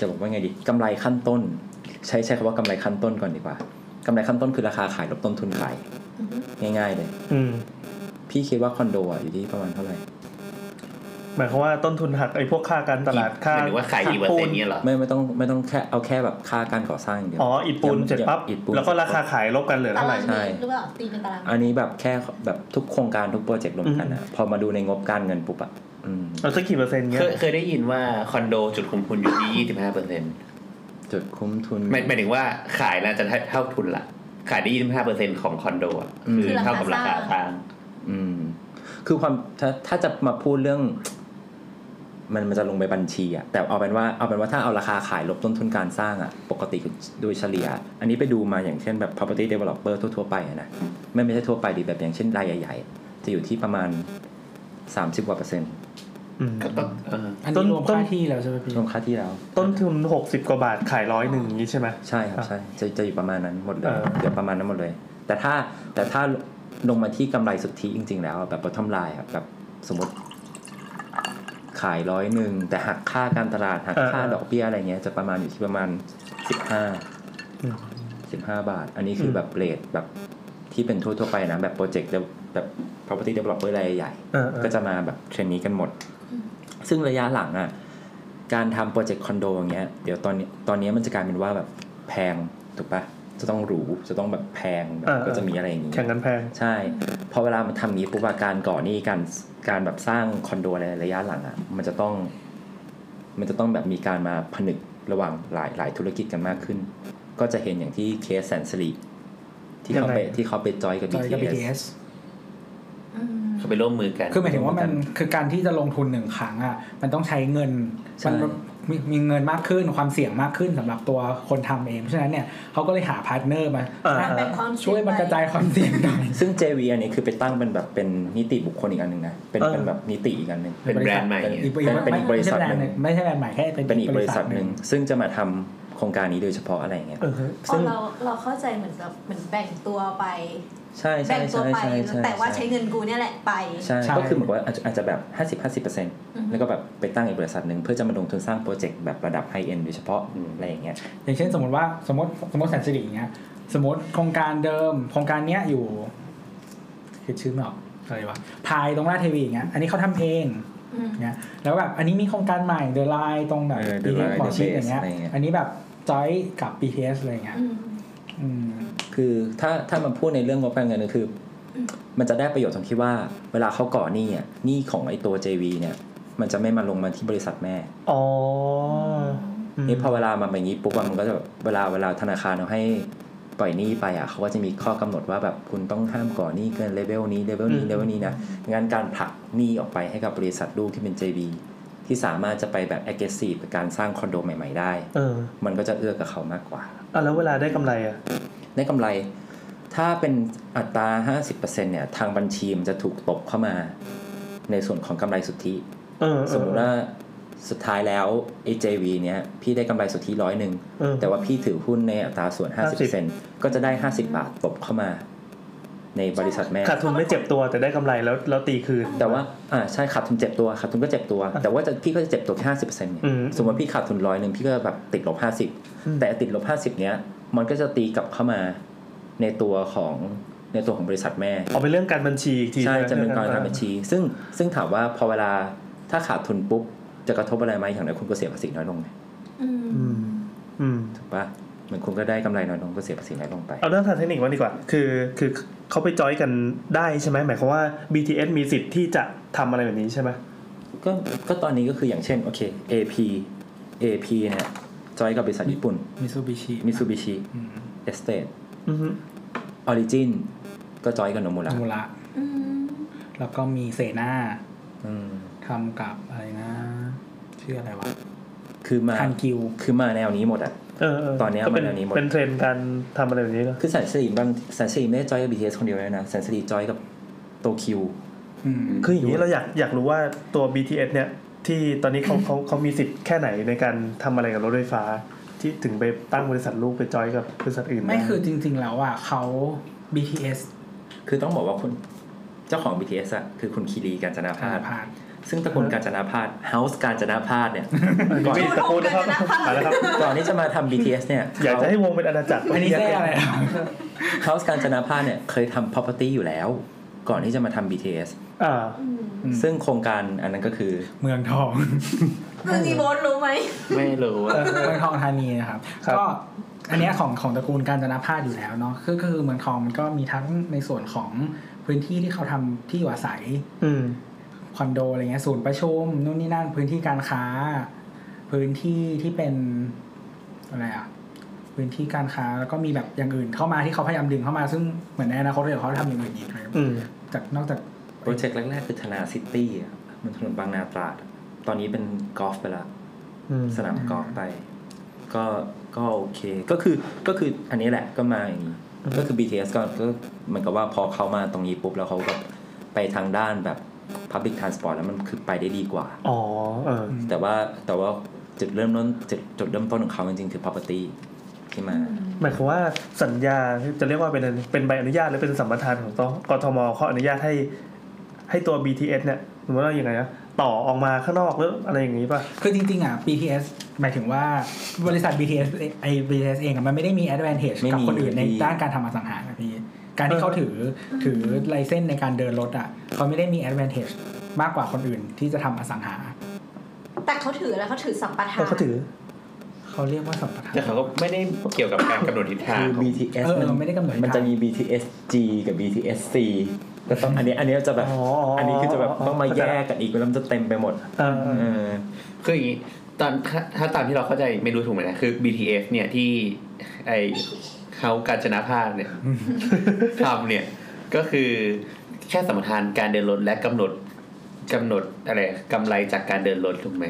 H: จะบอกว่าไงดีกำไรขั้นต้น ใช้ใช้คำว่ากำไรขั้นต้นก่อนดีกว่ากำไรขั้นต้นคือราคาขายลบต้นทุนขายง่าย ๆ เลย
D: อืม
H: พี่คิดว่าคอนโดอ่ะอยู่ที่ประมาณเท่าไหร่
D: หมายความว่าต้นทุนหักไอ้พวกค่าการตลาดค่า
I: หมายถึงว่าขายกี่เปอร์เซ็นต์เนี่ยเหรอ
H: ไม่ไม่ต้องไม่ต้องแค่เอาแค่แบบค่าการก่อสร้างอย่างเดียว
D: อ๋ออิฐปูนเสร็จปั๊บ
H: อิฐปูน
D: แล้วก็ราคาขายลบกันเหลือ
G: ตา
D: เท่าไหร่
G: รางเมตรหรือเปล่าตีเป็นตารางเมตร
H: อันนี้แบบแค่แบบทุกโครงการทุกโปรเจกต์รวมกันอะพอมาดูในงบการเงินปุ๊บอะอืม
D: เราสักกี่เปอร์เซ็นต์
I: เค
D: เงี้ย
I: ยเคยได้ยินว่าคอนโดจุดคุมทุนอยู่ที่ 25เปอร์เซ็นต์
H: จุดคุ้มทุน
I: หมายหมายถึงว่าขายแล้วจะเท่าทุนละ ขายได้ 25เปอร์เซ็นต์ของคอนโดอะ
H: อืม
I: คือเท่ากับราคาสร้าง
H: อืม คือความถ้าถ้าจะมาพูดเรื่อง มันมันจะลงไปบัญชีอะแต่เอาเป็นว่าเอาเป็นว่าถ้าเอาราคาขายลบต้นทุนการสร้างอะปกติโดยเฉลี่ย อันนี้ไปดูมาอย่างเช่นแบบ property developer ทั่วๆไปอะนะไม่ไม่ใช่ทั่วไปดีแบบอย่างเช่นรายใหญ่ๆ จะอยู่ที่ประมาณ 30กว่าเปอร์เซ็นต์
D: อืม
I: ก็ต้องเออ
A: อัน
D: ต้น
A: นี้รวม
D: ต้น
A: ค่าที่แล้วใช่ไหมพี่
H: รวมค่าที่แล้ว
D: ต้นทุนหกสิบกว่าบาทขายร้อยหนึ่งอย่างงี้ใช่ไหม
H: ใช่ครับใช่จะจะอยู่ประมาณนั้นหมดเลย
D: เออ
H: เดี๋ยวประมาณนั้นหมดเลย แต่ถ้าแต่ถ้าลงมาที่กำไรสุทธิจริง ๆ แล้วอะแบบ bottom line อะแบบสมมติ ขายร้อยหนึ่งแต่หักค่าการตลาดหักค่าดอกเบี้ยอะไรเงี้ยจะประมาณอยู่ที่ประมาณสิบห้า
D: อืม
H: สิบห้าบาท อันนี้คื
D: ม
H: อแบบเรทแบบที่เป็นทั่วๆไปนะ แบบโปรเจกต์แบบ property developer รายใหญ่
D: เออเออ
H: ก็จะมาแบบเทรนนี้กันหมด ซึ่งระยะหลังอ่ะ การทำโปรเจกต์คอนโดอย่างเงี้ย เดี๋ยวตอนนี้ตอนนี้มันจะกลายเป็นว่าแบบแพง ถูกปะจะต้องหรู จะต้องแบบแพงแบบก็จะมีอะไรอย่างงี้
D: แข่งกันแพง
H: ใช่ พอเวลามันทำนี้ปุ๊บอะการก่อหนี้การการแบบสร้างคอนโดในระยะหลังอ่ะ มันจะต้อง มันจะต้องแบบมีการมาผนึกระหว่างหลายหลายธุรกิจกันมากขึ้น ก็จะเห็นอย่างที่เคสแสนสิริที่เขาไป
D: ยังไง
H: ที่เขาไปจอยกับ
A: จอยกับ
H: BTS
A: BTS
I: เขาไปร่วมมือกัน
A: คือหมายถึงว่ามันคือการที่จะลงทุนหนึ่งครั้งอ่ะมันต้องใช้เงิน
H: ใช่
A: มันมีมีเงินมากขึ้นความเสี่ยงมากขึ้นสำหรับตัวคนทำเอง เพราะฉะนั้นเนี่ยเขาก็เลยหาพาร์ทเนอร์มา
D: เออ
A: อ่ะ
G: แบ่งความเสี่ยง
A: ช่วยมากระจายความเสี่ยงหน่ *laughs* อย
H: ซึ่ง JV อันนี้คือไปตั้งเป็นแบบเป็นนิติบุคคลอีกอันหนึ่งนะ เป็น
D: เออ
H: เป็นแบบนิติอีกอันหนึ่ง
I: เป็นแบรนด์ใหม่
H: เป็น
A: อีกอีก
H: เป็นอีกบริษัทหนึ่ง
A: ไม่ใช่แบรนด์ใหม่แค่
H: เป็นอีกบริษัทหนึ่ง ซึ่งจะมาทำโครงการนี้โดยเฉพาะอะไรอย่างเงี้ย
D: เออฮะ
G: อ๋อ
D: ซึ่ง
G: เราเราเข้าใจเหมือนแบบเหมือนแบ่งตัวไป
H: ใช่ใช่
G: แบ่งตัว
H: ใช่
G: ไป
H: ใช่ใช่
G: แต่ว่าใช้เงินกูเนี่ยแหละไป
H: ใช่
A: ใช่
H: ก็คือเหมือนว่าอาจจะอาจจะแบบ 50 50เปอร์เซ็นต์แล้วก็แบบไปตั้งอีกบริษัทหนึ่งเพื่อจะมาลงทุนสร้างโปรเจกต์แบบระดับไฮเอ็นโดยเฉพาะอะไรอย่างเงี้ย
A: อย่างเช่นสมมติว่าสมมติสมมติแสนสิริอย่างเงี้ยสมมติโครงการเดิมโครงการเนี้ยอยู่คือชื่อไม่ออกอะไรวะพายตรงราชเทวีอย่างเงี้ยอันนี้เขาทำเอง
G: อืม
A: เงี้ยแล้วแบบอันนี้มีโครงการใหม่เดอะไลน์ตรงแบบ
H: เออ The
A: ดีเทค
H: Line
A: หมอชิด
H: The Base
A: อย่างเงี้ย
H: อะไรเงี้ย
A: อันนี้แบบจอยกับ BTS อะไรเงี้ย
G: อืม
A: อืม
H: คือถ้าถ้ามันพูดในเรื่องงบการเงินก็คือ
G: อืม
H: มันจะได้ประโยชน์ตรงที่ว่า เวลาเขาก่อหนี้อ่ะหนี้ของไอ้ตัว JV เนี่ย มันจะไม่มาลงมาที่บริษัทแม่
D: อ๋อ
H: นี่พอเวลามาแบบนี้ปุ๊บอะมันก็จะแบบเวลาเวลาธนาคารเขาให้ปล่อยหนี้ไปอ่ะเขาก็จะมีข้อกำหนดว่าแบบคุณต้องห้ามก่อหนี้เกินเลเวลนี้เลเวลนี้เลเวลนี้นะงั้นการผลักหนี้ออกไปให้กับบริษัทลูกที่เป็น JB ที่สามารถจะไปแบบ aggressive กับการสร้างคอนโดใหม่ ๆ ได้
D: เออ
H: มันก็จะเอื้อกับเขามากกว่า
D: อ่ะแล้วเวลาได้กำไรอ่ะ
H: ได้กำไรถ้าเป็นอัตรา 50%เนี่ยทางบัญชีมันจะถูกตบเข้ามา ในส่วนของกำไรสุทธิ
D: เออเออ
H: สมมติว่าสุดท้ายแล้ว AJV เนี้ยพี่ได้กำไรสุทธิร้อยหนึ่ง
D: เออ
H: แต่ว่าพี่ถือหุ้นในอัตราส่วน 50%ก็จะได้ 50 บาทตบเข้ามา ในบริษัทแม่
D: ขาดทุนไม่เจ็บตัวแต่ได้กำไรแล้วแล้วตีคืน
H: แต่ว่าอ่าใช่ขาดทุนเจ็บตัวขาดทุนก็เจ็บตัว
D: อ่ะ
H: แต่ว่าจะพี่ก็จะเจ็บตัวแค่ห้าสิบเปอร์เซ็นต์เนี่ย
D: อืม
H: สมมติว่าพี่ขาดทุนร้อยหนึ่งพี่ก็แบบติดลบห้าสิบ
D: อืม
H: แต่ติดลบห้าสิบเนี้ยมันก็จะตีกลับเข้ามาในตัวของในตัวของบริษัทแม่
D: เอาเป็นเรื่องการบัญชีอีกที
H: ใช่จะเป็น
D: รื่
H: กา
D: อง
H: รทำบัญชี ซึ่งซึ่งถามว่าพอเวลาถ้าขาดทุนปุ๊บจะกระทบอะไรไหมอย่างไรคุณก็เสียภาษีน้อยลงไง
G: อืม
D: อืมอืม
H: ถูกปะเหมือนคุณก็ได้กำไรน้อยลงก็เสียภาษีน้อยลงไป
D: เอาเรื่องทางเทคนิคมาดีกว่า คือคือเขาไปจอยกันได้ใช่ไหมหมายความว่า BTS มีสิทธิ์ที่จะทำอะไรแบบนี้ใช่ไหม
H: ก็ก็ตอนนี้ก็คืออย่างเช่น โอเค AP AP เนี่ยจอยกับบริษัทญี่ปุ่น
A: มิซูบิชิ
H: Mitsubishi Estate
D: อือฮึ
H: Origin ก็จอยกับโนมูระ
A: มูระแล้วก็มีเซนา
H: อืม
A: ทำกับอะไรนะชื่ออะไรวะ
H: คือมา
A: คันกิว
H: คือมาแนวนี้หมดอ่ะ
D: เออเ
H: ตอนเนี้ย
D: ก็เป็น
H: มันอันนี้หมด
D: เป็นเทรนด์การทำอะไรแบบนี้เหรอ
H: คือแสนสิริบางแสนสิริไม่ได้จอยกับ BTS คนเดียวเลยนะแสนสิริจอยกับโตคิว
A: อืม
D: คืออย่างนี้เราอยากอยากรู้ว่าตัว BTS เนี่ย ที่ตอนนี้เขาเขาเขามีสิทธิ์แค่ไหนในการทำอะไรกับรถไฟฟ้า ที่ถึงไปตั้งบริษัทลูกไปจอยกับบริษัทอื่นด้
A: ไม่คือจริง ๆ แล้วอ่ะเขา BTS
H: คือต้องบอกว่าคุณเจ้าของ BTS อ่ะคือคุณคีรีกาญจนา
A: ธ
H: พาส
A: นาคาร
H: ซึ่งตระกูลกาญจนาพาส House กาญจนาพาสเนี่ย
D: ก่อน
G: ไม่
D: ตะกูลนะครับ
G: ไม่ได้
D: เอาละครับ
H: ก่อนที่จะมาทำ BTS เนี่ย
D: *laughs* อยากจะ
H: เขา
D: ให้วงเป็นอาณาจักร
A: อันนี้
D: เรียกเป็
A: เซ่
D: น
A: อะไรอะ
H: House กาญจนาพาสเนี่ยเคยทำ property อยู่แล้ว ก่อนที่จะมาทำ BTS
D: อ่า
A: อืม
H: ซึ่งโครงการอันนั้นก็คือ
A: เมืองทอง
G: มึงอีโบสรู้ไหม
I: ไม่รู้อะ
A: เมืองทองธานีนะครับ
D: ครับ
A: ก็อันเนี้ยของของตระกูลการจนาพาสอยู่แล้วเนาะคือก็คือเมืองทองมันก็มีทั้งในส่วนของพื้นที่ที่เขาทำที่อยู่อาศัย
D: อืม
A: คอนโดอะไรเงี้ยศูนย์ประชุมนู่นนี่นั่นพื้นที่การค้า พื้นที่ที่เป็นอะไรอ่ะพื้นที่การค้าแล้วก็มีแบบอย่างอื่นเข้ามาที่เขาพยายามดึงเข้ามาซึ่งเหมือนในอนาคตเดี๋ยวเขาจะทำอย่างอื่นอีกนะครับ
D: อืม
A: จากนอกจาก
H: โปรเจกต์แรกๆคือธนาซิตี้อ่ะมันถนนบางนาตราดอะตอนนี้เป็นกอล์ฟไปละ
D: อืม
H: สนามกอล์ฟไป ก็ก็โอเค ก็คือก็คืออันนี้แหละก็มาอย่างนี้
D: อืม
H: ก็คือ BTS ก็ก็เหมือนกับว่าพอเขามาตรงนี้ปุ๊บ แล้วเขาก็ไปทางด้านแบบ Public Transport แล้วมันคือไปได้ดีกว่า
D: อ๋อเออ
A: ม
H: แต่ว่าแต่ว่าจุดเริ่มต้นจุดจุดเริ่มต้นของเขาจริงๆคือ property ที่มา
D: หมายความว่าสัญญาจะเรียกว่าเป็นเป็นใบอนุญาตหรือเป็นสัมปทานของตกทมเขาอนุญาตให้ ให้ตัว BTS เนี่ยสมมติว่าอย่างไรนะต่อออกมาข้างนอกหรืออะไรอย่างนี้ป่ะ
A: คือจริงๆอ่ะ BTS หมายถึงว่าบริษัท BTS เองไอ BTS เองอ่ะมันไม่ได้มี advantage
H: ไม่มี
A: กับคนอื่นใน
H: ไม่มี
A: ด้านการทำอสังหานะพี่ การที่
D: เออ
A: เขาถือถือไลเซนส์ในการเดินรถอ่ะเขาไม่ได้มี advantage มากกว่าคนอื่นที่จะทำอสังหา
G: แต่เขาถือแล้วเขาถือสัมปทาน
D: แต่เขาถือ
A: เขาเรียกว่าสัมปทาน
I: แต่เขาก็ไม่ได้เกี่ยวกับการกำหนดทิศทาง
H: คื
I: ข
H: อ
I: อง
H: BTS
A: เออไม่ได้กำหนด
H: มันจะ
A: ทาง
H: มี BTS G กับ BTS C ก็ต้องอันนี้อันนี้จะแบบ
D: อ๋ออ๋ออั
H: อันนี้คือจะแบบต้องมา
D: เข้าใจ
H: แย
D: ละ
H: กกันอีกแล้วมันจะเต็มไปหมด
D: เออเอ
H: เอ
D: อ
H: อ
I: คืออย่างนี้ตอนถ้าถ้าตามที่เราเข้าใจไม่รู้ถูกไหมนะคือ BTS เนี่ยที่ไอเขาการจนาภาพ
A: *laughs*
I: เนี่ย ทำเนี่ยก็คือแค่สมรทานการเดินรถและกำหนดกำหนดอะไรกำไรจากการเดินรถถูกไหม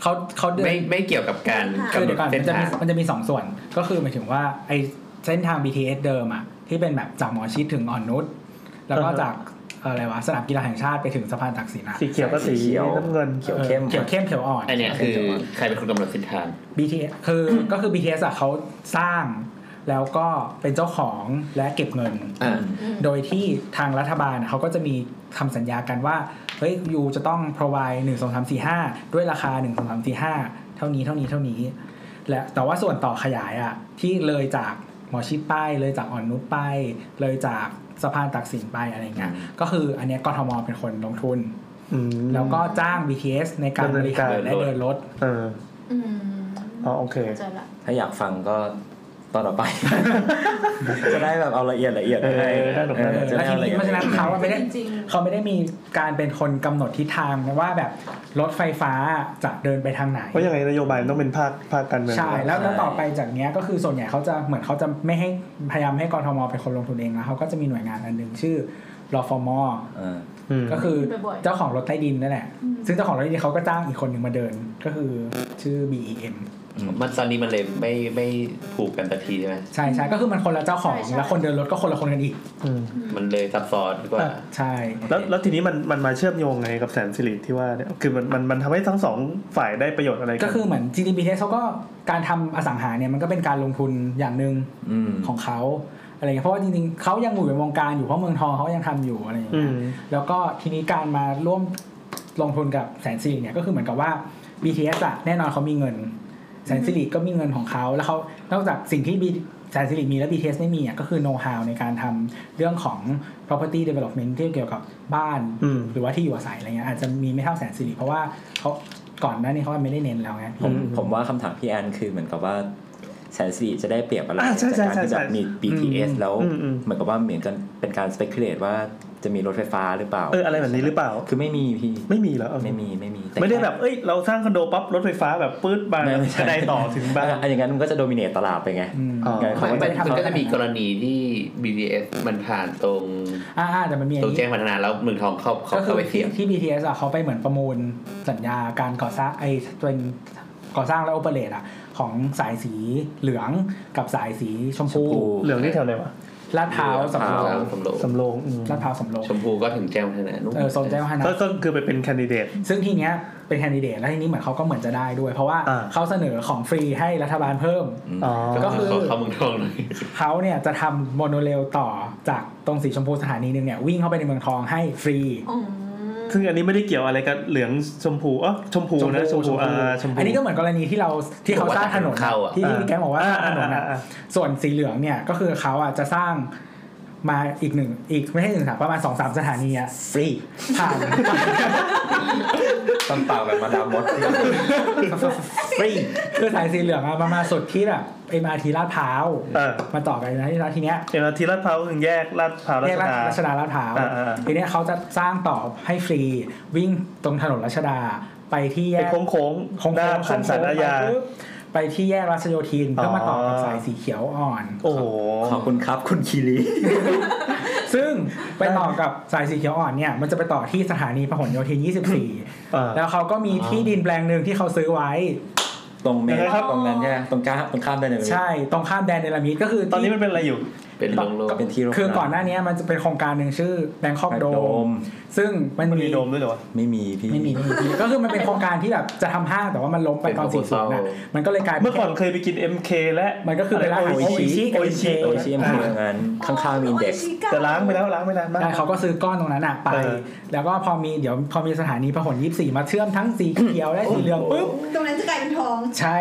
A: เขาเขาเดิน
I: ไม่ไม่เกี่ยวกับการ
A: คือก
I: ำหน
A: เดี๋ย
I: ด
A: วก่
I: เส้น
A: อนมันจะ
I: ทา
A: มี
I: ง
A: มันจะมีสองส่วนก็คือหมายถึงว่าไอเส้นทาง BTS เดิมอ่ะที่เป็นแบบจากหมอชิดถึงอ่อนนุชแล้วก็จากอะไรวะสนามกีฬาแห่งชาติไปถึงสะพานตักสินนะ
D: สีเขียวก็สีน้ำเงิน
H: เขียวเข้ม
A: เขียวเข้มเขียวอ่อน
I: อันเนี้ยคือใครเป็นคนกำหนดเส้นทาง
A: BTS คือ ก็คือ BTS อะเขาสร้าง แล้วก็เป็นเจ้าของและเก็บเงิน
I: อ่า
A: โดยที่ทางรัฐบาลเขาก็จะมีทำสัญญากันว่า เฮ้ยยูจะต้อง provide 1 2 3 4 5 ด้วยราคา 1 2 3 4 5 เท่านี้เท่านี้เท่านี้ และแต่ว่าส่วนต่อขยายอะที่เลยจากหมอชิดไปเลยจากอ่อนนุชไป เลยจากสะพานตักสินไปอะไรเงี้ยก็คืออันเนี้ยกทมเป็นคนลงทุน
D: อืม
A: แล้วก็จ้าง BTS ในการบริหารและเดินรถ
D: เออ
G: อืม
D: อ๋อโอเค
G: เข้าใจละ
H: ถ้าอยากฟังก็ตอนต่อไป *laughs* จะได้แบบเอาละเอียดละเอียด
D: เออ
H: ให้
D: ได้หรอกนะ
H: เออจะ
A: แล้
H: ได้
A: วทีนี้เพ
H: เอาละเอียด
A: ราะฉะนั้นเขาอะไม่ได้
G: จริง
A: เขาไม่ได้มีการเป็นคนกำหนดทิศทางนะว่าแบบรถไฟฟ้าจะเดินไปทางไหน
D: เพราะยังไงนโยบายมันต้องเป็นภาคภาคการเมือง
A: ใช่แล้วแล้วต่อไปจากเนี้ยก็คือส่วนใหญ่เขาจะเหมือนเขาจะไม่ให้พยายามให้กรทมเป็นคนลงทุนเองแล้วเขาก็จะมีหน่วยงานอันหนึ่งชื่อรอฟม
H: เออ
D: อืม
A: ก็คือ
G: ๆบ่อย
A: เจ้าของรถใต้ดินนั่นแหละ
G: อืม
A: ซึ่งเจ้าของรถใต้ดินเขาก็จ้างอีกคนหนึ่งมาเดินก็คือชื่อ BEM
I: มันตอนนี้มันเลยไม่ไม่ผูกกันสักทีใช่ไหม
A: ใช่ใช่ก็คือมันคนละเจ้าของ
G: ใช่ใช่
A: แล้วคนเดินรถก็คนละคนกันอีก
D: อืม
I: มันเลยซับซ้อนกว่า
A: ใช่
D: แล้วแล้วทีนี้มันมันมาเชื่อมโยงไงกับแสนสิริที่ว่าเนี่ยคือมันมันมันทำให้ทั้งสองฝ่ายได้ประโยชน์อะไรน
A: ก็คือเหมือน GDPTS เขาก็การทำอสังหาเนี่ยมันก็เป็นการลงทุนอย่างหนึ่ง
H: อืม
A: ของเขาอะไรเงี้ยเพราะว่าจริงๆเขายังอยู่ในวงการอยู่เพราะเมืองทองเขายังทำอยู่อะไรอย่าง
D: อื
A: เงี้ย
D: ม
A: แล้วก็ทีนี้การมาร่วมลงทุนกับแสนสิริเนี่ยก็คือเหมือนกับว่า BTS อะแน่นอนเขามีเงิน แสนสิริก็มีเงินของเขาแล้วเขานอกจากสิ่งที่ B- แสนสิริมีและ BTS ไม่มีอะก็คือ know how ในการทำเรื่องของ property development ที่เกี่ยวกับบ้าน
D: อืม
A: หรือว่าที่อยู่อาศัยอะไรเงี้ยอาจจะมีไม่เท่าแสนสิริเพราะว่าเขาก่อนหน้านี้เขาไม่ได้เน้นแล้วไง
H: ผม
D: อืม
H: ผมว่าคำถามพี่แอนคือเหมือนกับว่าแสนสิริจะได้เปรียบอะไร
D: อ่าใช่
H: จากการ
D: ใช่
H: ที่
D: ใช่
H: แบบมี
D: ใช่
A: อื
H: BTS
A: ม
H: แล้ว
D: อืมอืม
H: เหมือนกับว่าเหมือนกันเป็นการ speculate ว่าจะมีรถไฟฟ้าหรือเปล่า
D: เอออะไรแบบนี้หรือเปล่า
H: คือไม่มีพี่
D: ไม่มีเหรอเออ
H: ไม่มีไม่มีต่
D: ไม่ได้แบบเอ้ยเราสร้างคอนโดปั๊บรถไฟฟ้าแบบปื๊ดมา
H: ไม่ม่
D: ก
H: ใช่
D: ระไดต่อถึงบ้าน
H: อ่ะอย่างนั้นมันก็จะโดมิเนตตลาดไปไง
A: อืม
D: อ๋อ
H: เขาก็จะ
I: มันมันก็จะมีกรณีที่ BTS มันผ่านตรง
A: อ่าๆแต่มันมีอัน
I: ตรง
A: นี้
I: แจ้งวัฒนาแล้วเมืองทองเข้าเขา
A: ก็คื
I: เข้า
A: อ
I: ไปเที
A: ที่
I: ยบ
A: ที่ BTS อ่ะเขาไปเหมือนประมูลสัญญาการก่อสร้างไอ้เป็นก่อสร้างและโอเปเรตอ่ะ ของสายสีเหลืองกับสายสีชมพู
H: กู
D: เหลืองที่แถวไหนวะ
A: ลาดพร้าวสำโร
H: ลาดพ
A: ง
H: ร้าว
I: สำโรง
D: สำโรงอืม
A: ลาดพร้าวสำโรง
I: ชมพูก็ถึงแจ้งวัฒนานู่น
A: เออโซนแจ้งวัฒนะ
D: ก็ก็คือไปเป็นแคนดิเดต
A: ซึ่งทีเนี้ยเป็นแคนดิเดตแล้วทีนี้เหมือนเขาก็เหมือนจะได้ด้วย เพราะว่า
D: อ่า
A: เขาเสนอของฟรีให้รัฐบาลเพิ่ม
D: อ๋อ
A: ก็คือ
I: เขาเข้าเมืองทองเลย
A: เขาเนี่ยจะทำโมโนเรลต่อจากตรงสีชมพูสถานีหนึ่งเนี่ยวิ่งเข้าไปในเมืองทองให้ฟรี
G: ๆอ๋อ
D: ซึ่งอันนี้ไม่ได้เกี่ยวอะไรกับเหลืองชมพูอ๋อชมพูนะชมพูอ่าชมพู
A: อันนี้ก็เหมือนกรณีที่เราที่เขาสร้างถนนอะที่ที่พี่แกบอกว่าสร้างถนนอะ
D: อ่า
A: ส่วนสีเหลืองเนี่ยก็คือเขาอ่ะจะสร้างมาอีกหนึ่งอีกไม่ใช่หนึ่งสถานประมาณสองสามสถานีอ่ะ
H: ฟรี
A: ผ่าน
H: ต้องเปล่าแบบมาดามมดฟรี
A: คือสายสีเหลืองอ่ะมามาสุดที่แบบ MRT ลาดพร้าว
D: เออ
A: มาต่อกันนะที่ทีเนี้ย
D: เอ็มอาร์ทีลาดพร้าวถึงแยกลาดพร้าวรั
A: เรีย
D: ช
A: กรา
D: ดา
A: ชดาลาดพร้าว
D: อ่าอ่าอ่า
A: ทีเนี้ยเขาจะสร้างต่อให้ฟรี วิ่งตรงถนนรัชดาไปที่แย
D: ไป
A: ก
D: โค้งโค้ง
A: โค้ง
D: หน้า
A: โค้ง
D: ผ่านสารอาญา
A: ไปปุ๊บไปที่แยกรัชโยธินเพื่อมาต่อ
D: อ๋
A: กับ
D: อ
A: สายสีเขียวอ่อน
D: โอ้โห
H: ขอบคุณครับคุณคีรี
A: ซึ่งไปต่อกับสายสีเขียวอ่อนเนี่ยมันจะไปต่อที่สถานีพหลโยธิน 24
D: อ่า
A: แล้วเขาก็มีที่ดินแปลงหนึ่งที่เขาซื้อไว้
H: ตรงเมน
D: ยังไงครับ
H: ตรงนั้นใช่ไหมตรงกลางตรงข้ามได้เลยไหม
A: ใช่ตรงข้ามแดนเนลามิดก็คือที่
D: ตอนนี้มันเป็นอะไรอยู่
I: เป็นโรงโลก
H: เป็นที่รบ
A: คือก่อนหน้านี้มันจะเป็นโครงการหนึ่งชื่อแบงคอกโดมซึ่งมัน
D: มัน
A: มี
D: มีโดมด้วยเหรอวะ
H: ไม่มีพี่
A: ไม่มีไม่มีไม่มีก็คือมันเป็นโครงการที่แบบจะทำห้างแต่ว่ามันล้มไปตอน
I: เป็น
A: สี่สิบ
I: proposal
A: นะมันก็เลยกลายเป็
D: เมื่
A: น
D: อก่อนเคยไปกิน MK และ
A: มันก็คือเป็นร้านอาหาร
D: โออิชิ
A: โอ
D: โอ
A: อิ
D: อิ
A: ชิ
D: ชิ
H: โอชิเอ็มเคงั้นข้างๆมีอินเด็กซ์
D: แต่ล้างไปแล้วล้างไปนานมาก
A: ได้เขาก็ซื้อก้อนตรงนั้นอะไป
D: เออ
A: แล้วก็พอมีเดี๋ยวพอมีสถานีพหลยี่สี่มาเชื่อมทั้งสีเขียวและสีเหลืองปุ๊บ
G: ตรงนั้นจะกลายเป็นทอง
A: ใช่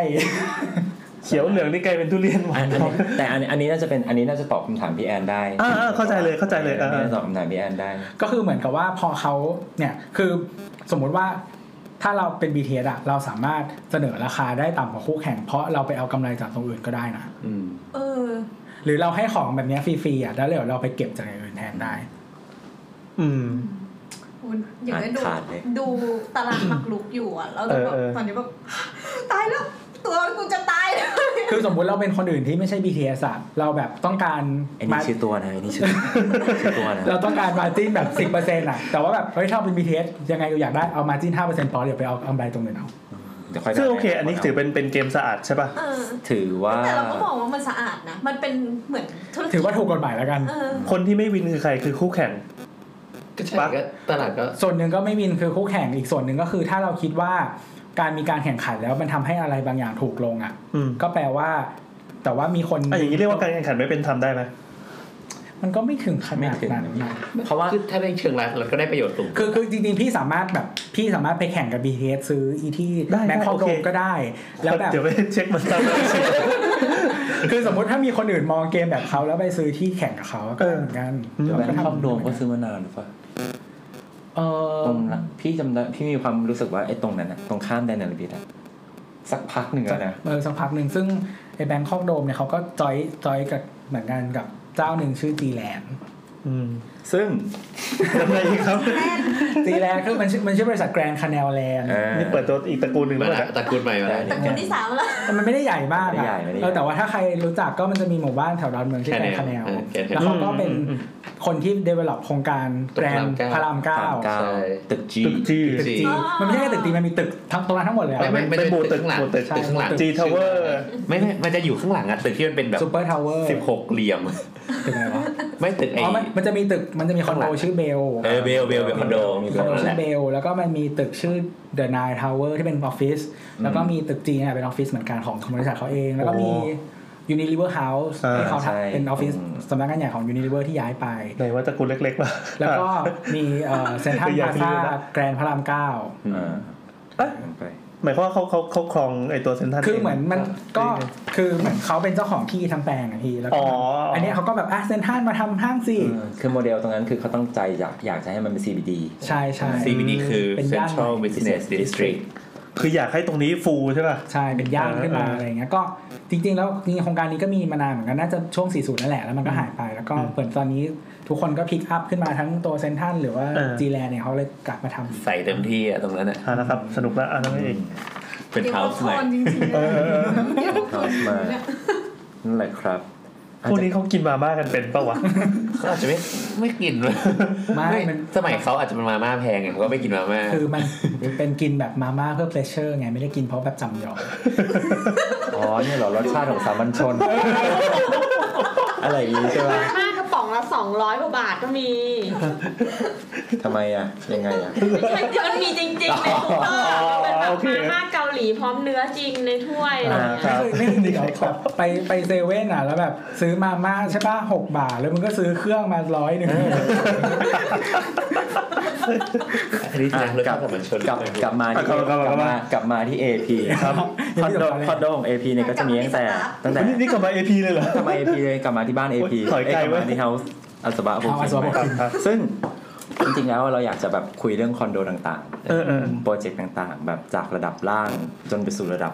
D: เขียวเหลืองนี่กลายเป็นทุเรียนหวา
H: อั
D: น
H: นอันนี้แต่อันอันนี้น่าจะเป็นอันนี้น่าจะตอบคำถามพี่แอนได้
D: อ่าอ่าเข้าใจเลยเข้าใจเลย
H: อัน
D: อ่า
H: นี้น่าจะตอบคำถามพี่แอนได้
A: ก็คือเหมือนกับว่าพอเขาเนี่ยคือสมมุติว่าถ้าเราเป็น BTS อะเราสามารถเสนอราคาได้ต่ำกว่าคู่แข่งเพราะเราไปเอากำไรจากตรงอื่นก็ได้นะ
I: อืม
G: เออ
A: หรือเราให้ของแบบเนี้ยฟรีๆอะแล้วเดี๋ยวเราไปเก็บจากอย่างอื่นแทนได้
D: อืม
G: อย่างนี้ดู
H: อ่านขาดเลย
G: ดูตารางมักลุกอยู่อ่ะ แล้วแบบ
D: เออเออ
G: ตอนนี้แบบ *gasps* ตายแล้ว ตัวกูจะตายแล้ว
A: คือสมมุติเราเป็นคนอื่นที่ไม่ใช่ BTS อะเราแบบต้องการ
H: อันนี้
A: มา
H: ชื่อตัวนะอันนี้ชื่อชื่อตัวนะ
A: เราต้องการมาจิ้นแบบ 10%อะแต่ว่าแบบเฮ้ยถ้าเป็น BTS ยังไงกูอยากได้เอามาจิ้น5%พอเดี๋ยวไปเอากำไรตรงอื่นเอา
H: เดี๋ยวค่อย
D: ซึ่งโอเค อันนี้ถือเป็นเป็นเกมสะอาดใช่ป่ะ
G: เออ
H: ถือว่า
G: แต่เราก็บอกว่ามันสะอาดนะ มันเป็นเหมือนธุรกิจ
A: ถือว่าถูกกฎหมายแล้วกัน
G: เออ
D: คนที่ไม่วินคือใครคือคู่แข่ง
I: ก็ใช่ก็ตลาดก็
A: ส่วนหนึ่งก็ไม่วินคือคู่แข่งอีกส่วนหนึ่งก็คือถ้าเราคิดว่าการมีการแข่งขันแล้วมันทำให้อะไรบางอย่างถูกลงอะ
D: อืม
A: ก็แปลว่า แต่ว่ามีคน
D: อ่ะอย่างนี้เรียกว่าการแข่งขันไม่เป็นธรรมได้ไหม
A: มันก็ไม่ถึงขนาด
H: ไม่ถึง
A: นั้นนะ
C: เพราะว่าคือถ้าในเชิงรัฐเราก็ได้ประโยชน์สูง
A: คือคือจริงๆ พี่สามารถแบบพี่สามารถไปแข่งกับ BTS ซื้ออีที่แบงคอกโดมก็ได้ แล้วแบบ
D: เดี๋ยวไป *laughs* เช็คมันตาม
A: คือสมมติถ้ามีคนอื่นมองเกมแบบเขาแล้วไปซื้อที่แข่งกับเขาก็เหมือนกัน
H: แบงคอกโดมก็ซื้อมานานหรือเปล่า
A: เออ
H: ตรงนั้นพี่จำได้พี่มีความรู้สึกว่าไอ้ตรงนั้นอะตรงข้ามแดนนาริบิดอะสักพักหนึ่งแล้วนะ
A: เออสักพักหนึ่งซึ่งไอ้แบงคอกโดมเนี่ยเขาก็จอยจอยกับเหมือนกันกับเจ้าหนึ่งชื่อจีแลนด์
D: อืม
H: ซึ่ง
D: ยังไงครับ
A: จีแลนด์คือมันชื่อมันชื่อบริษัทแกรนด์คาแนลแลนด์
H: อ่า
D: นี่เปิดตัวอีกตระกูลหนึ่งแล้ว
C: มา
D: เหรอ
C: ละ
D: เนี่ย
C: ตระกูลใหม่มาละ
H: ได้
G: แต่คนที่สามละ
A: แต่มันไม่ได้ใหญ่มาก
H: ไม่
A: อะ
H: ได้ใหญ่ไม่ได้ใหญ่
A: เออแต่ว่าถ้าใครรู้จักก็มันจะมีหมู่บ้านแถวดอนเมืองที่แกรนด์คาแนล
C: เออแกนแค
A: แล้ว
C: น
A: เขาก็เป็นคนที่ develop โครงการแกรนด์พ
C: พ
A: ระราร
C: ระาม ม
A: เก้า
C: เก้า
H: เก้า
C: ใช่
H: ตึกจี
D: ตึกจี
A: ตึก
C: จี
A: จีมันไม่ใช่แค่ตึกจีมันมีตึกทั้งตรงนั้นทั้งหมดเลยอะ
C: ไม่ไม่ไม่
D: เป็น
C: ใช่
D: บู
C: ตึ
D: ตึก
C: กข้างหลัง
D: บูตึก
A: ใช่
C: ตึกข้างหลัง
D: จีทาวเวอร์
C: ไม่ไม่มันจะอยู่ข้างหลังอะตึกที่มันเป็นแบบ
A: ซูเปอร์ทาวเวอร์
C: 16 เหลี่ยม
A: ตึกอะไรวะ
C: ไม่ตึกไอ้
A: อ๋อมันมันจะมีตึกมันจะมีคอน
C: ข้า
A: โด
C: งหลัง
A: ชื่อเบล
C: เออเบลเบลเบลคอนโดมี
A: ค
C: ค
A: อ
C: อน น
A: โด
C: โด
A: ชื่
C: แหละ
A: อเบลแล้วก็มันมีตึกชื่อเดอะนายทาวเวอร์ที่เป็นออฟฟิศแล้วก็มีตึกจีเนี่ยเป็นออฟฟิศเหมือนกันของบริษัทเขาเอง แล้วก็มียูนิลิเวอร์เฮาส์
D: อ่า
A: ที่เขา
H: ใช่
A: ทำเป็นออฟฟิศ
H: อืม
A: สำนักงานใหญ่ของยูนิลิเวอร์ที่ย้ายไป
D: ไหนว่าตระกูลเล็กๆป่ะ
A: แล้วก็มีเซ็นทรัล
D: แต่อยา
A: พาก ซา
D: รู้นะ
A: แกรนพระรามเก้า
H: อ่า
D: เอ๊ะ
H: ลงไป
D: หมายความว่าเขาเขาเขาครองไอตัวเซนทัน
A: คือเหมือนมันก็
D: เอง
A: คือเหมือนเขาเป็นเจ้าของที่ทั้งแปลงอะพี่แล้ว
D: อ๋
A: ก็
D: อ
A: อันเนี้ยเขาก็แบบอ่ะเซ็นทรัลมาทำห้างสิ
H: เออคือโมเดลตรงนั้นคือเขาตั้งใจอยากอยากจะให้มันเป็น CBD
A: ใช่ใช่
C: CBD คือ
A: เป็นย่าน
C: Central Business District
D: คืออยากให้ตรงนี้ฟูลใช่ป่ะ
A: ใช่เป็นย่านขึ้นมา
D: เออเอออ
A: อะไรอย่างเงี้ยก็จริง ๆ แล้วจริงๆโครงการนี้ก็มีมานานเหมือนกันน่าจะช่วง 40 นั่นแหละแล้วมันก็หายไปแล้วก็
D: อืม
A: เหมือนตอนนี้ทุกคนก็พิกอัพขึ้นมาทั้งตัวเซนทรัลหรือว่า
D: เออ
A: จีแลนเนี่ยเขาเลยกลับมาทำ
C: ใส่เต็มที่อะตรงนั้นอะ
D: อ่านะครับ สนุกละอ่านั่นเอง
C: เป็น
G: เดี๋ยว
C: เท้า
G: ก็
C: ส
G: ค
C: มัย
G: นจริงๆ
D: เออเออเออ
G: เดี๋ยวก็คน
H: มา
G: เนี่ย
H: นั่นแหละครับ
D: พวกนี้เขากินมาม่ากันเป็นป่าวะ
C: เขาอาจจะไม่ไม่กินเลย
A: ไม่มัน
C: สมัยเขาอาจจะเป็นมาม่าแพงไงเขาก็ไม่กินมาม่า
A: คือมันเป็นกินแบบมาม่าเพื่อเพลชเชอร์ไงไม่ได้กินเพราะแบบจำยอม
H: อ๋อเนี่ยเหรอรสชาติของสามัญชน *laughs* อะไรอย่างนี้ใช่ไหม
E: มากกระป๋องละ200กว่าบาทก็มี
H: ทำไมอ่ะ ยังไงอ่ะ
E: ไม่ใช่มันมีจริงๆในซูเปอร์มันเป็นแบ
D: อ๋อโอบ เค
E: มาม่าเกาหลีพร้อมเนื้อจริงในถ้วยอะไร
D: อ่า
E: อย่างเงี้
D: ครับ
E: ย
A: นี่เดี๋ยว
D: ใคร
A: แบบไปไปเซเว่นอ่ะ แล้วแบบซื้อมาม่าใช่ป่ะหกบาท แล้วมึงก็ซื้อเครื่องมาร้อยหนึ่ง
C: อันนี้นะรสชาติของมันชน
H: กลับกลับมาที่กลับมากลับมาที่ AP
D: ครับ
H: คอนโดคอนโดของ AP เนี่ยก็จะมีตั้งแต่ตั้งแต่
D: นี่นี่กลับมาเอพีเลยเหรอ
H: กลับมา AP เลยกลับมาที่บ้าน AP
D: ถอยไกล
H: เอ้ยกลับ
D: เว้ย
H: มาที่เฮาส์อัสบะผม
A: เอาอาสวะบอก
D: ครับ
H: ซึ่งจริงๆแล้วเราอยากจะแบบคุยเรื่องคอนโดต่างๆ
D: เออเออ
H: โปรเจกต์ต่างๆ แบบจากระดับล่างจนไปสู่ระดับ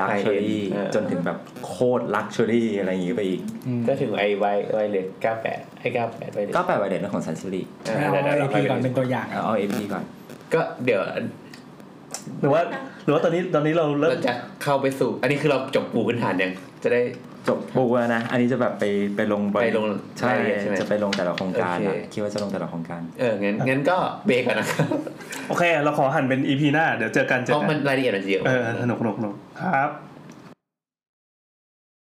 H: ลักชัวรี่จนถึงแบบโคตรลักชัวรี่อะไรอย่างงี้ไปอีก
C: ก็ถึงไอ้ไวไวเลส98ให้98ไวเลส
H: ก็แปลว่าเด่นเรื่องของซันซิลี่
A: เอาเอพีก่อนเป็นตัวอย่าง
H: เอาเอพีก่อน
C: ก็เดี๋ยว
D: หรือว่าหรือว่าตอนนี้ตอนนี้เราเริ่ม
C: เราจะเข้าไปสู่ อันนี้คือเราจบปูพื้นฐานยัง จะได้
H: จบปูแล้วนะ อันนี้จะแบบไปไปลงบริ
C: ไปลง
H: ใช่
C: รายละเอียดใช่ไหม
H: จะไปลงแต่ละโครงการ
C: โอ
H: อะ
C: เค
H: คิดว่าจะลงแต่ละโครงการ
C: เออ งั้น งั้นก็เบรกก่อนนะครับ
D: โอเค เราขอหันเป็นอีพีหน้า เดี๋ยวเจอกันเจ
C: เพ
D: อ
C: ราะ
D: กั
C: มัน
D: น
C: รายละเอียดมันจะเยอะ
D: เออสนุกสนุกสนุกครับ